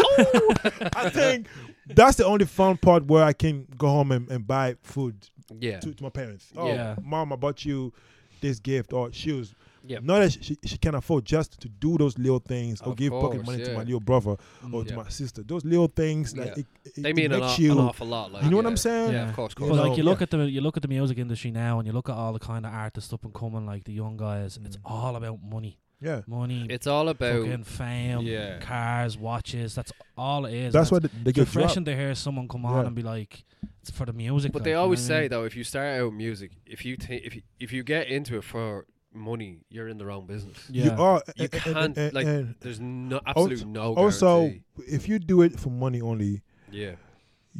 Speaker 3: I think that's the only fun part where I can go home and, and buy food
Speaker 2: Yeah.
Speaker 3: to, to my parents. Oh,
Speaker 1: Yeah.
Speaker 3: mom, I bought you this gift Oh, or shoes.
Speaker 2: Yep.
Speaker 3: Not that she, she, she can afford just to do those little things or
Speaker 2: Of
Speaker 3: give pocket
Speaker 2: course,
Speaker 3: money to
Speaker 2: yeah.
Speaker 3: my little brother or
Speaker 1: Mm.
Speaker 2: Yeah.
Speaker 3: to my sister. Those little things, like
Speaker 2: Yeah.
Speaker 3: it, it,
Speaker 2: They
Speaker 3: it
Speaker 2: mean a
Speaker 3: makes
Speaker 2: lot,
Speaker 3: you.
Speaker 2: an awful lot. Like,
Speaker 3: you know what
Speaker 2: yeah.
Speaker 3: I'm saying?
Speaker 2: Yeah, of course, of
Speaker 1: But
Speaker 3: You
Speaker 2: course.
Speaker 3: know,
Speaker 1: like you look
Speaker 3: yeah.
Speaker 1: at the you look at the music industry now, and you look at all the kind of artists up and coming, like the young guys. It's
Speaker 3: Mm.
Speaker 1: all about money,
Speaker 3: Yeah.
Speaker 1: money,
Speaker 2: It's all about.
Speaker 1: fucking fame,
Speaker 2: Yeah.
Speaker 1: cars, watches. That's all it is. That's
Speaker 3: That's why they, they
Speaker 1: it's
Speaker 3: get dropped.
Speaker 1: refreshing to hear someone come on
Speaker 3: Yeah.
Speaker 1: and be like, "It's for the music."
Speaker 2: But
Speaker 1: like,
Speaker 2: they
Speaker 1: you know
Speaker 2: always
Speaker 1: what I
Speaker 2: say
Speaker 1: mean?
Speaker 2: though, if you start out in music, if you thi- if you, if you get into it for money, you're in the wrong business.
Speaker 1: Yeah.
Speaker 3: You are.
Speaker 2: You
Speaker 3: and- and-
Speaker 2: can't,
Speaker 3: and-
Speaker 2: like,
Speaker 3: and
Speaker 2: There's no absolute no
Speaker 3: also,
Speaker 2: guarantee.
Speaker 3: if you do it for money only,
Speaker 2: yeah,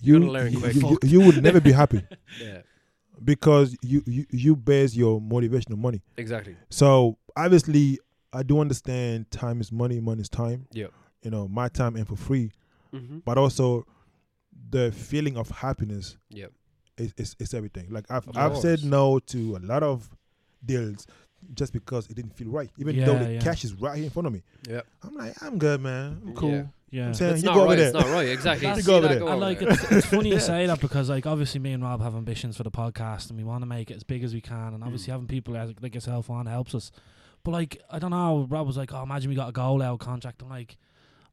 Speaker 3: you
Speaker 2: gotta learn
Speaker 3: you,
Speaker 2: quick.
Speaker 3: you- you-
Speaker 2: Fuck.
Speaker 3: you would never be happy
Speaker 2: yeah,
Speaker 3: because you, you you base your motivation on money.
Speaker 2: exactly.
Speaker 3: So obviously, I do understand time is money, money is time.
Speaker 2: Yep.
Speaker 3: You know, my time ain't for free,
Speaker 2: Mm-hmm.
Speaker 3: but also the feeling of happiness.
Speaker 2: Yep.
Speaker 3: Is, is, is everything. Like I've
Speaker 2: Of
Speaker 3: I've
Speaker 2: course.
Speaker 3: said no to a lot of deals just because it didn't feel right, even though
Speaker 1: Yeah,
Speaker 3: the
Speaker 1: yeah.
Speaker 3: cash is right here in front of me.
Speaker 2: Yep.
Speaker 3: I'm like, I'm good, man. I'm cool.
Speaker 2: Yeah.
Speaker 1: yeah.
Speaker 3: I'm saying
Speaker 2: It's
Speaker 3: you
Speaker 2: not
Speaker 3: go over
Speaker 2: right.
Speaker 3: there.
Speaker 2: It's not right. Exactly.
Speaker 1: That's-
Speaker 2: See
Speaker 3: You go over
Speaker 2: that
Speaker 3: there.
Speaker 2: go
Speaker 1: I
Speaker 2: over
Speaker 1: like
Speaker 2: there.
Speaker 1: it. It's, it's funny you say that because like obviously me and Rob have ambitions for the podcast and we want to make it as big as we can and
Speaker 2: Mm.
Speaker 1: obviously having people like, like yourself on helps us. But like I don't know, Rob was like, "Oh, imagine we got a goal out contract." I'm like,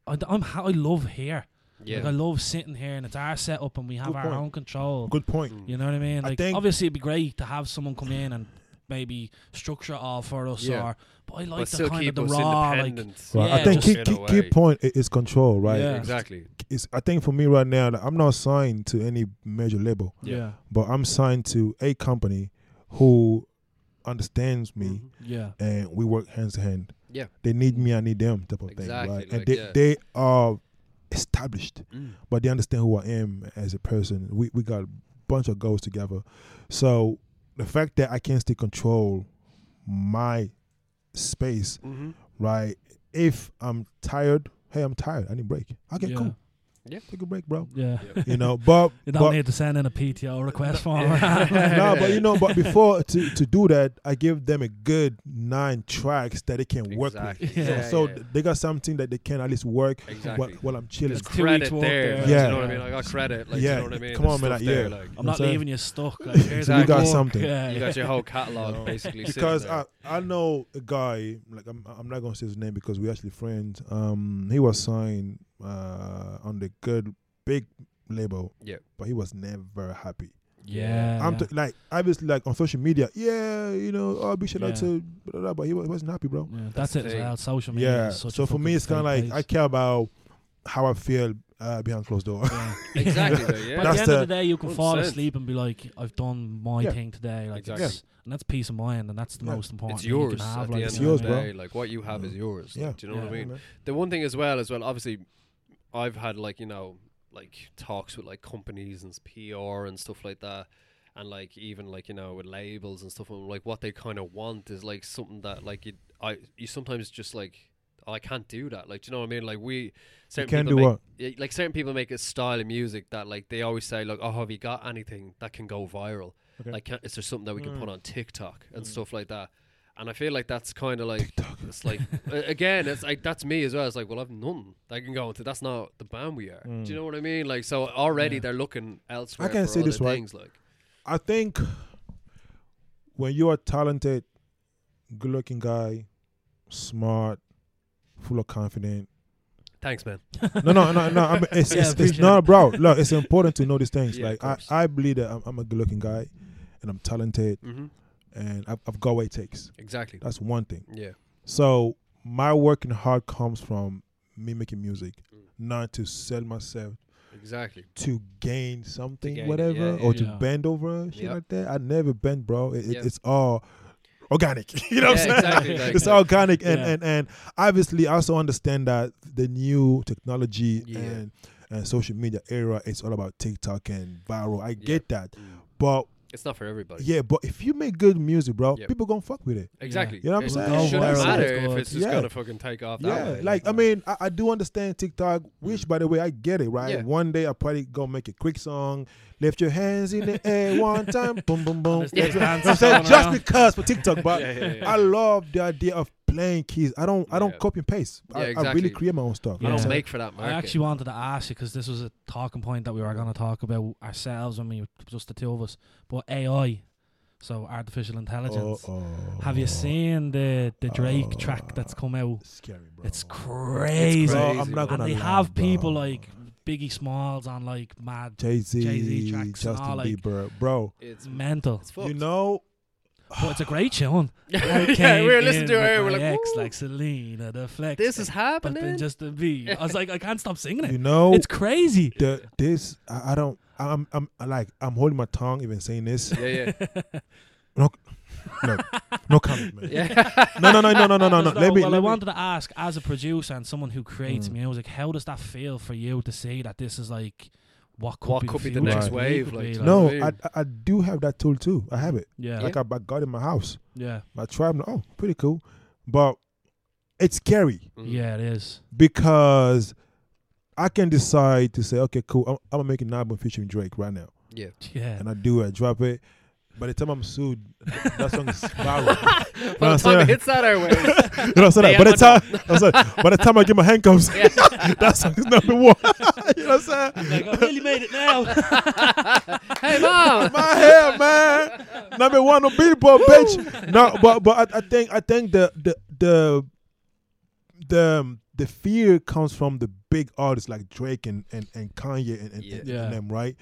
Speaker 1: I, am ha- I love here. Like I
Speaker 2: Yeah.
Speaker 1: love sitting here and it's our setup and we have
Speaker 3: Good
Speaker 1: our
Speaker 3: point.
Speaker 1: own control.
Speaker 3: Good point.
Speaker 2: Mm.
Speaker 1: You know what I mean?
Speaker 3: I
Speaker 1: Like
Speaker 3: think-
Speaker 1: obviously it'd be great to have someone come in and maybe structure it all for us
Speaker 2: Yeah.
Speaker 1: or but I like
Speaker 2: but
Speaker 1: the
Speaker 2: still
Speaker 1: kind of
Speaker 2: keep
Speaker 1: the
Speaker 2: us
Speaker 1: raw like
Speaker 2: independent.
Speaker 3: Right.
Speaker 1: Yeah,
Speaker 3: I think key,
Speaker 2: just in
Speaker 3: key,
Speaker 2: a
Speaker 3: key
Speaker 2: way.
Speaker 3: point i- is control, right?
Speaker 1: Yeah.
Speaker 2: Exactly.
Speaker 3: It's, I think for me right now, like, I'm not signed to any major label,
Speaker 1: yeah.
Speaker 3: but I'm signed to a company who understands me
Speaker 2: Mhm.
Speaker 1: Yeah.
Speaker 3: and we work hands to hand.
Speaker 2: Yeah.
Speaker 3: They need me, I need them type of
Speaker 2: Exactly,
Speaker 3: thing, right?
Speaker 2: like,
Speaker 3: and they,
Speaker 2: yeah.
Speaker 3: they are established,
Speaker 2: Mm.
Speaker 3: but they understand who I am as a person. We, we got a bunch of goals together. So the fact that I can still control my space,
Speaker 2: Mm-hmm.
Speaker 3: right? If I'm tired, hey, I'm tired. I need a break. Okay,
Speaker 1: yeah.
Speaker 3: cool.
Speaker 2: Yeah.
Speaker 3: Take a break, bro.
Speaker 1: Yeah.
Speaker 2: Yeah.
Speaker 3: You know, but
Speaker 1: You don't
Speaker 3: but,
Speaker 1: need to send in a PTO request form.
Speaker 3: no,
Speaker 2: Yeah.
Speaker 3: but you know, but before to, to do that, I give them a good nine tracks that they can work with.
Speaker 2: Exactly.
Speaker 1: Yeah.
Speaker 3: So,
Speaker 2: Yeah,
Speaker 3: so
Speaker 2: yeah.
Speaker 3: they got something that they can at least work
Speaker 2: Exactly.
Speaker 3: while, while I'm chilling.
Speaker 2: There's
Speaker 1: It's two weeks
Speaker 2: credit
Speaker 1: work
Speaker 2: there.
Speaker 1: there.
Speaker 2: Like,
Speaker 3: Yeah.
Speaker 2: You know what I mean? I got credit. Like,
Speaker 3: Yeah.
Speaker 2: You know what I mean?
Speaker 3: Come
Speaker 2: There's
Speaker 3: on, man,
Speaker 2: stuff
Speaker 3: like,
Speaker 2: There,
Speaker 3: yeah.
Speaker 2: like,
Speaker 1: I'm not
Speaker 3: Exactly.
Speaker 1: leaving you stuck. Like, here's
Speaker 2: So you
Speaker 1: our
Speaker 2: got
Speaker 1: work.
Speaker 3: something.
Speaker 1: Yeah,
Speaker 2: you
Speaker 1: yeah.
Speaker 2: got your whole catalog
Speaker 3: No.
Speaker 2: basically. sitting
Speaker 3: because
Speaker 2: there.
Speaker 3: I, I know a guy like I'm, I'm not gonna say his name because we're actually friends. Um, he was signed uh, on the good big label.
Speaker 2: Yeah.
Speaker 3: but he was never happy.
Speaker 1: yeah.
Speaker 3: I'm
Speaker 1: yeah.
Speaker 3: t- like obviously like on social media. Yeah, you know, oh, big shout
Speaker 1: Yeah.
Speaker 3: out to blah, blah, but he wa- wasn't happy, bro.
Speaker 1: Yeah, that's,
Speaker 2: the
Speaker 1: it as
Speaker 2: thing.
Speaker 1: well. Social media.
Speaker 3: Yeah.
Speaker 1: Is such
Speaker 3: So
Speaker 1: a
Speaker 3: for me,
Speaker 1: fucking
Speaker 3: it's kind of like
Speaker 1: fake
Speaker 3: I
Speaker 1: place.
Speaker 3: care about how I feel uh, behind closed door.
Speaker 1: Yeah.
Speaker 2: exactly. though, yeah.
Speaker 1: By
Speaker 3: That's
Speaker 1: the end
Speaker 3: the-
Speaker 1: of the day, you can fall
Speaker 2: 100%.
Speaker 1: asleep and be like, "I've done my
Speaker 3: Yeah.
Speaker 1: thing today." Like,
Speaker 2: Exactly.
Speaker 1: it's, and that's peace of mind, and that's the
Speaker 3: Yeah.
Speaker 1: most important.
Speaker 2: it's
Speaker 1: thing you
Speaker 2: yours
Speaker 1: can have,
Speaker 2: at
Speaker 1: like,
Speaker 2: the end
Speaker 3: it's
Speaker 2: of
Speaker 3: yours,
Speaker 2: the
Speaker 3: bro.
Speaker 2: day. Like what you have is yours.
Speaker 3: Mm-hmm. Yeah.
Speaker 2: Like, do you know what I
Speaker 1: Yeah.
Speaker 2: mean? The one thing as well, as well, obviously, I've had like you know like talks with like companies and PR and stuff like that, and like even like you know with labels and stuff. And like what they kind of want is like something that like you I you sometimes just like "Oh, I can't do that. Like do you know what I mean? Like we certain
Speaker 3: can
Speaker 2: people
Speaker 3: do
Speaker 2: make,
Speaker 3: what?
Speaker 2: yeah, like certain people make a style of music that like they always say like oh have you got anything that can go viral?
Speaker 3: Okay.
Speaker 2: Like can, is there something that we can
Speaker 3: Mm.
Speaker 2: put on TikTok and
Speaker 3: Mm.
Speaker 2: stuff like that? And I feel like that's kind of like
Speaker 3: TikTok.
Speaker 2: it's like uh, again, it's like that's me as well. It's like, well, I've none that I can go into. That's not the band we are. Do
Speaker 3: Mm.
Speaker 2: you know what I mean? Like, so already
Speaker 1: Yeah.
Speaker 2: they're looking elsewhere.
Speaker 3: can
Speaker 2: for
Speaker 3: say
Speaker 2: other
Speaker 3: this, right?
Speaker 2: things, like
Speaker 3: I think when you are talented, good looking guy, smart, full of confidence.
Speaker 2: thanks, man.
Speaker 3: No, no, no, no. I mean, it's
Speaker 1: Yeah,
Speaker 3: it's, it's
Speaker 1: appreciate
Speaker 3: not,
Speaker 1: it.
Speaker 3: bro. Look, it's important to know these things.
Speaker 2: Yeah, of
Speaker 3: like I,
Speaker 2: course.
Speaker 3: I believe that I'm, I'm a good looking guy, and I'm talented,
Speaker 2: Mm-hmm.
Speaker 3: and I've, I've got what it takes.
Speaker 2: Exactly.
Speaker 3: That's one thing.
Speaker 2: Yeah.
Speaker 3: So my working hard comes from me making music,
Speaker 2: Mm.
Speaker 3: not to sell myself
Speaker 2: Exactly.
Speaker 3: to gain something,
Speaker 2: gain it,
Speaker 3: whatever,
Speaker 2: yeah, yeah,
Speaker 3: or
Speaker 1: yeah.
Speaker 3: to bend over shit
Speaker 2: Yep.
Speaker 3: like that. I never bend, bro. It, it-
Speaker 2: Yeah.
Speaker 3: It's all organic. you know what I'm
Speaker 2: Yeah,
Speaker 3: saying?
Speaker 2: exactly, like-
Speaker 3: it's organic, and,
Speaker 1: Yeah.
Speaker 3: and and obviously, I also understand that the new technology
Speaker 2: Yeah.
Speaker 3: and and social media era, it's all about TikTok and viral. I
Speaker 2: Yeah.
Speaker 3: get that,
Speaker 2: Mm.
Speaker 3: but
Speaker 2: It's not for everybody.
Speaker 3: yeah, but if you make good music, bro,
Speaker 2: Yep.
Speaker 3: people gonna fuck with it.
Speaker 2: Exactly.
Speaker 3: You know what I'm
Speaker 2: It
Speaker 3: saying?
Speaker 2: shouldn't
Speaker 1: Go viral,
Speaker 2: matter
Speaker 1: it's
Speaker 2: if
Speaker 1: good.
Speaker 2: it's just
Speaker 3: Yeah.
Speaker 2: gonna fucking take off.
Speaker 3: yeah,
Speaker 2: That way.
Speaker 3: like I mean, I, I do understand TikTok, which by the way, I get it, right?
Speaker 2: Mm. Yeah.
Speaker 3: One day I probably gonna make a quick song, lift your hands in the air one time, boom, boom, boom.
Speaker 1: Understand
Speaker 3: That's what-
Speaker 1: dance
Speaker 3: I'm saying
Speaker 1: going
Speaker 3: just
Speaker 1: around.
Speaker 3: because for TikTok, but
Speaker 2: Yeah, yeah, yeah.
Speaker 3: I love the idea of playing keys. I don't, I don't
Speaker 2: Yeah.
Speaker 3: copy and paste. I,
Speaker 2: Yeah,
Speaker 3: I really
Speaker 2: exactly.
Speaker 3: create my own stuff.
Speaker 2: I
Speaker 1: Yeah.
Speaker 2: don't make for that
Speaker 1: I
Speaker 2: market.
Speaker 1: actually wanted to ask you because this was a talking point that we were going to talk about ourselves. I mean, just the two of us, but AI, so artificial intelligence.
Speaker 3: Uh-oh.
Speaker 1: Have you seen the the Drake
Speaker 3: Oh.
Speaker 1: track that's come out?
Speaker 3: Scary, bro.
Speaker 1: It's crazy.
Speaker 2: crazy.
Speaker 3: Bro, I'm
Speaker 1: And
Speaker 3: not gonna
Speaker 1: they
Speaker 3: lie,
Speaker 1: have
Speaker 3: bro.
Speaker 1: people like Biggie Smalls on like mad.
Speaker 3: Jay Z,
Speaker 1: Jay-Z tracks and
Speaker 3: Justin
Speaker 1: all, like-
Speaker 3: Bieber, bro.
Speaker 1: It's
Speaker 2: It's
Speaker 1: mental.
Speaker 2: it's
Speaker 3: You
Speaker 2: fucked.
Speaker 3: know,
Speaker 1: But it's a great tune.
Speaker 2: yeah,
Speaker 1: I
Speaker 2: we were
Speaker 1: came
Speaker 2: listening to
Speaker 1: in
Speaker 2: it. earlier,
Speaker 1: with
Speaker 2: We're
Speaker 1: my
Speaker 2: like,
Speaker 1: ex,
Speaker 2: "Ooh,
Speaker 1: like Selena, the flex.
Speaker 2: this is
Speaker 1: but then
Speaker 2: happening.
Speaker 1: just the beat. I was like, I can't stop singing
Speaker 3: you
Speaker 1: it.
Speaker 3: know,
Speaker 1: It's crazy.
Speaker 3: the this I, I don't I'm I'm I like I'm holding my tongue even saying this.
Speaker 2: Yeah, yeah,
Speaker 3: No, no comment, man.
Speaker 2: yeah.
Speaker 3: No, no, no, no, no, no, no, no.
Speaker 1: Because,
Speaker 3: Let
Speaker 1: though,
Speaker 3: me.
Speaker 1: well,
Speaker 3: let
Speaker 1: I
Speaker 3: me-
Speaker 1: wanted to ask, as a producer and someone who creates
Speaker 3: Mm.
Speaker 1: music, how does that feel for you to see that this is like what could
Speaker 2: What
Speaker 1: be
Speaker 2: could be the
Speaker 1: future,
Speaker 3: next
Speaker 1: what it
Speaker 2: wave,
Speaker 1: could
Speaker 2: like,
Speaker 1: be,
Speaker 2: you know?
Speaker 3: no,
Speaker 2: Like-
Speaker 3: I, I I do have that tool too. I have it.
Speaker 1: yeah,
Speaker 3: Like I, I got it in my house.
Speaker 1: yeah,
Speaker 3: I tried. it. Oh, pretty cool, but it's scary
Speaker 2: Mm-hmm. Mm.
Speaker 1: yeah, it is.
Speaker 3: because I can decide to say, okay, cool. I'm, I'm gonna make an album featuring Drake right now,
Speaker 2: yeah.
Speaker 1: Yeah,
Speaker 3: and I do it. I drop it. By the time I'm sued, that song is viral.
Speaker 2: By the time
Speaker 3: sorry.
Speaker 2: it hits that airwaves,
Speaker 3: you know what I'm saying?
Speaker 2: Yeah,
Speaker 3: By the
Speaker 2: but-
Speaker 3: time, I'm sorry, by the time I get my handcuffs,
Speaker 2: Yeah.
Speaker 3: that song is number one. you know what I'm saying?
Speaker 1: like I really made it now.
Speaker 2: hey mom,
Speaker 3: my hair, man. Number one on Billboard, bitch. No, but but I, I think I think the the the the um, the fear comes from the big artists like Drake and and, and Kanye and, and,
Speaker 2: Yeah.
Speaker 3: and
Speaker 1: Yeah.
Speaker 3: them, right?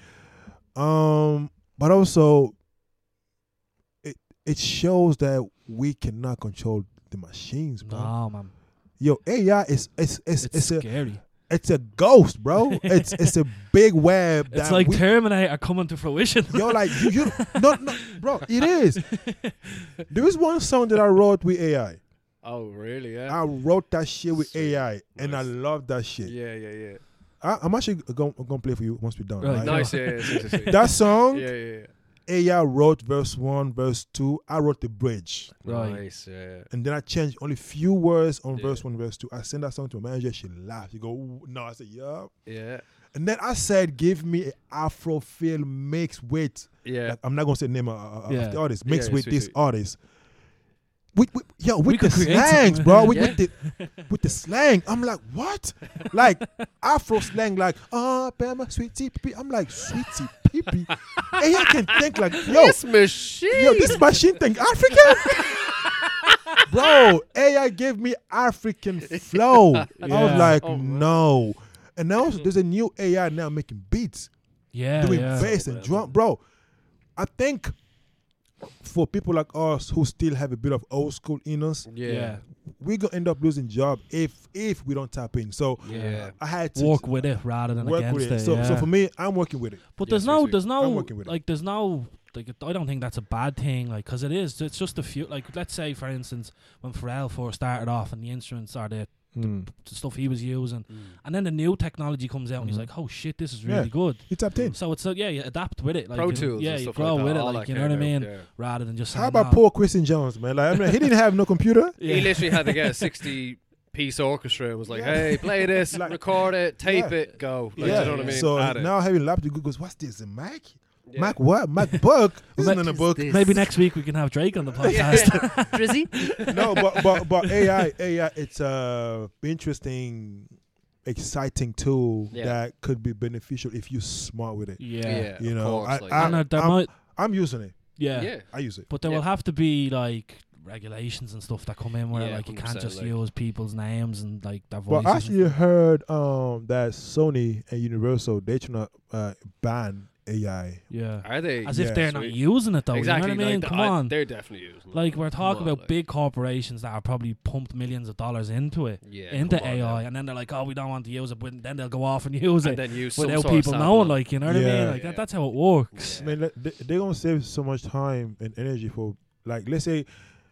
Speaker 3: Um, but also it it shows that we cannot control the machines, bro.
Speaker 1: no, man,
Speaker 3: Yo, AI is it's it's
Speaker 1: it's,
Speaker 3: it's, a
Speaker 1: scary.
Speaker 3: it's a ghost, bro. it's it's a big web.
Speaker 1: It's
Speaker 3: that
Speaker 1: like
Speaker 3: we,
Speaker 1: Terminator coming to fruition.
Speaker 3: Yo, like you, you no, no, bro. It is. There is one song that I wrote with AI.
Speaker 2: Oh really? Yeah.
Speaker 3: I wrote that shit with
Speaker 2: Sweet.
Speaker 3: AI, and I
Speaker 2: Nice.
Speaker 3: love that shit.
Speaker 2: yeah, yeah, yeah.
Speaker 3: I, I'm actually gonna, gonna play for you once we're done.
Speaker 1: Really?
Speaker 3: right?
Speaker 1: No.
Speaker 2: Nice. Yeah, yeah, yeah, yeah, yeah.
Speaker 3: That song
Speaker 2: yeah, yeah, yeah.
Speaker 3: Aya wrote verse one, verse two. I wrote the bridge,
Speaker 1: Right.
Speaker 2: Nice. Yeah.
Speaker 3: and then I changed only few words on
Speaker 2: Yeah.
Speaker 3: verse one, verse two. I sent that song to my manager. She laughed. She go, "Ooh, no. I said, yeah.
Speaker 2: Yeah.
Speaker 3: And then I said, give me an Afro feel mix with.
Speaker 2: Yeah.
Speaker 3: Like, I'm not gonna say name of, of- of
Speaker 1: Yeah.
Speaker 3: the artist.
Speaker 2: Yeah,
Speaker 3: Mix
Speaker 2: yeah,
Speaker 3: with
Speaker 2: sweet,
Speaker 3: this
Speaker 2: sweet.
Speaker 3: artist. With, with yo, with the
Speaker 1: could create something.
Speaker 3: slangs, bro. With,
Speaker 2: Yeah.
Speaker 3: with the with the slang. I'm like, what? Like Afro slang, like ah, Bama, sweetie, pee. I'm like, sweetie, pee. And I can think like, yo,
Speaker 2: this machine.
Speaker 3: yo, this machine think African. Bro, AI gave me African flow. I
Speaker 1: Yeah.
Speaker 3: was like,
Speaker 2: Oh, man.
Speaker 3: no. And now there's a new AI now making beats
Speaker 1: yeah,
Speaker 3: doing
Speaker 1: yeah.
Speaker 3: bass and drum, bro. I think for people like us who still have a bit of old school in us,
Speaker 2: yeah.
Speaker 3: we're gonna end up losing job if if we don't tap in. So
Speaker 2: Yeah.
Speaker 3: I had to
Speaker 1: Work with it rather than
Speaker 3: work
Speaker 1: against
Speaker 3: with it.
Speaker 1: it.
Speaker 3: so
Speaker 1: yeah.
Speaker 3: so for me, I'm working with it.
Speaker 1: But
Speaker 2: Yeah,
Speaker 1: there's
Speaker 2: seriously.
Speaker 1: no, there's
Speaker 3: I'm
Speaker 1: no,
Speaker 3: working with it.
Speaker 1: like, there's no, like, it- I don't think that's a bad thing, like, because it is. It's just a few, like, let's say, for instance, when Pharrell first started off and the instruments are the,
Speaker 2: Hmm.
Speaker 1: the stuff he was using, and then the new technology comes out and he's
Speaker 3: Mhm.
Speaker 1: like, oh shit, this is
Speaker 3: Yeah.
Speaker 1: really good.
Speaker 3: You tapped in.
Speaker 1: So it's, uh, yeah, you adapt with it. Like,
Speaker 2: Pro
Speaker 1: you-
Speaker 2: Tools.
Speaker 1: Yeah,
Speaker 2: and
Speaker 1: you
Speaker 2: stuff
Speaker 1: grow
Speaker 2: like that,
Speaker 1: with it,
Speaker 2: all
Speaker 1: like,
Speaker 2: that
Speaker 1: you know
Speaker 2: kind
Speaker 1: what I
Speaker 2: of-
Speaker 1: mean?
Speaker 2: yeah.
Speaker 1: Rather than just
Speaker 3: How
Speaker 1: saying,
Speaker 3: about
Speaker 1: "No."
Speaker 3: poor Christian Jones, man? Like I mean, he didn't have no computer.
Speaker 1: Yeah.
Speaker 2: He literally had to get a 60 piece orchestra and was like,
Speaker 3: Yeah.
Speaker 2: hey, play this,
Speaker 3: Like-
Speaker 2: record it, tape
Speaker 3: Yeah.
Speaker 2: it, go. Like,
Speaker 1: Yeah.
Speaker 2: You know what I mean?
Speaker 3: So
Speaker 2: Add it.
Speaker 3: now having laptop, you goes, what's this? A Mac?
Speaker 2: Yeah.
Speaker 3: Mac what? Mac book? This
Speaker 1: Mac
Speaker 3: isn't in a
Speaker 2: is
Speaker 3: book.
Speaker 2: this.
Speaker 1: Maybe next week we can have Drake on the
Speaker 2: Yeah.
Speaker 1: podcast.
Speaker 2: Drizzy?
Speaker 3: no, but but but AI AI it's a interesting, exciting tool
Speaker 2: Yeah.
Speaker 3: that could be beneficial if you're smart with it.
Speaker 1: yeah.
Speaker 3: You
Speaker 2: of
Speaker 3: know,
Speaker 2: course,
Speaker 3: I-
Speaker 2: like,
Speaker 3: I-
Speaker 1: And uh, there
Speaker 3: I'm-
Speaker 1: might,
Speaker 3: I'm using it.
Speaker 1: yeah.
Speaker 2: yeah.
Speaker 3: I use it.
Speaker 1: But there
Speaker 2: Yeah.
Speaker 1: will have to be like regulations and stuff that come in where
Speaker 2: Yeah,
Speaker 1: like you can't
Speaker 2: 100%,
Speaker 1: just
Speaker 2: like-
Speaker 1: use people's names and like their voices.
Speaker 3: Well, I
Speaker 1: and
Speaker 3: actually heard um that Sony and Universal they trying to uh, ban AI.
Speaker 1: Yeah.
Speaker 2: Are they?
Speaker 1: As
Speaker 3: Yeah,
Speaker 1: if they're
Speaker 2: so
Speaker 1: not
Speaker 2: it-
Speaker 1: using it though.
Speaker 2: exactly.
Speaker 1: You know what I mean?
Speaker 2: like,
Speaker 1: Come
Speaker 2: I-
Speaker 1: on.
Speaker 2: They're definitely using it.
Speaker 1: like we're talking
Speaker 2: on,
Speaker 1: about
Speaker 2: like-
Speaker 1: big corporations that are probably pumped millions of dollars into it,
Speaker 2: yeah,
Speaker 1: into
Speaker 2: come on now.
Speaker 1: AI, and then they're like, "Oh, we don't want to use it," but then they'll go off and use
Speaker 2: And
Speaker 1: it
Speaker 2: then use some
Speaker 1: without
Speaker 2: sort of
Speaker 1: people
Speaker 2: sample
Speaker 1: knowing.
Speaker 2: of-
Speaker 1: Like you know what I mean?
Speaker 3: Yeah.
Speaker 1: Like
Speaker 2: Yeah.
Speaker 1: that, that's how it works.
Speaker 2: Yeah.
Speaker 3: Man, like, they they gonna save so much time and energy for like let's say,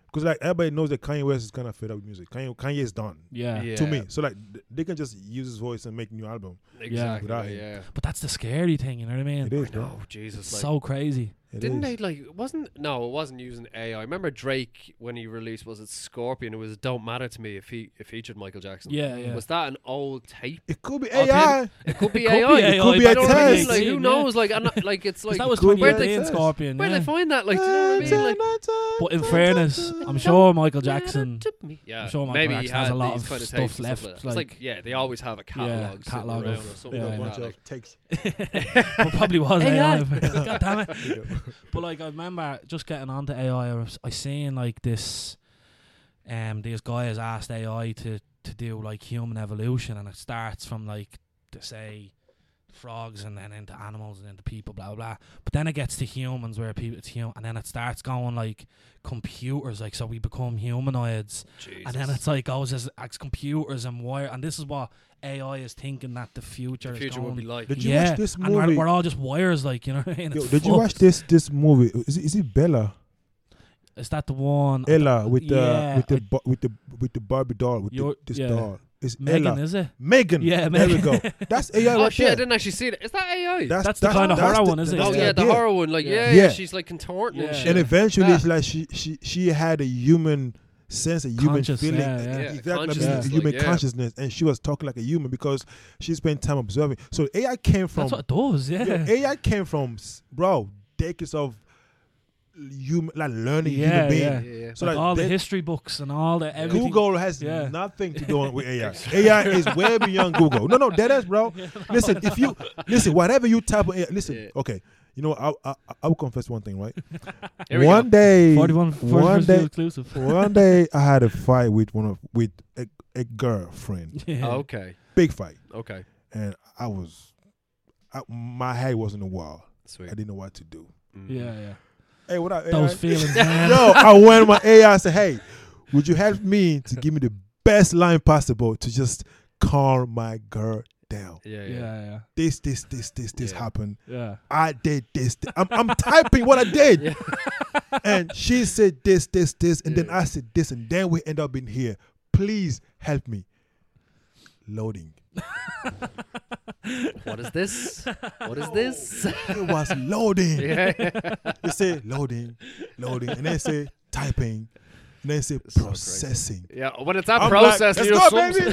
Speaker 3: because like everybody knows that Kanye West is kind of fed up with music. Kanye Kanye is done
Speaker 1: Yeah.
Speaker 2: Yeah,
Speaker 3: to me. So like th- they can just use his voice and make new album.
Speaker 2: Exactly.
Speaker 3: without
Speaker 2: Yeah.
Speaker 3: him.
Speaker 1: But that's the scary thing. You know what I mean?
Speaker 3: It is, bro.
Speaker 2: No, Jesus.
Speaker 1: It's
Speaker 2: like,
Speaker 1: so crazy.
Speaker 3: It
Speaker 2: Didn't they
Speaker 3: is.
Speaker 2: like? Wasn't no? It wasn't using AI. I remember Drake when he released was it Scorpion? It was "Don't Matter to Me" if he it featured Michael Jackson.
Speaker 1: Yeah, yeah.
Speaker 2: Was that an old tape?
Speaker 3: It could be
Speaker 2: Oh,
Speaker 3: AI.
Speaker 2: It could be
Speaker 1: It could
Speaker 2: AI.
Speaker 1: be
Speaker 3: could be
Speaker 1: by
Speaker 3: a
Speaker 2: I don't know what I mean,
Speaker 3: test.
Speaker 2: Like, who
Speaker 1: 2018, yeah.
Speaker 2: knows? Like, I'm not, like it's
Speaker 1: 'Cause
Speaker 2: like
Speaker 1: that was
Speaker 3: Could be a
Speaker 1: 2018
Speaker 3: test.
Speaker 1: Scorpion.
Speaker 2: where
Speaker 1: yeah.
Speaker 2: they find that? Like, do you know what I mean? Like,
Speaker 1: But in fairness, I'm sure Michael Jackson.
Speaker 2: yeah,
Speaker 1: I'm sure Michael
Speaker 2: maybe he
Speaker 1: Jackson has a
Speaker 2: had
Speaker 1: lot
Speaker 2: these
Speaker 1: of
Speaker 2: kind of
Speaker 1: stuff
Speaker 2: tapes and
Speaker 1: left,
Speaker 2: Like, that. It's
Speaker 1: like-
Speaker 2: like, yeah, they always have a catalog, sitting
Speaker 1: catalog
Speaker 2: around
Speaker 1: of-
Speaker 2: or
Speaker 3: We
Speaker 2: something
Speaker 1: yeah,
Speaker 3: got a
Speaker 2: like
Speaker 3: bunch
Speaker 2: that.
Speaker 3: of
Speaker 2: Like,
Speaker 3: takes.
Speaker 1: Well, probably was AI.
Speaker 2: AI.
Speaker 1: God damn it.
Speaker 3: There you go.
Speaker 1: But like I remember just getting onto AI. I, was, I seen like this, um, this guy has asked AI to to do like human evolution, and it starts from like to say frogs and then into animals and into people, blah blah. blah. But then it gets to humans where people it's human, and then it starts going like computers, like so we become humanoids,
Speaker 2: Jesus.
Speaker 1: and then it's like goes as, as computers and wire, and this is what AI is thinking that the future
Speaker 2: the
Speaker 1: is
Speaker 2: future
Speaker 1: going
Speaker 2: will be like.
Speaker 3: Did you
Speaker 1: yeah,
Speaker 3: watch this
Speaker 1: and we're,
Speaker 3: movie?
Speaker 1: we're all just wires, like you know. What I mean?
Speaker 3: Yo,
Speaker 1: It's
Speaker 3: did you watch
Speaker 1: fucked.
Speaker 3: this this movie? Is it, is it Bella?
Speaker 1: Is that the one?
Speaker 3: Ella with the
Speaker 1: yeah,
Speaker 3: with the
Speaker 1: I-
Speaker 3: bo- with the with the Barbie doll with the,
Speaker 1: Your-
Speaker 3: this
Speaker 1: yeah.
Speaker 3: doll. It's
Speaker 1: Megan,
Speaker 3: Ella.
Speaker 1: is it?
Speaker 3: Megan.
Speaker 1: Yeah,
Speaker 3: there
Speaker 1: Megan.
Speaker 3: we go. That's AI
Speaker 2: Oh
Speaker 3: right
Speaker 2: shit! I
Speaker 3: there.
Speaker 2: didn't actually see that. Is that AI?
Speaker 1: That's the kind of horror one, is it?
Speaker 2: oh
Speaker 1: that's the
Speaker 2: yeah, the
Speaker 3: idea.
Speaker 2: horror one. Like
Speaker 1: Yeah.
Speaker 2: yeah, yeah,
Speaker 3: Yeah.
Speaker 2: she's like contorting
Speaker 1: Yeah.
Speaker 2: and shit.
Speaker 3: And eventually,
Speaker 2: Yeah.
Speaker 3: it's like she she she had a human sense, a human
Speaker 1: Conscious,
Speaker 3: feeling,
Speaker 1: yeah,
Speaker 3: and-
Speaker 1: yeah.
Speaker 3: and
Speaker 2: Yeah,
Speaker 3: exactly, like,
Speaker 1: consciousness,
Speaker 3: a
Speaker 2: like,
Speaker 3: human
Speaker 2: yeah.
Speaker 3: consciousness, and she was talking like a human because she spent time observing. So AI came from
Speaker 1: That's what it does. Yeah.
Speaker 3: Yo, AI came from s- bro decades of human like learning
Speaker 1: Yeah,
Speaker 3: human being.
Speaker 1: yeah.
Speaker 2: Yeah.
Speaker 3: So
Speaker 1: like
Speaker 3: like,
Speaker 1: all the
Speaker 3: that-
Speaker 1: history books and all the everything.
Speaker 3: Google has
Speaker 1: Yeah.
Speaker 3: nothing to do with AI. AI is way beyond Google. No, no, that is bro. Listen, if you listen, whatever you type on AI, listen,
Speaker 2: Yeah.
Speaker 3: okay. You know, I I I will confess one thing, right?
Speaker 2: Here we
Speaker 3: one
Speaker 2: go.
Speaker 3: day,
Speaker 1: 41
Speaker 3: one day,
Speaker 1: exclusive.
Speaker 3: one day, I had a fight with one of with a, a girlfriend,
Speaker 1: Yeah.
Speaker 2: Okay.
Speaker 3: big fight,
Speaker 2: Okay.
Speaker 3: and I was, I, my head was in the wall. I
Speaker 2: Sweet.
Speaker 3: didn't know what to do.
Speaker 2: Mm.
Speaker 1: Yeah, yeah.
Speaker 3: Hey, what up?
Speaker 1: Those
Speaker 3: AI?
Speaker 1: feelings, man.
Speaker 3: Yo, I went to my AI and said, hey, would you help me to give me the best line possible to just calm my girl down?
Speaker 2: Yeah.
Speaker 1: Yeah,
Speaker 2: Yeah.
Speaker 1: yeah,
Speaker 3: This, this, this, this, this
Speaker 2: Yeah.
Speaker 3: happened.
Speaker 1: yeah.
Speaker 3: I did this. th- I'm, I'm typing what I did.
Speaker 2: Yeah.
Speaker 3: And she said this, this, this. And then
Speaker 2: Yeah.
Speaker 3: I said this. And then we end up in here. Please help me. Loading.
Speaker 2: What is this? What is this?
Speaker 3: it was loading.
Speaker 2: yeah.
Speaker 3: They say loading, loading, and then say typing, and then say
Speaker 2: so crazy.
Speaker 3: processing.
Speaker 2: yeah. When it's that
Speaker 3: I'm like,
Speaker 2: process,
Speaker 3: let's
Speaker 2: you
Speaker 3: go,
Speaker 2: some-
Speaker 3: baby.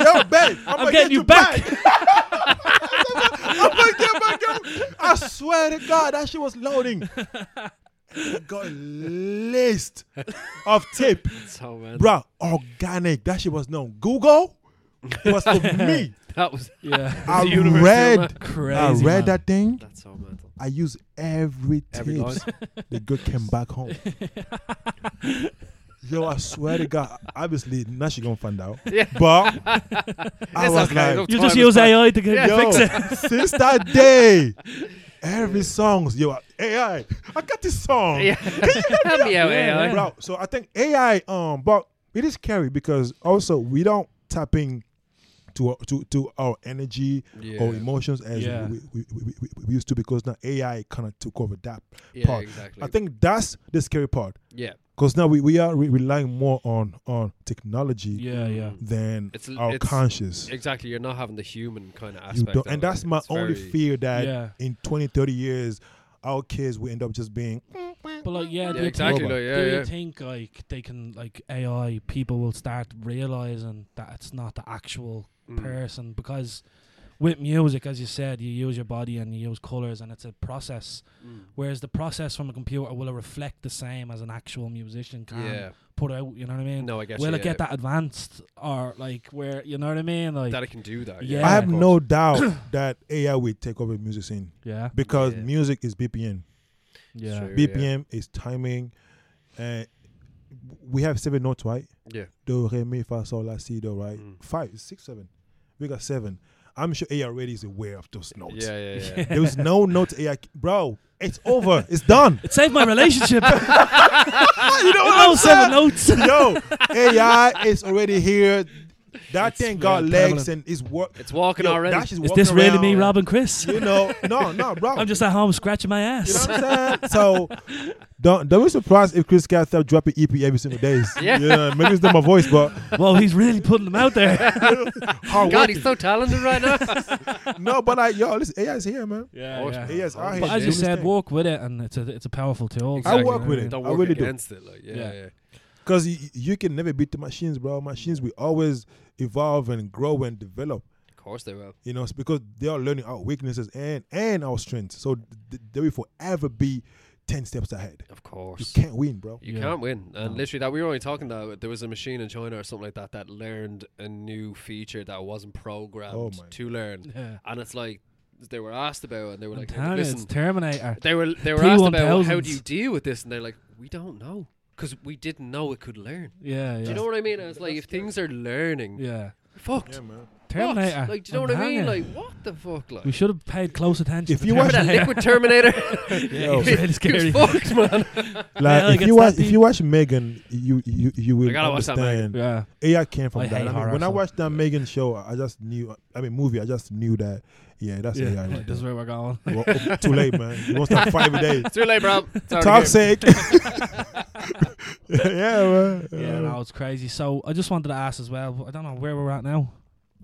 Speaker 3: Yo, babe, I'm,
Speaker 1: getting
Speaker 3: gonna get
Speaker 1: you
Speaker 3: you back. I'm gonna get back. yo. I swear to God, that shit was loading. I got a list of tape,
Speaker 2: So, man,
Speaker 3: bruh. Organic. That shit was known. Google was for me.
Speaker 2: that was
Speaker 1: yeah,
Speaker 3: I
Speaker 2: universe,
Speaker 3: read.
Speaker 2: man.
Speaker 1: crazy.
Speaker 3: I read
Speaker 1: man.
Speaker 3: that thing.
Speaker 2: that's so mental.
Speaker 3: I used every tape.
Speaker 2: Every line.
Speaker 3: the girl came back home. Yo, I swear to God. Obviously, now she gonna find out.
Speaker 2: Yeah.
Speaker 3: But I
Speaker 2: It's
Speaker 3: was
Speaker 2: okay,
Speaker 3: like,
Speaker 2: no
Speaker 1: You
Speaker 2: time
Speaker 1: just
Speaker 2: is
Speaker 1: use
Speaker 2: passed.
Speaker 1: AI to get
Speaker 2: Yeah.
Speaker 3: yo,
Speaker 1: fix it.
Speaker 3: since that day, every songs, yo, AI, I got this song.
Speaker 2: Yeah. Help me out,
Speaker 1: Yeah,
Speaker 2: AI.
Speaker 1: yeah.
Speaker 3: Bro, so I think AI, um, but it is scary because also we don't tap in to to to our energy
Speaker 2: Yeah.
Speaker 3: or emotions as
Speaker 1: Yeah.
Speaker 3: we, we, we, we, we used to because now AI kind of took over that.
Speaker 2: Yeah,
Speaker 3: part.
Speaker 2: exactly.
Speaker 3: I think that's the scary part.
Speaker 2: yeah,
Speaker 3: because now we, we are re- relying more on on technology
Speaker 1: Yeah, yeah.
Speaker 3: than
Speaker 2: It's-
Speaker 3: our
Speaker 2: it's-
Speaker 3: conscious
Speaker 2: exactly. You're not having the human kind of
Speaker 3: you
Speaker 2: aspect,
Speaker 3: don't,
Speaker 2: of
Speaker 3: and
Speaker 2: it.
Speaker 3: that's my
Speaker 2: It's
Speaker 3: only
Speaker 2: very-
Speaker 3: fear that
Speaker 1: Yeah.
Speaker 3: in 20 30 years our kids will end up just being
Speaker 1: But like, yeah,
Speaker 2: Yeah,
Speaker 1: do you
Speaker 2: exactly.
Speaker 1: Think,
Speaker 2: Like, yeah,
Speaker 1: do you
Speaker 2: yeah.
Speaker 1: think like they can like AI people will start realizing that it's not the actual
Speaker 2: Mm.
Speaker 1: person because with music, as you said, you use your body and you use colors, and it's a process.
Speaker 2: Mm.
Speaker 1: Whereas the process from a computer will reflect the same as an actual musician can
Speaker 2: Yeah.
Speaker 1: put out. You know what I mean?
Speaker 2: No, I guess.
Speaker 1: will
Speaker 2: yeah,
Speaker 1: it get that advanced or like where you know what I mean? Like
Speaker 2: That it can do that.
Speaker 1: Yeah.
Speaker 3: i have
Speaker 2: of course.
Speaker 3: no doubt that ai will take over music scene
Speaker 1: yeah,
Speaker 3: because
Speaker 2: Yeah.
Speaker 3: music is bpm
Speaker 1: yeah,
Speaker 2: Sure, Yeah.
Speaker 3: bpm is timing and we have seven notes right
Speaker 2: Yeah.
Speaker 3: do re mi fa sol la si do right
Speaker 2: Mm.
Speaker 3: five six seven we got seven i'm sure ai already is aware of those notes
Speaker 2: Yeah, yeah, yeah.
Speaker 3: There was no note AI. Bro, it's over. It's done.
Speaker 1: It saved my relationship.
Speaker 3: you know
Speaker 1: oh, seven notes.
Speaker 3: Yo, AI is already here. That
Speaker 1: It's
Speaker 3: thing got
Speaker 1: real
Speaker 3: legs
Speaker 1: prevalent.
Speaker 3: and is work.
Speaker 2: It's walking
Speaker 3: Yo,
Speaker 2: already.
Speaker 3: that shit's
Speaker 1: Is
Speaker 3: walking
Speaker 1: this really me,
Speaker 3: around.
Speaker 1: Robin Chris?
Speaker 3: You know, no, no, bro.
Speaker 1: I'm just at home scratching my
Speaker 3: You know
Speaker 1: ass.
Speaker 3: what I'm saying? So don't don't be surprised if Chris Cat stop dropping EP every single day.
Speaker 2: Yeah.
Speaker 3: maybe it's not my voice, but
Speaker 1: Whoa, he's really putting them out there.
Speaker 3: hard
Speaker 2: God,
Speaker 3: work.
Speaker 2: he's so talented right now.
Speaker 3: No, but like yo, listen, AI is here, man.
Speaker 1: Yeah,
Speaker 2: Horse-
Speaker 3: He is out here
Speaker 1: But as
Speaker 3: do
Speaker 1: you
Speaker 3: his
Speaker 1: said,
Speaker 3: thing.
Speaker 1: work with it, and it's a it's a powerful tool.
Speaker 3: I
Speaker 2: Exactly.
Speaker 3: work with it.
Speaker 2: Don't
Speaker 3: I
Speaker 2: work
Speaker 3: really do.
Speaker 2: against it. Like, yeah,
Speaker 1: Yeah.
Speaker 2: yeah.
Speaker 3: Because you, can never beat the machines, bro. Machines will always evolve and grow and develop.
Speaker 2: Of course they will.
Speaker 3: You know, it's because they are learning our weaknesses and and our strengths. So th- they will forever be ten steps ahead.
Speaker 2: Of
Speaker 3: You
Speaker 2: course.
Speaker 3: can't win, bro.
Speaker 2: You
Speaker 1: Yeah.
Speaker 2: can't win. And
Speaker 1: No.
Speaker 2: literally, that we were only talking that there was a machine in China or something like that that learned a new feature that wasn't programmed
Speaker 3: Oh my
Speaker 2: to learn.
Speaker 1: Yeah.
Speaker 2: And it's like they were asked about, it and they were
Speaker 1: I'm
Speaker 2: like,
Speaker 1: telling you, it's
Speaker 2: "Listen,
Speaker 1: Terminator.
Speaker 2: they were they were asked about well, how do
Speaker 1: T1000s.
Speaker 2: you deal with this?" And they're like, "We don't know because we didn't know it could learn."
Speaker 1: Yeah, yeah,
Speaker 2: Do you know what I mean? And it's like if things are learning,
Speaker 1: yeah.
Speaker 2: we're fucked.
Speaker 3: man.
Speaker 2: What?
Speaker 1: Terminator.
Speaker 2: Like, do you know
Speaker 1: I'm
Speaker 2: what I mean?
Speaker 1: telling you.
Speaker 2: Like, what the fuck? Like,
Speaker 1: we should have paid close attention.
Speaker 3: If
Speaker 1: to
Speaker 3: you watch-
Speaker 2: remember that
Speaker 1: Terminator.
Speaker 2: liquid Terminator?
Speaker 1: yeah, it was really scary.
Speaker 2: He was fucked, man.
Speaker 3: Like
Speaker 1: Yeah,
Speaker 3: if
Speaker 1: like
Speaker 3: you
Speaker 1: it's
Speaker 3: watch
Speaker 1: that
Speaker 3: if you watch Megan, you you you will
Speaker 2: I gotta watch that
Speaker 3: understand.
Speaker 1: Yeah,
Speaker 3: AI came from
Speaker 1: I
Speaker 3: that.
Speaker 1: hate
Speaker 3: I mean,
Speaker 1: horror
Speaker 3: when I
Speaker 1: films.
Speaker 3: watched that Megan show, I just knew. I mean, movie, I just knew that. Yeah, that's AI.
Speaker 1: yeah.
Speaker 3: Right
Speaker 1: This is
Speaker 3: there.
Speaker 1: where we're going.
Speaker 3: Well, oh, too late, man. You won't stop five a day.
Speaker 2: It's too late, bro. Sorry.
Speaker 3: Toxic. yeah, man.
Speaker 1: Yeah, no, it's crazy. So I just wanted to ask as well. I don't know where we're at now,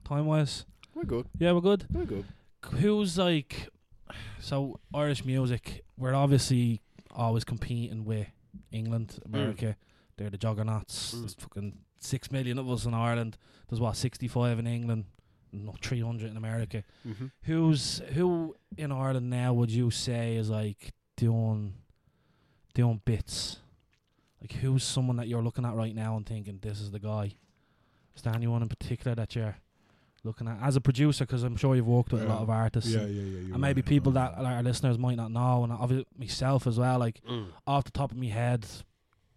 Speaker 1: time wise.
Speaker 2: We're good.
Speaker 1: Yeah, we're good.
Speaker 2: We're good.
Speaker 1: who's like so Irish music we're obviously always competing with England America they're the juggernauts
Speaker 2: Mm.
Speaker 1: there's fucking 6 million of us in Ireland there's what 65 in England no 300 in America
Speaker 2: Mm-hmm.
Speaker 1: who's who in Ireland now would you say is like doing doing bits like who's someone that you're looking at right now and thinking this is the guy is there anyone in particular that you're looking at as a producer because I'm sure you've worked with a
Speaker 3: Yeah.
Speaker 1: lot of artists
Speaker 3: Yeah, yeah,
Speaker 1: and,
Speaker 3: yeah. you're
Speaker 1: and maybe
Speaker 3: right.
Speaker 1: people
Speaker 3: Um,
Speaker 1: that our listeners might not know and obviously myself as well like
Speaker 2: Mm.
Speaker 1: off the top of my head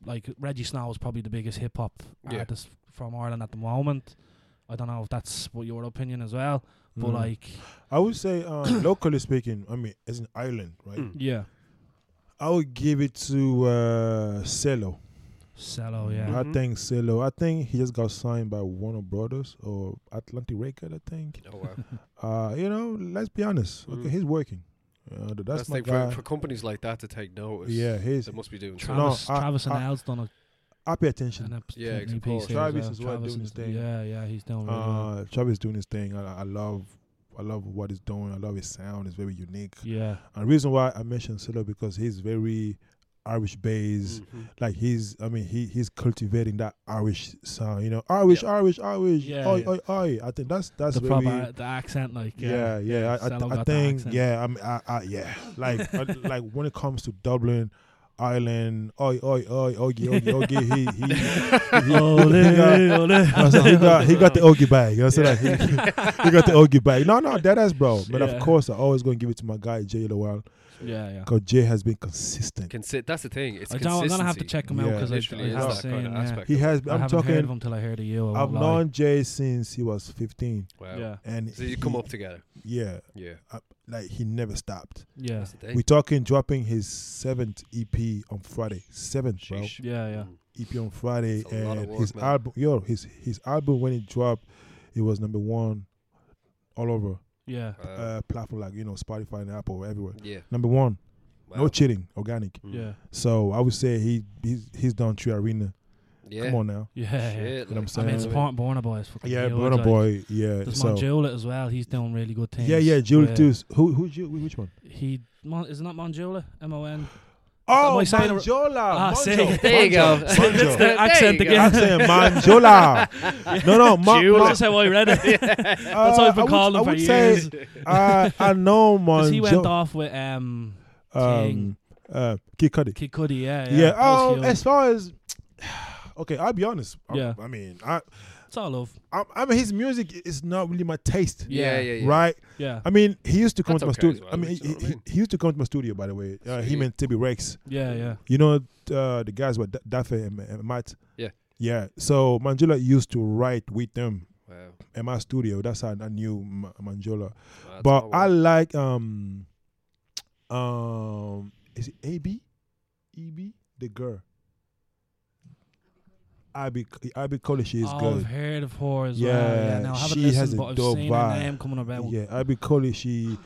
Speaker 1: like Reggie Snow is probably the biggest hip hop
Speaker 2: Yeah.
Speaker 1: artist from Ireland at the moment I don't know if that's what your opinion as well but
Speaker 3: Mm.
Speaker 1: like
Speaker 3: I would say, um, locally speaking, I mean, as in Ireland, right?
Speaker 2: Mm.
Speaker 1: yeah
Speaker 3: I would give it to uh, Cello.
Speaker 1: Cello Oh, yeah
Speaker 3: I
Speaker 2: Mhm.
Speaker 3: think Cello. I think he just got signed by Warner Brothers or Atlantic Record. I think.
Speaker 2: Oh, wow.
Speaker 3: Uh, you know, let's be honest. Okay,
Speaker 2: Mm.
Speaker 3: he's working. Uh, th- that's
Speaker 2: That's
Speaker 3: my
Speaker 2: like
Speaker 3: guy.
Speaker 2: for, for companies like that to take notice.
Speaker 3: yeah, he's.
Speaker 2: They must be doing
Speaker 3: Tra-
Speaker 2: something.
Speaker 1: Travis,
Speaker 3: No, I-
Speaker 1: Travis and
Speaker 3: I-
Speaker 1: Al's done a
Speaker 3: I pay attention.
Speaker 1: And a p-
Speaker 2: Yeah,
Speaker 1: an
Speaker 2: of
Speaker 1: EP
Speaker 2: course.
Speaker 1: series,
Speaker 3: Travis
Speaker 1: uh,
Speaker 3: is well doing his thing.
Speaker 1: Yeah, yeah, he's doing really well.
Speaker 3: Uh, Travis doing his thing. I, I love, I love what he's doing. I love his sound. It's very unique.
Speaker 1: Yeah,
Speaker 3: And the reason why I mentioned Solo because he's very Irish based.
Speaker 1: Mm-hmm.
Speaker 2: Mhm.
Speaker 3: Like he's, I mean, he he's cultivating that Irish sound. You know, Irish,
Speaker 2: Yeah.
Speaker 3: Irish, Irish.
Speaker 1: Yeah,
Speaker 3: oi,
Speaker 1: yeah.
Speaker 3: oi, oi. I think that's that's
Speaker 1: the
Speaker 3: very.
Speaker 1: proper the accent, like
Speaker 3: yeah, yeah. I, I,
Speaker 1: Solo
Speaker 3: I
Speaker 1: got the
Speaker 3: think,
Speaker 1: accent.
Speaker 3: yeah, I'm, I, I, yeah. Like, I, like when it comes to Dublin, Ireland, oi, oi, oi, ogie, ogie, ogie. He, he, he, he got,
Speaker 1: Ole, ole.
Speaker 3: I said, he got he got the Ogie bag. You know, so
Speaker 2: Yeah.
Speaker 3: like, he, he got the Ogie bag. No, no, that is bro. But
Speaker 1: Yeah.
Speaker 3: of course, I always gonna give it to my guy Jay Lowell
Speaker 1: yeah, yeah.
Speaker 3: because Jay has been consistent.
Speaker 2: Consi- that's the thing. It's
Speaker 1: I don't, I'm gonna have to
Speaker 2: consistency.
Speaker 1: check him out
Speaker 3: Yeah.
Speaker 1: because I,
Speaker 2: Literally,
Speaker 1: I
Speaker 2: is
Speaker 1: have
Speaker 2: that
Speaker 1: seen.
Speaker 2: kind of
Speaker 1: yeah.
Speaker 2: aspect.
Speaker 3: He has.
Speaker 1: I haven't
Speaker 3: I'm
Speaker 1: heard of
Speaker 3: talking.
Speaker 1: him till I heard of you. I
Speaker 3: I've
Speaker 1: won't lie.
Speaker 3: known Jay since he was 15,
Speaker 2: Wow.
Speaker 1: Yeah,
Speaker 3: and
Speaker 2: So you
Speaker 3: he-
Speaker 2: come up together.
Speaker 3: Yeah,
Speaker 2: Yeah.
Speaker 3: like he never stopped.
Speaker 1: yeah,
Speaker 2: That's the thing.
Speaker 3: We're talking dropping his seventh EP on Friday. Seventh, bro.
Speaker 2: Sheesh.
Speaker 1: yeah, yeah.
Speaker 2: Mm.
Speaker 3: EP on Friday,
Speaker 2: That's a lot of
Speaker 3: and
Speaker 2: work,
Speaker 3: his
Speaker 2: man.
Speaker 3: album. Yo, his his album when it dropped, it was number one, all over
Speaker 1: Yeah,
Speaker 2: Wow.
Speaker 3: uh, platform like you know Spotify and Apple everywhere.
Speaker 2: yeah.
Speaker 3: Number one.
Speaker 2: Wow.
Speaker 3: No cheating, organic.
Speaker 2: Mm.
Speaker 1: yeah,
Speaker 3: So I would say he he's, he's done three arena.
Speaker 2: Yeah.
Speaker 3: Come on now.
Speaker 1: yeah. yeah.
Speaker 2: Shit, like,
Speaker 3: what
Speaker 1: I
Speaker 3: I'm
Speaker 1: mean,
Speaker 3: saying.
Speaker 1: supporting Borna Boy is fucking
Speaker 3: Yeah,
Speaker 1: huge,
Speaker 3: Burna
Speaker 1: like.
Speaker 3: Boy. Yeah.
Speaker 1: There's
Speaker 3: so
Speaker 1: Mon Jewellet as well. He's doing really good things.
Speaker 3: yeah, yeah. Jewel
Speaker 1: with-
Speaker 3: too. Who who Jewel? Which one?
Speaker 1: He Mon, isn't that Monjola? M O N.
Speaker 3: Oh,
Speaker 1: am I saying it-
Speaker 3: Manjola.
Speaker 1: Ah, see,
Speaker 2: There you go.
Speaker 3: Manjo.
Speaker 1: the accent
Speaker 2: There you
Speaker 1: again.
Speaker 3: I'm saying Manjola. No, no, Ma-
Speaker 2: Jewel.
Speaker 3: Ma-
Speaker 1: That's how I read it.
Speaker 3: uh,
Speaker 1: That's how I've
Speaker 3: I
Speaker 1: been
Speaker 3: would-
Speaker 1: calling
Speaker 3: I
Speaker 1: for
Speaker 3: would
Speaker 1: years.
Speaker 3: Say, uh, I know
Speaker 1: Because he went
Speaker 3: Manjola.
Speaker 1: off with um,
Speaker 3: Um, uh, Kid Cudi.
Speaker 1: Kid Cudi. Yeah,
Speaker 3: Yeah.
Speaker 1: yeah. that was
Speaker 3: Oh,
Speaker 1: huge.
Speaker 3: as far as okay, I'll be honest. I,
Speaker 1: Yeah.
Speaker 3: I mean, I,
Speaker 1: it's all love.
Speaker 3: I, I mean, his music is not really my taste.
Speaker 2: Yeah, yeah, yeah.
Speaker 3: Right.
Speaker 1: Yeah,
Speaker 3: I mean, he used to come
Speaker 2: That's
Speaker 3: to
Speaker 2: okay
Speaker 3: my
Speaker 2: as
Speaker 3: studio.
Speaker 2: well,
Speaker 3: I mean,
Speaker 2: you know
Speaker 3: he,
Speaker 2: what I
Speaker 3: he,
Speaker 2: mean?
Speaker 3: he used to come to my studio, by the way. Uh, him
Speaker 2: Sweet.
Speaker 3: and Tibby Rex.
Speaker 1: yeah, yeah.
Speaker 3: You know, uh, the guys were D- Dafe and, and Matt.
Speaker 2: Yeah.
Speaker 3: Yeah. So Manjola used to write with them
Speaker 2: Wow. Wow,
Speaker 3: in my studio. That's how I knew Ma- Manjola.
Speaker 2: that's
Speaker 3: but
Speaker 2: not
Speaker 3: I
Speaker 2: one.
Speaker 3: like um, um, is it AB, EB, the girl. Abby Abby Collish is
Speaker 1: oh, I've
Speaker 3: good.
Speaker 1: heard of her as well.
Speaker 3: Yeah,
Speaker 1: Yeah, now I haven't
Speaker 3: she has
Speaker 1: listened,
Speaker 3: a
Speaker 1: but I've
Speaker 3: dope
Speaker 1: seen
Speaker 3: vibe.
Speaker 1: her name coming around.
Speaker 3: Yeah, Abby Coley, she,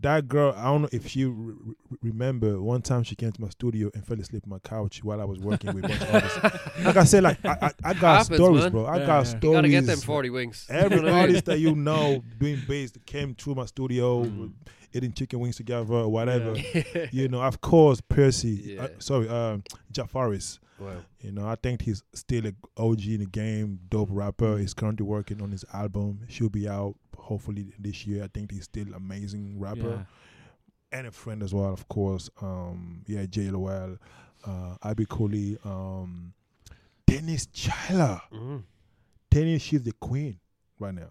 Speaker 3: that girl, I don't know if she re- re- remember one time she came to my studio and fell asleep on my couch while I was working with a bunch of others. Like I said, like I, I, I got
Speaker 2: Happens,
Speaker 3: stories,
Speaker 2: man.
Speaker 3: bro. I
Speaker 1: Yeah,
Speaker 3: got
Speaker 1: yeah.
Speaker 3: stories.
Speaker 2: You gotta get them forty wings. You know
Speaker 3: Every
Speaker 2: what I mean?
Speaker 3: artist that you know doing bass came through my studio,
Speaker 2: Mm.
Speaker 3: eating chicken wings together, or whatever.
Speaker 1: Yeah.
Speaker 3: You know, of course, Percy.
Speaker 2: Yeah.
Speaker 3: Uh, sorry, um, Jafaris.
Speaker 2: Wow.
Speaker 3: You know, I think he's still a OG in the game, dope rapper. He's currently working on his album. She'll be out hopefully this year. I think he's still amazing rapper and a friend as well, of course. Um, yeah, J Lowell, uh, Abby Coley, um, Dennis Chyla.
Speaker 2: Mm.
Speaker 3: Dennis, she's the queen right now.
Speaker 1: Yeah.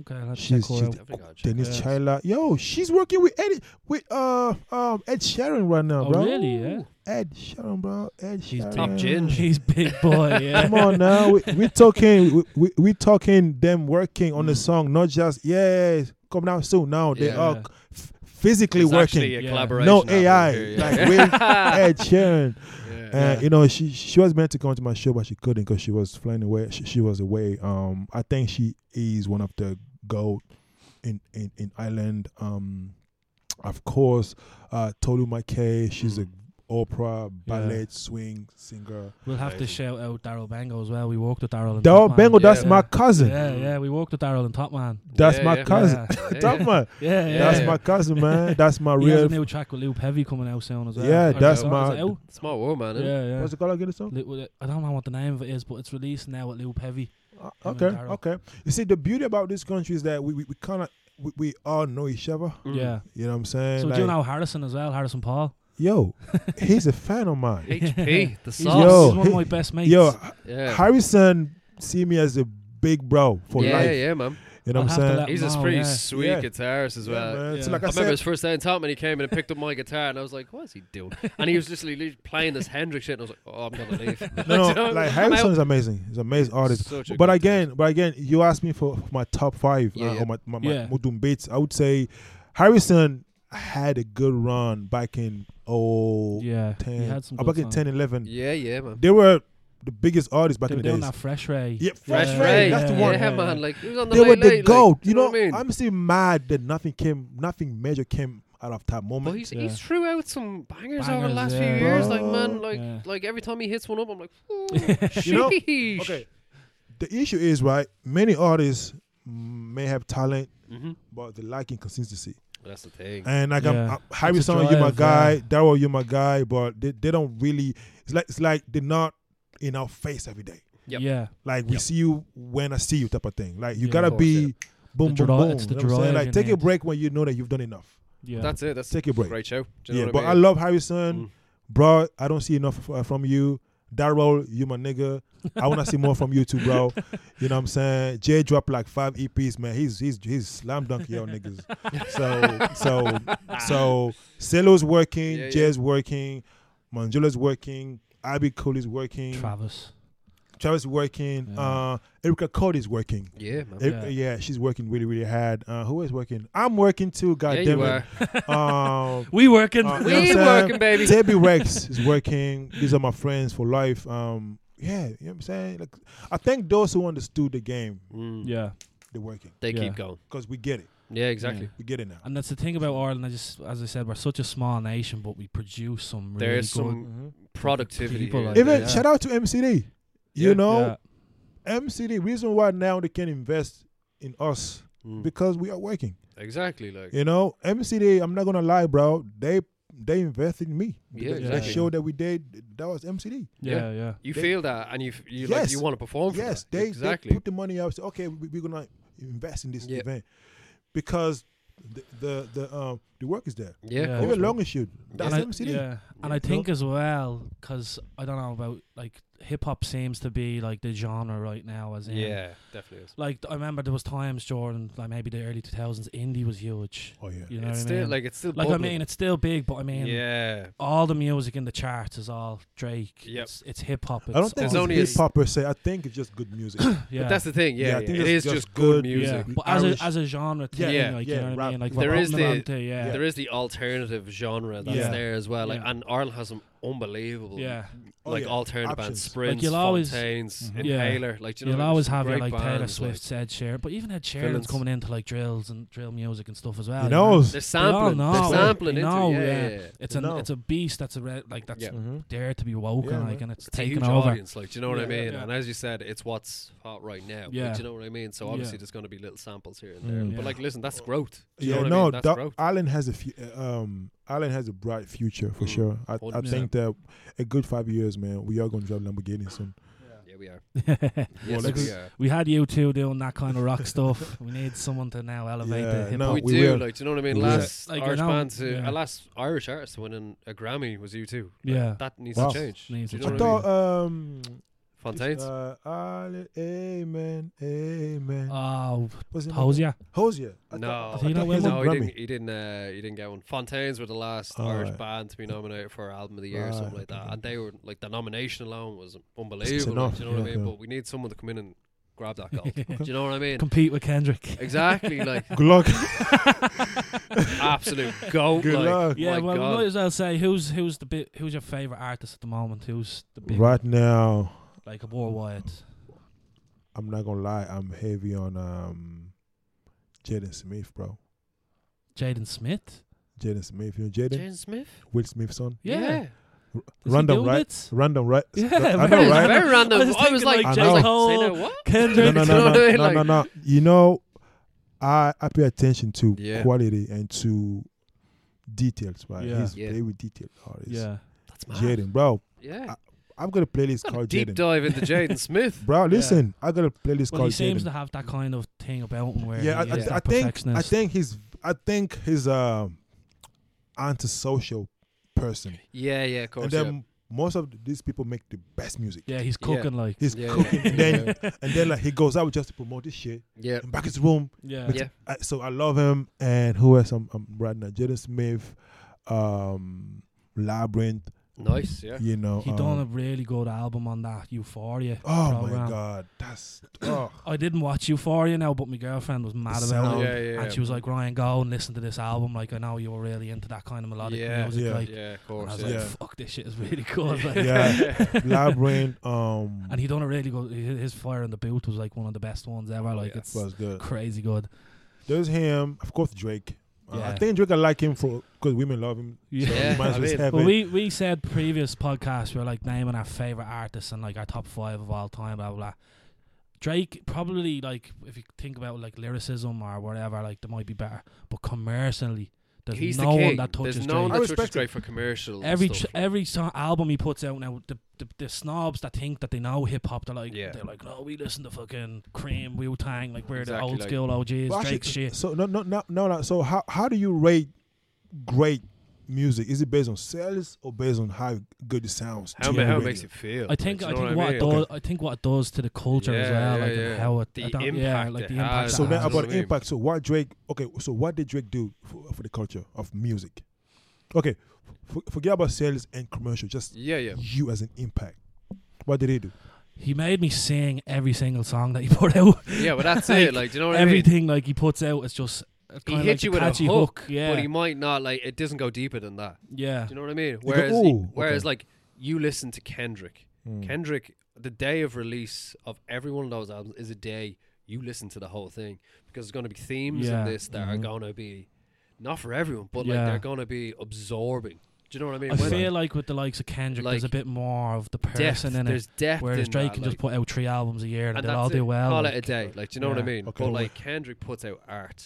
Speaker 1: Okay, let's
Speaker 3: She's-
Speaker 1: check her
Speaker 3: she's
Speaker 1: out.
Speaker 2: Definitely gotta check
Speaker 3: Dennis
Speaker 1: Yeah.
Speaker 2: that.
Speaker 3: Chyla, yo, she's working with Ed, with uh, um, Ed Sheeran right now,
Speaker 1: Oh,
Speaker 3: bro.
Speaker 1: really? Yeah.
Speaker 3: Ed Sheeran, bro. Ed
Speaker 1: He's
Speaker 3: Sheeran.
Speaker 2: Top Ginge.
Speaker 1: He's big boy. Yeah.
Speaker 3: Come on now, we, we talking, we, we, we talking them working on the
Speaker 2: Mm.
Speaker 3: song, not just yeah, come now soon. Now they
Speaker 2: Yeah.
Speaker 3: are f- physically
Speaker 2: It's actually
Speaker 3: working.
Speaker 2: a
Speaker 1: Yeah.
Speaker 2: collaboration
Speaker 3: No
Speaker 2: happening
Speaker 3: AI,
Speaker 2: here, yeah.
Speaker 3: like Uh, with Ed Sheeran.
Speaker 2: Yeah.
Speaker 1: Yeah.
Speaker 3: And you know, she she was meant to come to my show, but she couldn't because she was flying away. She, she was away. Um, I think she is one of the gold in in in Ireland. Um, of course, uh, Tolu Mike, she's
Speaker 2: Mm.
Speaker 3: a opera ballet
Speaker 1: Yeah.
Speaker 3: swing singer.
Speaker 1: We'll have to
Speaker 2: Amazing.
Speaker 1: shout out Daryl Bengo as well. We worked with Daryl. and
Speaker 3: Dog
Speaker 1: Topman.
Speaker 3: Bengal, that's
Speaker 2: Yeah.
Speaker 3: my cousin.
Speaker 1: Yeah, yeah, we worked with Daryl and Topman.
Speaker 3: That's
Speaker 2: Yeah,
Speaker 3: my
Speaker 2: yeah.
Speaker 3: cousin.
Speaker 1: Yeah,
Speaker 2: Yeah,
Speaker 3: Top
Speaker 2: yeah.
Speaker 3: man.
Speaker 1: yeah. yeah.
Speaker 3: That's
Speaker 2: Yeah.
Speaker 3: my cousin, man. That's my
Speaker 1: He has a
Speaker 3: real.
Speaker 1: new track with Luke Heavy coming out soon as well.
Speaker 3: Yeah,
Speaker 1: Or
Speaker 2: that's
Speaker 1: is it
Speaker 3: my-
Speaker 1: out?
Speaker 2: Small world, man.
Speaker 1: Yeah,
Speaker 2: eh?
Speaker 1: yeah.
Speaker 3: What's it called again? The song?
Speaker 1: Luke- well, I don't know what the name of it is, but it's released now with Luke Heavy.
Speaker 3: Uh,
Speaker 1: and
Speaker 3: Okay,
Speaker 1: Daryl.
Speaker 3: okay. You see, the beauty about this country is that we we, we kind of we, we all know each other.
Speaker 2: Mm.
Speaker 1: Yeah.
Speaker 3: You know what I'm saying?
Speaker 1: So
Speaker 3: like,
Speaker 1: do you know Harrison as well? Harrison Paul.
Speaker 3: yo, he's a fan of mine.
Speaker 2: HP, the
Speaker 1: He's,
Speaker 2: sauce.
Speaker 1: he's
Speaker 3: Yo.
Speaker 1: one of my best mates.
Speaker 3: Yo,
Speaker 2: Yeah.
Speaker 3: Harrison see me as a big bro for
Speaker 2: yeah,
Speaker 3: life.
Speaker 2: yeah, man.
Speaker 3: You know
Speaker 1: I'll
Speaker 3: what
Speaker 1: have
Speaker 3: I'm
Speaker 1: to
Speaker 3: saying?
Speaker 1: let-
Speaker 2: He's
Speaker 1: No,
Speaker 2: a pretty
Speaker 1: yeah.
Speaker 2: sweet
Speaker 3: Yeah.
Speaker 2: guitarist as
Speaker 3: Yeah,
Speaker 2: well.
Speaker 3: man.
Speaker 1: Yeah.
Speaker 3: So like
Speaker 2: I
Speaker 3: I,
Speaker 2: remember his
Speaker 3: said,
Speaker 2: first day in Tottenham, he came in and picked up my guitar, and I was like, "What is he doing?" And he was just literally playing this Hendrix shit, and I was like, "Oh, I'm gonna leave."
Speaker 3: no,
Speaker 2: You know,
Speaker 3: no, like
Speaker 2: I'm out.
Speaker 3: Harrison is amazing. He's an amazing artist.
Speaker 2: Such a
Speaker 3: But
Speaker 2: good
Speaker 3: again, but again, you asked me for my top five
Speaker 2: Yeah,
Speaker 3: uh,
Speaker 2: yeah.
Speaker 3: or my my, my
Speaker 1: Yeah.
Speaker 3: Mudum beats. I would say Harrison had a good run back in oh
Speaker 1: Yeah. he
Speaker 3: 10
Speaker 1: had some
Speaker 3: uh,
Speaker 1: good
Speaker 3: back in
Speaker 1: songs.
Speaker 3: 10 11
Speaker 2: Yeah, yeah, man.
Speaker 3: they were the biggest artists back
Speaker 1: They
Speaker 3: in
Speaker 1: were
Speaker 3: the
Speaker 1: doing
Speaker 3: days
Speaker 1: that Fresh Ray.
Speaker 3: yeah
Speaker 2: Fresh
Speaker 1: Yeah,
Speaker 2: Ray,
Speaker 3: that's the
Speaker 1: yeah,
Speaker 3: one
Speaker 2: Yeah,
Speaker 1: yeah.
Speaker 2: man. Like he was on the
Speaker 3: they
Speaker 2: late,
Speaker 3: were the
Speaker 2: late, like,
Speaker 3: goat you
Speaker 2: you know,
Speaker 3: know,
Speaker 2: what I mean?
Speaker 3: i'm still mad that nothing came nothing major came out of time
Speaker 2: But
Speaker 3: moment.
Speaker 2: he's,
Speaker 1: Yeah.
Speaker 2: he's threw out some bangers, over the
Speaker 1: Bangers,
Speaker 2: last
Speaker 1: yeah.
Speaker 2: few years. Like
Speaker 3: Bro.
Speaker 2: man, like
Speaker 1: Yeah.
Speaker 2: like every time he hits one up, I'm like, "Ooh,
Speaker 3: You know,
Speaker 2: sheesh."
Speaker 3: okay, the issue is right. Many artists may have talent,
Speaker 2: Mhm.
Speaker 3: but they lack in consistency.
Speaker 2: That's the thing.
Speaker 3: And like I'm,
Speaker 1: Yeah.
Speaker 3: I'm Harry
Speaker 1: It's a
Speaker 3: Summer, you're my
Speaker 1: drive,
Speaker 3: guy.
Speaker 1: yeah.
Speaker 3: Daryl, you're my guy. But they, they don't really. It's like it's like they're not in our face every day.
Speaker 2: Yep.
Speaker 1: Yeah.
Speaker 3: Like we
Speaker 2: Yep.
Speaker 3: see you when I see you type of thing. Like you
Speaker 1: Yeah,
Speaker 3: gotta
Speaker 2: of course,
Speaker 3: be
Speaker 2: yeah.
Speaker 3: boom,
Speaker 1: The
Speaker 3: boom,
Speaker 1: drive-
Speaker 3: boom.
Speaker 1: it's the
Speaker 3: You know what I'm saying?
Speaker 1: drive
Speaker 3: Like
Speaker 1: you
Speaker 3: take a
Speaker 1: need.
Speaker 3: break when you know that you've done enough.
Speaker 1: Yeah.
Speaker 2: That's it. That's
Speaker 3: Take a break.
Speaker 2: great show. Do you
Speaker 3: Yeah,
Speaker 2: know what
Speaker 3: but
Speaker 2: I,
Speaker 3: I
Speaker 2: mean?
Speaker 3: love Harrison,
Speaker 2: Mm.
Speaker 3: bro. I don't see enough f- from you. Daryl, you my nigga. I wanna see more from you too, bro. You know what I'm saying? Jay dropped like five EPs, man. He's he's he's slam dunk y'all niggas. So so so Celo's working,
Speaker 2: Yeah, yeah.
Speaker 3: Jay's working, Manjula's working, Abby Cooley's working,
Speaker 1: Travis.
Speaker 3: Travis working,
Speaker 1: Yeah.
Speaker 3: uh Erica Cody's working.
Speaker 2: Yeah, man.
Speaker 1: Yeah.
Speaker 3: Ev- Yeah. she's working really, really hard. Uh, who is working? I'm working too. God
Speaker 2: yeah,
Speaker 3: damn
Speaker 2: you are.
Speaker 3: it. Um,
Speaker 1: We working.
Speaker 3: uh, you know what I'm
Speaker 2: We
Speaker 3: saying?
Speaker 2: working, baby.
Speaker 3: Debbie Rex is working. These are my friends for life. Um, yeah, you know what I'm saying. Like, I think those who understood the game,
Speaker 2: Mm.
Speaker 1: yeah.
Speaker 3: they're working
Speaker 2: They
Speaker 1: Yeah.
Speaker 2: keep going.
Speaker 3: because we get it.
Speaker 2: Yeah, exactly.
Speaker 3: We get it now.
Speaker 1: And that's the thing about Ireland. I just, as I said, we're such a small nation, but we produce some really
Speaker 2: There's
Speaker 1: good.
Speaker 2: some
Speaker 3: Mm-hmm.
Speaker 2: productivity.
Speaker 1: People
Speaker 2: here.
Speaker 1: like
Speaker 3: Even
Speaker 1: Yeah.
Speaker 3: shout out to MCD. You
Speaker 2: Yeah.
Speaker 3: know, MCD. Reason why now they can invest in us
Speaker 2: Mm.
Speaker 3: because we are working.
Speaker 2: Exactly. Like
Speaker 3: You know, MCD. I'm not gonna lie, bro. They they invested in me.
Speaker 2: Yeah,
Speaker 3: Because That
Speaker 1: exactly.
Speaker 3: show that we did that was MCD.
Speaker 1: yeah, yeah,
Speaker 2: Yeah.
Speaker 1: yeah,
Speaker 2: you
Speaker 3: they-
Speaker 2: feel that, and you f- you
Speaker 3: Yes.
Speaker 2: like you want to perform. For
Speaker 3: Yes,
Speaker 2: that.
Speaker 3: they,
Speaker 2: exactly.
Speaker 3: they put the money out. Say, okay, we, we're gonna invest in this
Speaker 2: Yeah.
Speaker 3: event because the the the, um, the work is there.
Speaker 2: yeah,
Speaker 1: Yeah.
Speaker 2: of course,
Speaker 3: Even
Speaker 2: man.
Speaker 3: longer shoot. That's
Speaker 1: and I,
Speaker 3: MCD.
Speaker 1: yeah. and
Speaker 2: Yeah.
Speaker 1: I think as well, because I don't know about like hip hop seems to be like the genre right now, as in
Speaker 2: Yeah, definitely is.
Speaker 1: Like I remember there was times, Jordan, like maybe the early two thousands, indie was huge.
Speaker 3: Oh yeah.
Speaker 1: You know what
Speaker 2: it's
Speaker 1: I
Speaker 2: still
Speaker 1: mean?
Speaker 2: like it's still
Speaker 1: Like, I
Speaker 2: bubbling.
Speaker 1: mean, it's still big, but I mean,
Speaker 2: yeah,
Speaker 1: all the music in the charts is all Drake.
Speaker 2: Yep.
Speaker 1: It's, it's hip hop.
Speaker 3: I don't think
Speaker 2: There's
Speaker 3: it's
Speaker 2: only
Speaker 3: hip
Speaker 2: a-
Speaker 3: hop per se. I think it's just good music.
Speaker 1: yeah.
Speaker 2: But that's the thing. Yeah,
Speaker 3: Yeah, I
Speaker 2: yeah,
Speaker 3: think
Speaker 2: it is
Speaker 3: that's just
Speaker 2: just, good
Speaker 3: good,
Speaker 2: music.
Speaker 1: Yeah.
Speaker 3: Music.
Speaker 1: But as
Speaker 3: Irish.
Speaker 1: a, as a genre
Speaker 3: Yeah,
Speaker 1: thing, like
Speaker 3: yeah,
Speaker 1: you know what
Speaker 3: rap.
Speaker 1: I mean? Like
Speaker 2: There
Speaker 1: we're
Speaker 2: is
Speaker 1: putting it
Speaker 2: the-
Speaker 1: onto- yeah.
Speaker 2: There is the alternative genre that's
Speaker 3: Yeah.
Speaker 2: there as well. Like,
Speaker 1: Yeah.
Speaker 2: and Ireland has some unbelievable,
Speaker 1: yeah.
Speaker 3: Oh,
Speaker 2: like
Speaker 3: yeah.
Speaker 2: alternative
Speaker 3: Options.
Speaker 2: bands, Sprints,
Speaker 1: you'll always-
Speaker 2: Fontaines,
Speaker 3: Mhm.
Speaker 1: Yeah.
Speaker 2: Inhaler. Like, do you know,
Speaker 1: You'll
Speaker 2: what I mean?
Speaker 1: always
Speaker 2: Some
Speaker 1: have your
Speaker 2: great
Speaker 1: like Taylor
Speaker 2: bands,
Speaker 1: Swift, Ed Sheeran, but even Ed Sheeran's
Speaker 2: Villains.
Speaker 1: coming into like drills and drill music and stuff as well.
Speaker 3: He
Speaker 1: you know?
Speaker 3: knows.
Speaker 2: They're sampling.
Speaker 1: know,
Speaker 2: They're
Speaker 1: like,
Speaker 2: sampling
Speaker 1: they
Speaker 2: into.
Speaker 1: know,
Speaker 2: yeah,
Speaker 1: yeah.
Speaker 2: yeah, yeah.
Speaker 1: It's
Speaker 3: They
Speaker 1: a
Speaker 3: know.
Speaker 1: it's a beast that's a re- like that's
Speaker 2: Yeah.
Speaker 3: Mhm.
Speaker 1: dare to be woke
Speaker 3: Yeah,
Speaker 1: and like
Speaker 3: man.
Speaker 1: and it's,
Speaker 2: It's a
Speaker 1: taking
Speaker 2: huge
Speaker 1: over.
Speaker 2: audience. Like, do you know what
Speaker 3: Yeah,
Speaker 2: I mean?
Speaker 1: yeah.
Speaker 2: And as you said, it's what's hot right now. like,
Speaker 1: Yeah.
Speaker 2: do you know what I mean? So
Speaker 1: Yeah.
Speaker 2: obviously, there's going to be little samples here and there.
Speaker 3: Mm.
Speaker 2: But
Speaker 1: Yeah.
Speaker 2: like, listen, that's growth. Do you
Speaker 3: yeah,
Speaker 2: know what
Speaker 3: no,
Speaker 2: I mean? That's
Speaker 3: Dub-
Speaker 2: growth.
Speaker 3: Ireland has a few, um, Ireland has a bright future for
Speaker 2: Mm.
Speaker 3: sure. I, I
Speaker 2: Hundred
Speaker 3: think that a good five years, man, we are gonna drive Lamborghini soon.
Speaker 2: Yeah, we are. Yes,
Speaker 3: let's-
Speaker 2: we are.
Speaker 1: we had you two doing that kind of rock stuff. We need someone to now elevate
Speaker 3: Yeah,
Speaker 1: the hip
Speaker 3: no,
Speaker 1: hop.
Speaker 2: we,
Speaker 3: we
Speaker 2: do,
Speaker 3: will.
Speaker 2: like, do you know what I mean?
Speaker 3: We will.
Speaker 2: last
Speaker 1: Like, you
Speaker 2: Irish
Speaker 1: know,
Speaker 2: band to
Speaker 1: yeah.
Speaker 2: uh, last Irish artist winning a Grammy was you too. Like,
Speaker 1: Yeah.
Speaker 2: that needs
Speaker 3: Wow.
Speaker 2: to change.
Speaker 1: Needs
Speaker 2: Do
Speaker 1: to
Speaker 2: you know
Speaker 3: I
Speaker 1: change.
Speaker 2: what I mean?
Speaker 3: thought, um,
Speaker 2: Fontaines.
Speaker 3: uh, Ireland, amen, amen.
Speaker 1: Oh,
Speaker 3: What's his name?
Speaker 1: Hosier.
Speaker 3: Hosier. I
Speaker 2: Uh, no,
Speaker 3: thought-
Speaker 1: Did he
Speaker 3: I
Speaker 1: not
Speaker 3: thought
Speaker 1: win
Speaker 3: was
Speaker 1: one?
Speaker 3: on
Speaker 2: no, he
Speaker 3: Grammy.
Speaker 2: didn't. He didn't. Uh, he didn't get one. Fontaines were the last Irish
Speaker 3: Alright.
Speaker 2: band to be nominated for album of the year or
Speaker 3: Right,
Speaker 2: something like that,
Speaker 3: okay.
Speaker 2: and they were like the nomination alone was unbelievable.
Speaker 3: enough,
Speaker 2: like, do you know what
Speaker 3: yeah,
Speaker 2: I mean?
Speaker 3: yeah.
Speaker 2: But we need someone to come in and grab that gold. do you know what I mean?
Speaker 1: Compete with Kendrick.
Speaker 2: exactly, like
Speaker 3: Good luck.
Speaker 2: absolute goat.
Speaker 3: Good
Speaker 2: like,
Speaker 3: luck.
Speaker 1: Yeah,
Speaker 2: my
Speaker 1: well,
Speaker 2: God.
Speaker 1: we might as well say who's who's the bit who's your favorite artist at the moment? Who's the big
Speaker 3: right now,
Speaker 1: like worldwide?
Speaker 3: I'm not gonna lie, I'm heavy on um, Jaden Smith, bro.
Speaker 1: Jaden Smith.
Speaker 3: Jaden Smith, you know Jaden,
Speaker 2: Jaden Smith.
Speaker 3: Will Smith's son.
Speaker 1: Yeah. Does he
Speaker 3: Random,
Speaker 1: do
Speaker 3: right?
Speaker 1: bits?
Speaker 3: Random, right?
Speaker 1: Yeah,
Speaker 3: I
Speaker 1: very-
Speaker 3: know, right?
Speaker 2: Very random.
Speaker 1: I was
Speaker 2: I was
Speaker 1: thinking,
Speaker 2: like,
Speaker 1: like,
Speaker 2: I was
Speaker 1: J.
Speaker 2: like, say
Speaker 1: Cole,
Speaker 2: no, what?
Speaker 3: no,
Speaker 1: Kendrick.
Speaker 3: no,
Speaker 2: You
Speaker 3: no,
Speaker 2: know
Speaker 3: no,
Speaker 2: what I mean?
Speaker 3: no, no,
Speaker 2: Like-
Speaker 3: no. You know, I I pay attention to
Speaker 2: Yeah.
Speaker 3: quality and to details, right?
Speaker 1: Yeah.
Speaker 3: He's
Speaker 2: Yeah.
Speaker 3: very detailed artist.
Speaker 1: Yeah.
Speaker 2: That's mad.
Speaker 3: Jaden, bro,
Speaker 2: Yeah.
Speaker 3: I've got a playlist
Speaker 2: Got a
Speaker 3: called
Speaker 2: deep
Speaker 3: Jaden.
Speaker 2: dive into Jaden Smith.
Speaker 3: Bro, listen, I got a playlist
Speaker 1: Well, he
Speaker 3: called
Speaker 1: seems
Speaker 3: Jaden.
Speaker 1: to have that kind of thing about him where
Speaker 3: Yeah, I,
Speaker 1: he
Speaker 3: I,
Speaker 1: is
Speaker 3: I
Speaker 1: that
Speaker 3: think I
Speaker 1: perfectionist.
Speaker 3: think he's I think he's um antisocial person,
Speaker 2: Yeah, yeah, of course.
Speaker 3: and then most of these people make the best music.
Speaker 1: yeah, he's
Speaker 2: Yeah.
Speaker 1: cooking like
Speaker 3: He's
Speaker 2: Yeah,
Speaker 3: cooking,
Speaker 2: yeah,
Speaker 3: and then and then like he goes out just to promote this shit.
Speaker 2: yeah.
Speaker 3: And back his room,
Speaker 1: yeah,
Speaker 2: Yeah.
Speaker 3: I, so I love him. And who else? I'm, I'm right now. Jaden Smith, um, Labyrinth.
Speaker 2: Nice, yeah.
Speaker 3: You know.
Speaker 1: He
Speaker 3: um,
Speaker 1: done a really good album on that Euphoria.
Speaker 3: oh my
Speaker 1: program.
Speaker 3: God, that's oh,
Speaker 1: I didn't watch Euphoria now, but my girlfriend was mad about
Speaker 3: sound.
Speaker 1: it.
Speaker 2: Yeah, yeah, yeah.
Speaker 1: And she was like, Ryan, go and listen to this album. Like, I know you were really into that kind of melodic
Speaker 2: Yeah,
Speaker 1: music.
Speaker 3: yeah.
Speaker 1: like,
Speaker 2: yeah, of
Speaker 1: and I
Speaker 2: course.
Speaker 1: was
Speaker 2: Yeah.
Speaker 1: like,
Speaker 3: Yeah.
Speaker 1: fuck, this shit is really cool. Like,
Speaker 3: Yeah. Labyrinth. Um,
Speaker 1: And he done a really good. hi- His fire in the boot was like one of the best ones ever. Like,
Speaker 2: Oh, yeah.
Speaker 1: it's
Speaker 3: was good.
Speaker 1: crazy good.
Speaker 3: There's him. Of course, Drake. Uh, I
Speaker 1: Yeah.
Speaker 3: think Drake I like him for because women love him. So
Speaker 2: Yeah,
Speaker 3: you might as
Speaker 2: I
Speaker 3: well
Speaker 2: mean-
Speaker 3: have
Speaker 1: Well,
Speaker 3: it.
Speaker 1: we, we said previous podcasts we were like naming our favorite artists and like our top five of all time, blah blah. blah. Drake probably like if you think about like lyricism or whatever, like there might be better, but commercially, there's
Speaker 2: He's
Speaker 1: no
Speaker 2: the king.
Speaker 1: one that touches
Speaker 2: There's
Speaker 1: Drake.
Speaker 2: no one
Speaker 3: I
Speaker 2: that touches
Speaker 3: respect
Speaker 2: Drake for commercial.
Speaker 1: every
Speaker 2: stuff.
Speaker 1: tr- every song, album he puts out now, the, the the snobs that think that they know hip hop, they're like
Speaker 2: Yeah.
Speaker 1: they're like, no, we listen to fucking Cream, Wu Tang, like we're
Speaker 2: Exactly,
Speaker 1: the old
Speaker 2: like-
Speaker 1: school
Speaker 3: But
Speaker 1: OGs,
Speaker 3: actually,
Speaker 1: Drake's shit.
Speaker 3: So no, no, no, no, no. So how how do you rate great music? Is it based on sales or based on how good it sounds?
Speaker 2: how,
Speaker 3: to
Speaker 2: ma-
Speaker 3: your
Speaker 2: how it
Speaker 3: radio?
Speaker 2: makes you feel?
Speaker 1: I think
Speaker 2: like,
Speaker 1: I
Speaker 2: you
Speaker 1: think what,
Speaker 2: know what, I
Speaker 1: it
Speaker 2: mean?
Speaker 1: does, I think what it does to the culture as
Speaker 2: Yeah,
Speaker 1: well,
Speaker 2: yeah,
Speaker 1: like and
Speaker 2: yeah.
Speaker 1: how it
Speaker 2: The
Speaker 1: I don't- yeah,
Speaker 2: impact
Speaker 1: like
Speaker 2: it
Speaker 1: the impact.
Speaker 2: has
Speaker 1: it
Speaker 3: So now
Speaker 2: That's
Speaker 1: has.
Speaker 2: what
Speaker 3: about
Speaker 2: I mean.
Speaker 3: impact. So what Drake? Okay, so what did Drake do for, for the culture of music? Okay, f- forget about sales and commercial. Just
Speaker 2: Yeah, yeah.
Speaker 3: you as an impact. What did he do?
Speaker 1: he made me sing every single song that he put out.
Speaker 2: Yeah, but that's
Speaker 1: Like,
Speaker 2: it. Like, do you know what I mean?
Speaker 1: Everything like he puts out is just uh,
Speaker 2: He
Speaker 1: kinda
Speaker 2: hits
Speaker 1: like
Speaker 2: you
Speaker 1: the
Speaker 2: with a
Speaker 1: catchy
Speaker 2: hook,
Speaker 1: Yeah,
Speaker 2: But he might not like it. Doesn't go deeper than that.
Speaker 1: yeah,
Speaker 2: Do you know what I mean? Whereas,
Speaker 3: "Ooh,"
Speaker 2: whereas
Speaker 3: okay. Mm.
Speaker 2: like you listen to Kendrick.
Speaker 1: Hmm.
Speaker 2: Kendrick, the day of release of every one of those albums is a day you listen to the whole thing because there's going to be themes
Speaker 1: Yeah. Mm-hmm.
Speaker 2: in this that are
Speaker 3: Mhm.
Speaker 2: going to be not for everyone, but like
Speaker 1: Yeah.
Speaker 2: they're going to be absorbing. Do you know what I mean?
Speaker 1: I
Speaker 2: When-
Speaker 1: feel like with the likes of Kendrick, there's a
Speaker 2: like,
Speaker 1: bit more of the
Speaker 2: depth,
Speaker 1: person in it.
Speaker 2: there's depth.
Speaker 1: Whereas
Speaker 2: in
Speaker 1: Drake
Speaker 2: that,
Speaker 1: can
Speaker 2: like-
Speaker 1: just put out three albums a year and,
Speaker 2: and
Speaker 1: they'll
Speaker 2: that's
Speaker 1: all
Speaker 2: it.
Speaker 1: do well.
Speaker 2: Call
Speaker 1: like-
Speaker 2: it a day. Like, do you know what I
Speaker 1: Yeah.
Speaker 2: mean?
Speaker 3: Okay.
Speaker 2: But like Kendrick puts out art.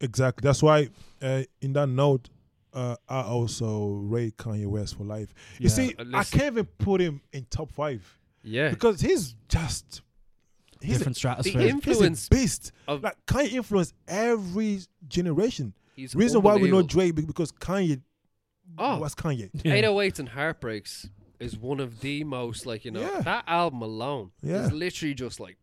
Speaker 3: Exactly. That's why, uh, in that note, uh, I also rate Kanye West for life. You
Speaker 1: Yeah.
Speaker 3: see,
Speaker 2: At
Speaker 3: I
Speaker 2: least-
Speaker 3: can't even put him in top five
Speaker 2: Yeah.
Speaker 3: because he's just he's
Speaker 1: different
Speaker 2: the
Speaker 1: stratosphere.
Speaker 3: a, he's
Speaker 2: influence
Speaker 3: a beast.
Speaker 2: of
Speaker 3: Like Kanye influenced every generation.
Speaker 2: he's
Speaker 3: Reason why we know
Speaker 2: unbelievable.
Speaker 3: Drake be- because Kanye
Speaker 2: Oh.
Speaker 3: was Kanye.
Speaker 1: Yeah.
Speaker 2: 808s and Heartbreaks is one of the most like you know
Speaker 3: Yeah.
Speaker 2: that album alone
Speaker 3: Yeah.
Speaker 2: is literally just like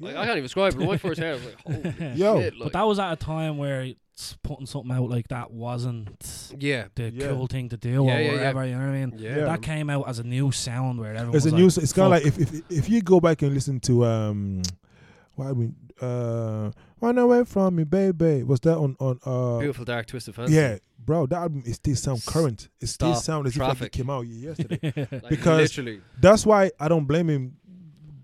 Speaker 2: like I
Speaker 3: Yeah.
Speaker 2: can't even describe it. When I first heard, it, I was like, holy
Speaker 3: Yo.
Speaker 2: shit! Like,
Speaker 1: But that was at a time where it's putting something out like that wasn't
Speaker 2: yeah,
Speaker 1: the
Speaker 3: Yeah.
Speaker 1: cool thing to do or
Speaker 2: Yeah, yeah, yeah.
Speaker 1: whatever. You know what I mean?
Speaker 2: yeah,
Speaker 1: That came out as a new sound where everyone
Speaker 3: It's a
Speaker 1: was
Speaker 3: new.
Speaker 1: like,
Speaker 3: it's kind of
Speaker 1: "Fuck."
Speaker 3: like if, if if you go back and listen to um, why we uh, run away from me, baby. Was that on on uh?
Speaker 2: beautiful dark twisted fantasy.
Speaker 3: Yeah, bro, that album is still sound current. It still
Speaker 2: Stop
Speaker 3: sound as if like
Speaker 2: traffic.
Speaker 3: it came out yesterday.
Speaker 2: like,
Speaker 3: because-
Speaker 2: literally,
Speaker 3: That's why I don't blame him.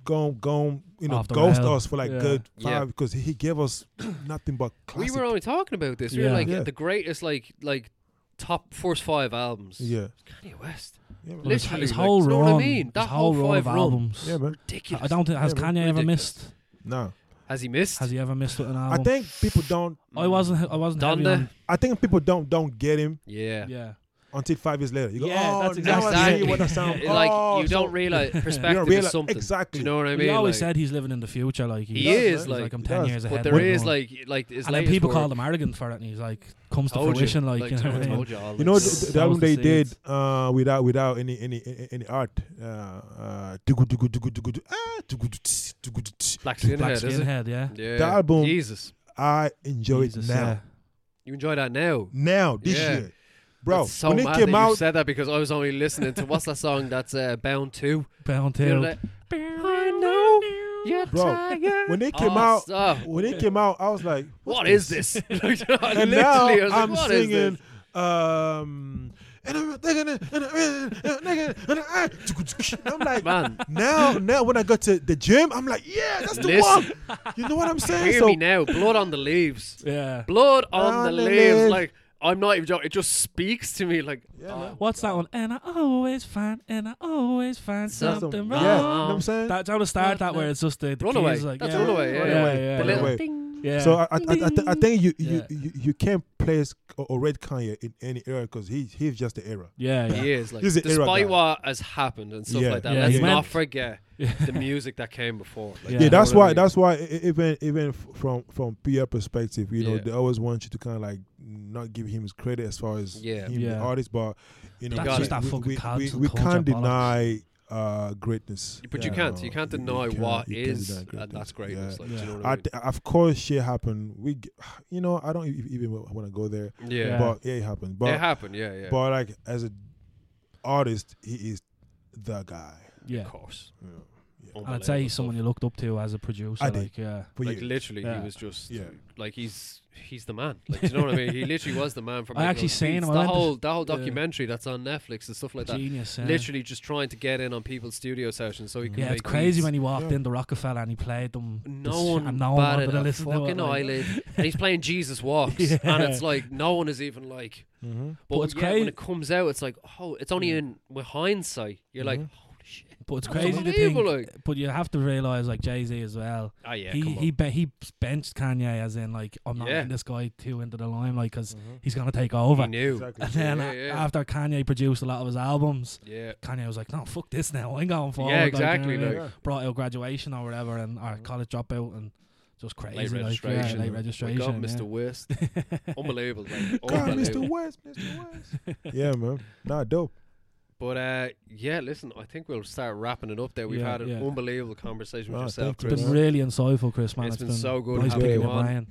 Speaker 3: Gone, gone, you know,
Speaker 1: Off the
Speaker 3: ghost
Speaker 1: rail.
Speaker 3: us for like
Speaker 1: Yeah.
Speaker 3: good five
Speaker 2: Yeah.
Speaker 3: because he gave us nothing but classic.
Speaker 2: we were only talking about this. We
Speaker 1: Yeah.
Speaker 2: were like
Speaker 3: Yeah.
Speaker 2: the greatest like like top first five albums.
Speaker 3: yeah,
Speaker 2: Kanye West,
Speaker 3: yeah, man.
Speaker 1: Well, his,
Speaker 2: literally,
Speaker 1: his
Speaker 2: like,
Speaker 1: whole
Speaker 2: you know
Speaker 1: run,
Speaker 2: what I mean? That
Speaker 1: his whole
Speaker 2: whole
Speaker 1: run of
Speaker 2: five run.
Speaker 1: albums.
Speaker 3: yeah, man.
Speaker 1: I-
Speaker 2: ridiculous.
Speaker 1: I don't think has
Speaker 3: Yeah, man.
Speaker 1: Kanye ever
Speaker 2: Ridiculous.
Speaker 1: missed.
Speaker 3: Nah,
Speaker 2: Has he missed?
Speaker 1: Has he ever missed an
Speaker 3: I
Speaker 1: album?
Speaker 3: think people don't.
Speaker 1: I wasn't. I wasn't. heavy
Speaker 2: Donda?
Speaker 1: on-
Speaker 3: I think people don't don't get him
Speaker 2: yeah.
Speaker 1: Yeah.
Speaker 3: until five years later. You go,
Speaker 1: Yeah,
Speaker 3: oh,
Speaker 1: that's
Speaker 3: now I see
Speaker 1: exactly-
Speaker 3: what that sound.
Speaker 2: like
Speaker 3: oh,
Speaker 2: you
Speaker 3: so-
Speaker 2: don't realize perspective
Speaker 3: realize-
Speaker 2: is something. Do
Speaker 3: exactly.
Speaker 2: you know what I mean?
Speaker 1: he always
Speaker 2: Like,
Speaker 1: said he's living in the future. Like
Speaker 2: He
Speaker 1: he's-
Speaker 2: is,
Speaker 1: he's
Speaker 2: like-
Speaker 1: I'm
Speaker 3: he
Speaker 1: ten
Speaker 3: does.
Speaker 1: years ahead.
Speaker 2: But there
Speaker 1: of
Speaker 2: is
Speaker 1: everyone.
Speaker 2: like like his
Speaker 1: and then
Speaker 2: latest
Speaker 1: people
Speaker 2: work, Oh,
Speaker 1: called him arrogant for it, and he's like comes to
Speaker 2: Told you.
Speaker 1: fruition. Like, you know,
Speaker 2: told-
Speaker 1: what I mean?
Speaker 2: told you all
Speaker 3: You know
Speaker 2: this.
Speaker 1: It's-
Speaker 3: the,
Speaker 1: that
Speaker 3: the album
Speaker 1: was the
Speaker 3: they did uh, without without any any any, any art. Uh, uh, dugu- dugu- dugu- dugu- du- ah, dugu- du- tss, dugu- du- tss.
Speaker 2: Black Skinhead,
Speaker 1: black
Speaker 2: is it?
Speaker 1: skinhead, yeah.
Speaker 2: Yeah.
Speaker 3: The album-
Speaker 2: Jesus.
Speaker 3: I enjoy
Speaker 1: Jesus,
Speaker 3: it now.
Speaker 1: yeah.
Speaker 2: You enjoy that now.
Speaker 3: Now this
Speaker 2: Yeah.
Speaker 3: year, bro.
Speaker 2: That's so
Speaker 3: when
Speaker 2: mad
Speaker 3: it
Speaker 2: that
Speaker 3: came
Speaker 2: you
Speaker 3: out,
Speaker 2: said that because I was only listening to what's that song that's uh, Bound to.
Speaker 1: Bound
Speaker 2: You know
Speaker 1: Hill.
Speaker 2: that- I know you're
Speaker 3: Bro,
Speaker 2: tired.
Speaker 3: when it came
Speaker 2: Oh,
Speaker 3: out,
Speaker 2: stop.
Speaker 3: when it came out, I was like, "What's
Speaker 2: what is this? Like, I literally,
Speaker 3: And now
Speaker 2: I was like,
Speaker 3: I'm
Speaker 2: what is this?
Speaker 3: singing. Um, and I'm thinking, and I'm thinking, and I'm I'm like,
Speaker 2: Man,
Speaker 3: now, now when I got to the gym, I'm like, yeah, that's the
Speaker 2: Listen.
Speaker 3: one. You know what I'm saying?
Speaker 2: hear
Speaker 3: so
Speaker 2: me now. Blood on the leaves.
Speaker 1: Yeah.
Speaker 2: Blood on,
Speaker 3: On
Speaker 2: the,
Speaker 3: the
Speaker 2: leaves.
Speaker 3: leaves.
Speaker 2: Like, I'm not even joking. It just speaks to me. Like,
Speaker 3: Yeah,
Speaker 2: oh,
Speaker 3: man.
Speaker 1: What's that one? And I always find, and I always find
Speaker 2: Something
Speaker 1: something
Speaker 3: yeah,
Speaker 1: wrong.
Speaker 3: you know what I'm saying?
Speaker 1: That's how to start that where it's just the, the
Speaker 2: Runaway.
Speaker 1: keys, like
Speaker 2: That's
Speaker 1: yeah.
Speaker 2: Runaway, yeah.
Speaker 3: Runaway,
Speaker 1: yeah,
Speaker 2: the
Speaker 1: yeah.
Speaker 2: little
Speaker 3: Runaway.
Speaker 2: ding.
Speaker 1: Yeah.
Speaker 3: So I I, I, I, th- I think you you,
Speaker 1: Yeah.
Speaker 3: you you can't place or, or rate Kanye in any era because he he's just the era.
Speaker 1: yeah, yeah.
Speaker 2: He is like,
Speaker 3: He's an era
Speaker 2: despite
Speaker 3: guy.
Speaker 2: what has happened and stuff
Speaker 3: Yeah.
Speaker 2: like that.
Speaker 1: Yeah,
Speaker 2: let's
Speaker 1: he
Speaker 2: not
Speaker 1: went-
Speaker 2: forget
Speaker 1: Yeah.
Speaker 2: the music that came before. Like,
Speaker 1: Yeah.
Speaker 3: Yeah,
Speaker 2: you know
Speaker 3: that's
Speaker 2: what I
Speaker 3: why
Speaker 2: mean?
Speaker 3: that's why e- e- even even f- from from peer perspective, you know,
Speaker 2: Yeah.
Speaker 3: they always want you to kind of like not give him his credit as far as
Speaker 2: Yeah.
Speaker 3: him,
Speaker 1: Yeah.
Speaker 3: the artist, but you know,
Speaker 1: That's
Speaker 3: we,
Speaker 2: just
Speaker 1: that
Speaker 3: we-
Speaker 1: fucking
Speaker 3: we, we,
Speaker 1: cancel
Speaker 3: we
Speaker 1: culture
Speaker 3: can't deny uh, greatness.
Speaker 2: But you can't. You can't deny
Speaker 3: can't-
Speaker 2: what
Speaker 3: you can't
Speaker 2: is,
Speaker 3: deny
Speaker 2: and that's greatness.
Speaker 3: Yeah.
Speaker 2: Like, do you know what I
Speaker 3: I
Speaker 2: mean?
Speaker 3: th- of course, shit happened. We, g- you know, I don't e- even want to go there,
Speaker 2: yeah.
Speaker 3: but yeah, it happened. But
Speaker 2: it happened. Yeah, yeah.
Speaker 3: But like as an artist, he is the guy.
Speaker 1: yeah.
Speaker 2: of course.
Speaker 3: you know.
Speaker 1: And I'd say someone you looked up to as a producer.
Speaker 3: I did.
Speaker 1: like, yeah.
Speaker 3: For
Speaker 2: like
Speaker 3: you.
Speaker 2: literally,
Speaker 1: Yeah.
Speaker 2: he was just
Speaker 3: Yeah.
Speaker 2: like he's he's the man. Like do you know what I mean? He literally was the man from.
Speaker 1: I actually seen him, I
Speaker 2: the
Speaker 1: went to-
Speaker 2: whole that whole
Speaker 1: yeah.
Speaker 2: documentary that's on Netflix and stuff like that.
Speaker 1: Genius. Yeah.
Speaker 2: Literally just trying to get in on people's studio sessions so he could.
Speaker 1: Yeah,
Speaker 2: make
Speaker 1: it's crazy
Speaker 2: beats.
Speaker 1: when he walked
Speaker 3: Yeah.
Speaker 1: in the Rockefeller and he played them.
Speaker 2: No
Speaker 1: this-
Speaker 2: one
Speaker 1: and no one
Speaker 2: batted
Speaker 1: wanted to
Speaker 2: a
Speaker 1: listen to it,
Speaker 2: fucking
Speaker 1: like.
Speaker 2: eyelid, and he's playing Jesus Walks,
Speaker 1: Yeah.
Speaker 2: and it's like no one is even like.
Speaker 3: Mhm.
Speaker 2: But,
Speaker 1: But it's
Speaker 2: yet
Speaker 1: crazy-
Speaker 2: when it comes out, it's like oh, it's only
Speaker 1: Yeah.
Speaker 2: in with hindsight. You're like,
Speaker 3: Mhm.
Speaker 2: holy shit!
Speaker 1: But it's
Speaker 2: That's
Speaker 1: crazy to think.
Speaker 2: unbelievable, like.
Speaker 1: But you have to realize, like Jay Z as well.
Speaker 2: Ah, yeah,
Speaker 1: he
Speaker 2: come on.
Speaker 1: he be- he benched Kanye as in like I'm not
Speaker 2: Yeah.
Speaker 1: letting this guy too into the limelight because
Speaker 3: Mm-hmm.
Speaker 1: he's gonna take over.
Speaker 2: He knew.
Speaker 3: Exactly.
Speaker 1: And then
Speaker 2: Yeah,
Speaker 1: a-
Speaker 2: yeah.
Speaker 1: after Kanye produced a lot of his albums,
Speaker 2: Yeah,
Speaker 1: Kanye was like, "No, fuck this now. I'm going forward."
Speaker 2: yeah,
Speaker 1: like, you know
Speaker 2: exactly.
Speaker 1: what I mean?
Speaker 2: Like, Mm.
Speaker 3: Yeah.
Speaker 1: brought out graduation or whatever, and our college dropout and just crazy
Speaker 2: late
Speaker 1: like, yeah,
Speaker 2: registration.
Speaker 1: late
Speaker 2: My
Speaker 1: registration.
Speaker 2: God,
Speaker 1: yeah.
Speaker 2: Mr. West, Oh unbelievable. Like,
Speaker 3: God,
Speaker 2: unbelievable.
Speaker 3: Mr. West, Mr. West. yeah, man. Nah, dope.
Speaker 2: But uh, yeah, listen, I think we'll start wrapping it up there. We've
Speaker 1: Yeah,
Speaker 2: had an
Speaker 1: yeah.
Speaker 2: unbelievable conversation with
Speaker 3: Ah,
Speaker 2: yourself,
Speaker 3: thank you,
Speaker 2: Chris.
Speaker 1: It's been really insightful, Chris. Man,
Speaker 2: It's been so good
Speaker 1: Nice
Speaker 3: having
Speaker 1: picking
Speaker 3: you
Speaker 1: your
Speaker 2: on.
Speaker 1: brain.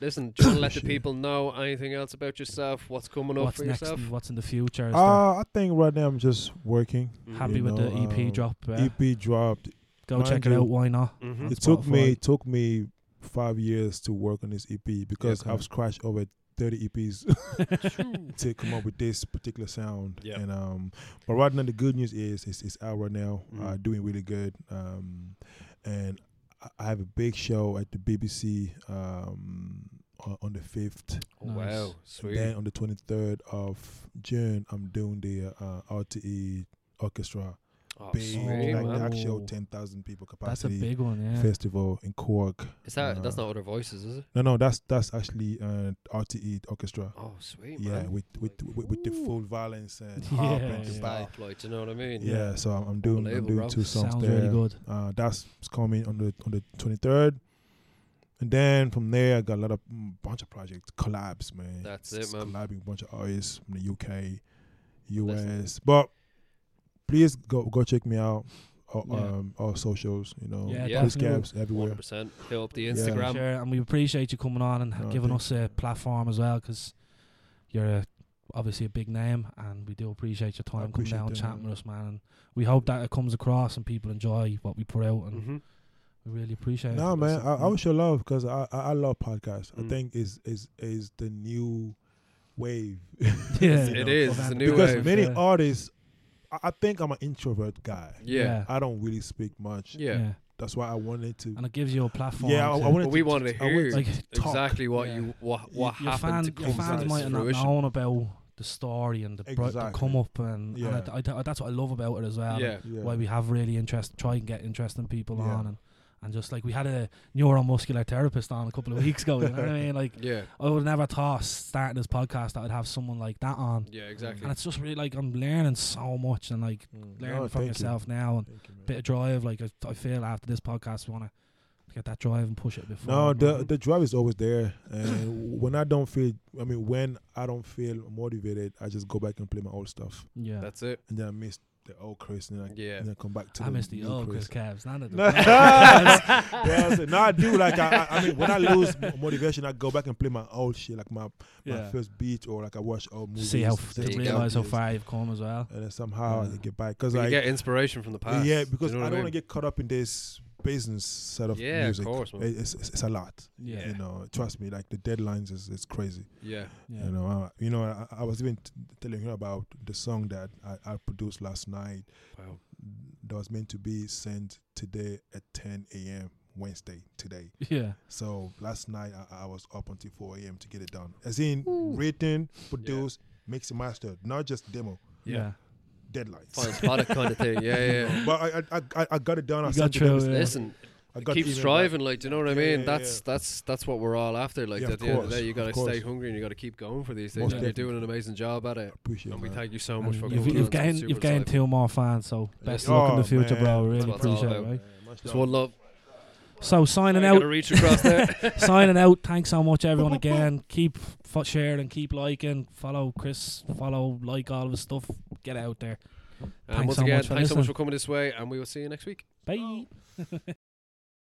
Speaker 2: Listen, do you want to let the
Speaker 3: Shit.
Speaker 2: people know anything else about yourself? What's coming up
Speaker 1: What's
Speaker 2: for
Speaker 1: next?
Speaker 2: yourself?
Speaker 1: And what's in the future? Is there-
Speaker 3: Uh, I think right now I'm just working.
Speaker 2: Mm-hmm.
Speaker 1: happy
Speaker 3: you
Speaker 1: with the
Speaker 3: know,
Speaker 1: EP
Speaker 3: um,
Speaker 1: drop. Yeah.
Speaker 3: EP dropped.
Speaker 1: Go
Speaker 3: mind
Speaker 1: check it
Speaker 3: you-
Speaker 1: out. Why not?
Speaker 2: Mm-hmm.
Speaker 3: It took me
Speaker 1: Spotify.
Speaker 3: it took me five years to work on this EP because
Speaker 1: Okay.
Speaker 3: I've scratched over thirty E EPs to come up with this particular sound.
Speaker 2: Yeah.
Speaker 3: And um, but right now the good news is it's, it's out right now, uh,
Speaker 2: Mhm.
Speaker 3: doing really good. Um, and I- I have a big show at the BBC um on- on the fifth.
Speaker 1: Nice.
Speaker 2: Oh, Wow, sweet.
Speaker 3: Then on the 23rd of June, I'm doing the uh, RTE Orchestra,
Speaker 2: oh,
Speaker 3: big,
Speaker 2: sweet,
Speaker 3: like
Speaker 2: man.
Speaker 3: the actual
Speaker 1: Ooh.
Speaker 3: 10,000 people
Speaker 1: That's a
Speaker 3: capacity
Speaker 1: big one. Yeah.
Speaker 3: festival in Cork.
Speaker 2: Is that that's
Speaker 3: uh,
Speaker 2: not other voices, is it?
Speaker 3: No, no, that's that's actually uh, RTE Orchestra.
Speaker 2: Oh, sweet,
Speaker 3: yeah,
Speaker 2: man. Oh,
Speaker 3: with with, with with the
Speaker 1: Ooh.
Speaker 3: full violence and harp
Speaker 1: Yeah,
Speaker 3: and the
Speaker 1: yeah.
Speaker 3: bass.
Speaker 2: Stop, like, do you know what I mean?
Speaker 3: Yeah, so I'm, I'm doing I'm
Speaker 2: Unbelievable,
Speaker 3: doing
Speaker 2: bro.
Speaker 3: two songs
Speaker 1: Sounds
Speaker 3: there.
Speaker 1: really good.
Speaker 3: Uh, that's it's coming on the on the 23rd. And then from there, I got a lot of mm, bunch of projects, collabs, man.
Speaker 2: That's
Speaker 3: It's
Speaker 2: it, man.
Speaker 3: Collabing a bunch of artists from the UK, US.
Speaker 2: Listen.
Speaker 3: But please go go check me out. All,
Speaker 1: Yeah.
Speaker 3: um, all socials, you know,
Speaker 1: Yeah,
Speaker 3: yeah,
Speaker 2: Yeah.
Speaker 3: Chris
Speaker 1: definitely.
Speaker 3: Gaps everywhere.
Speaker 2: Hundred percent. Hit up the
Speaker 3: Yeah.
Speaker 2: Instagram.
Speaker 1: Sure, and we appreciate you coming on and
Speaker 3: No,
Speaker 1: giving
Speaker 3: thank
Speaker 1: us a platform as well because you're a, obviously a big name and we do appreciate your time coming
Speaker 3: appreciate
Speaker 1: down and
Speaker 3: that,
Speaker 1: chatting
Speaker 3: man.
Speaker 1: with us, man. And we hope that it comes across and people enjoy what we put out, and
Speaker 2: Mhm.
Speaker 1: we really appreciate it.
Speaker 3: Mm-hmm. No man, I, I wish you love because I, I I love podcasts.
Speaker 2: Mm.
Speaker 3: I think is is is the new wave.
Speaker 1: Yeah.
Speaker 3: you
Speaker 2: It
Speaker 3: know,
Speaker 2: is.
Speaker 1: of
Speaker 2: It's a
Speaker 1: that.
Speaker 2: new
Speaker 3: because
Speaker 2: wave.
Speaker 3: many
Speaker 1: yeah.
Speaker 3: artists. I, I think I'm an introvert guy.
Speaker 2: Yeah.
Speaker 3: I don't really speak much.
Speaker 2: Yeah.
Speaker 3: That's why I wanted to.
Speaker 1: and it gives you a platform.
Speaker 3: Yeah, I, I
Speaker 1: to-
Speaker 3: wanted.
Speaker 2: But we
Speaker 3: to,
Speaker 2: wanted to
Speaker 3: I
Speaker 2: hear
Speaker 3: wanted
Speaker 1: Like,
Speaker 3: talk.
Speaker 2: exactly what
Speaker 1: Yeah.
Speaker 2: you what
Speaker 3: Y-
Speaker 2: what
Speaker 1: your
Speaker 2: happened
Speaker 1: fan-
Speaker 2: to
Speaker 1: your
Speaker 2: come
Speaker 1: fans
Speaker 2: to
Speaker 1: might have not
Speaker 2: fruition.
Speaker 1: known about the story and the, bro- the
Speaker 3: Exactly.
Speaker 1: come up, and,
Speaker 3: Yeah.
Speaker 1: and I, I- I- that's what I love about it as well.
Speaker 2: Yeah.
Speaker 3: Yeah.
Speaker 1: why we have really interest try and get interesting people
Speaker 3: Yeah.
Speaker 1: on and and just like we had a neuromuscular therapist on a couple of weeks ago you know what i mean like
Speaker 2: Yeah.
Speaker 1: i would never thought starting this podcast that i'd have someone like that on
Speaker 2: Yeah. Exactly.
Speaker 1: and it's just really like i'm learning so much and like
Speaker 3: Mm.
Speaker 1: learning
Speaker 3: No,
Speaker 1: from
Speaker 3: thank you.
Speaker 1: yourself now and
Speaker 3: Thank you, man.
Speaker 1: bit of drive like i, I feel after this podcast we want to get that drive and push it before
Speaker 3: No, the the drive is always there, and when I don't feel, I mean, when I don't feel motivated, I just go back and play my old stuff,
Speaker 1: yeah
Speaker 2: That's it.
Speaker 3: and then I miss the old Chris, and then I,
Speaker 2: Yeah.
Speaker 3: and then I come back to
Speaker 1: i
Speaker 3: the
Speaker 1: miss the
Speaker 3: new
Speaker 1: old chris Cavs. none of
Speaker 3: No, Yeah, I said, no, I do. Like, I, I I mean, when I lose mo- motivation, I go back and play my old shit, like my, my
Speaker 1: yeah
Speaker 3: first beat, or like I watch old movies.
Speaker 1: see how
Speaker 3: see
Speaker 2: there
Speaker 1: to
Speaker 2: you
Speaker 3: how
Speaker 2: go.
Speaker 1: realize how
Speaker 3: it is.
Speaker 1: far you've come as well
Speaker 3: and then somehow
Speaker 1: Yeah.
Speaker 3: I get back because
Speaker 2: You
Speaker 3: like
Speaker 2: get inspiration from the past.
Speaker 3: yeah, because
Speaker 2: Do you know what
Speaker 3: I don't
Speaker 2: mean?
Speaker 3: want to get caught up in this business side of
Speaker 2: Yeah, of
Speaker 3: music.
Speaker 2: course, man.
Speaker 3: It- it's, it's it's a lot.
Speaker 1: yeah
Speaker 2: Yeah.
Speaker 3: You know, trust me. Like the deadlines is it's crazy.
Speaker 2: Yeah.
Speaker 1: yeah
Speaker 3: You know, I, you know, I, I was even t- telling her about the song that I, I produced last night
Speaker 2: Wow.
Speaker 3: that was meant to be sent today at 10 a.m. Wednesday today.
Speaker 1: yeah
Speaker 3: So last night I, I was up until 4 a.m. to get it done. As in written, produced, mixed, and mastered, not just demo
Speaker 1: yeah
Speaker 3: deadlines.
Speaker 2: Fine product kind of thing. Yeah. Yeah.
Speaker 3: But I, I, I, I got it done. I
Speaker 1: You
Speaker 3: sent
Speaker 1: got
Speaker 3: it
Speaker 1: through
Speaker 3: everything.
Speaker 1: it.
Speaker 2: Listen,
Speaker 3: I
Speaker 2: keep
Speaker 3: email back.
Speaker 2: striving, like, do you know what I
Speaker 3: Yeah,
Speaker 2: mean?
Speaker 3: yeah, yeah.
Speaker 2: that's that's that's what we're all after. Like
Speaker 3: Yeah,
Speaker 2: at
Speaker 3: of
Speaker 2: the end of the
Speaker 3: course,
Speaker 2: day, you
Speaker 3: of
Speaker 2: gotta stay
Speaker 3: course.
Speaker 2: hungry and you gotta keep going for these things.
Speaker 3: Most
Speaker 2: and you're
Speaker 3: definitely.
Speaker 2: doing an amazing job at it.
Speaker 3: Appreciate
Speaker 2: And
Speaker 3: it.
Speaker 2: we
Speaker 3: man.
Speaker 2: thank you so
Speaker 1: And
Speaker 2: much for
Speaker 1: you've,
Speaker 2: coming.
Speaker 1: you've
Speaker 2: on. It's been
Speaker 1: gained
Speaker 2: super
Speaker 1: you've gained
Speaker 2: exciting.
Speaker 1: two more fans, so best of
Speaker 3: Oh,
Speaker 1: luck in the future, bro.
Speaker 3: man.
Speaker 1: Really
Speaker 2: That's what it's all
Speaker 1: appreciate it.
Speaker 2: about.
Speaker 1: Right?
Speaker 3: Yeah, much
Speaker 2: Just
Speaker 3: love.
Speaker 2: one love.
Speaker 1: So signing
Speaker 2: I gotta
Speaker 1: out,
Speaker 2: reach across there.
Speaker 1: signing out. Thanks so much, everyone. Again, keep f- sharing, keep liking, follow Chris, follow, like all of his stuff. Get out there.
Speaker 2: And
Speaker 1: Thanks
Speaker 2: once
Speaker 1: so
Speaker 2: again,
Speaker 1: much for
Speaker 2: thanks so much
Speaker 1: listening.
Speaker 2: for coming this way, and we will see you next week.
Speaker 1: Bye.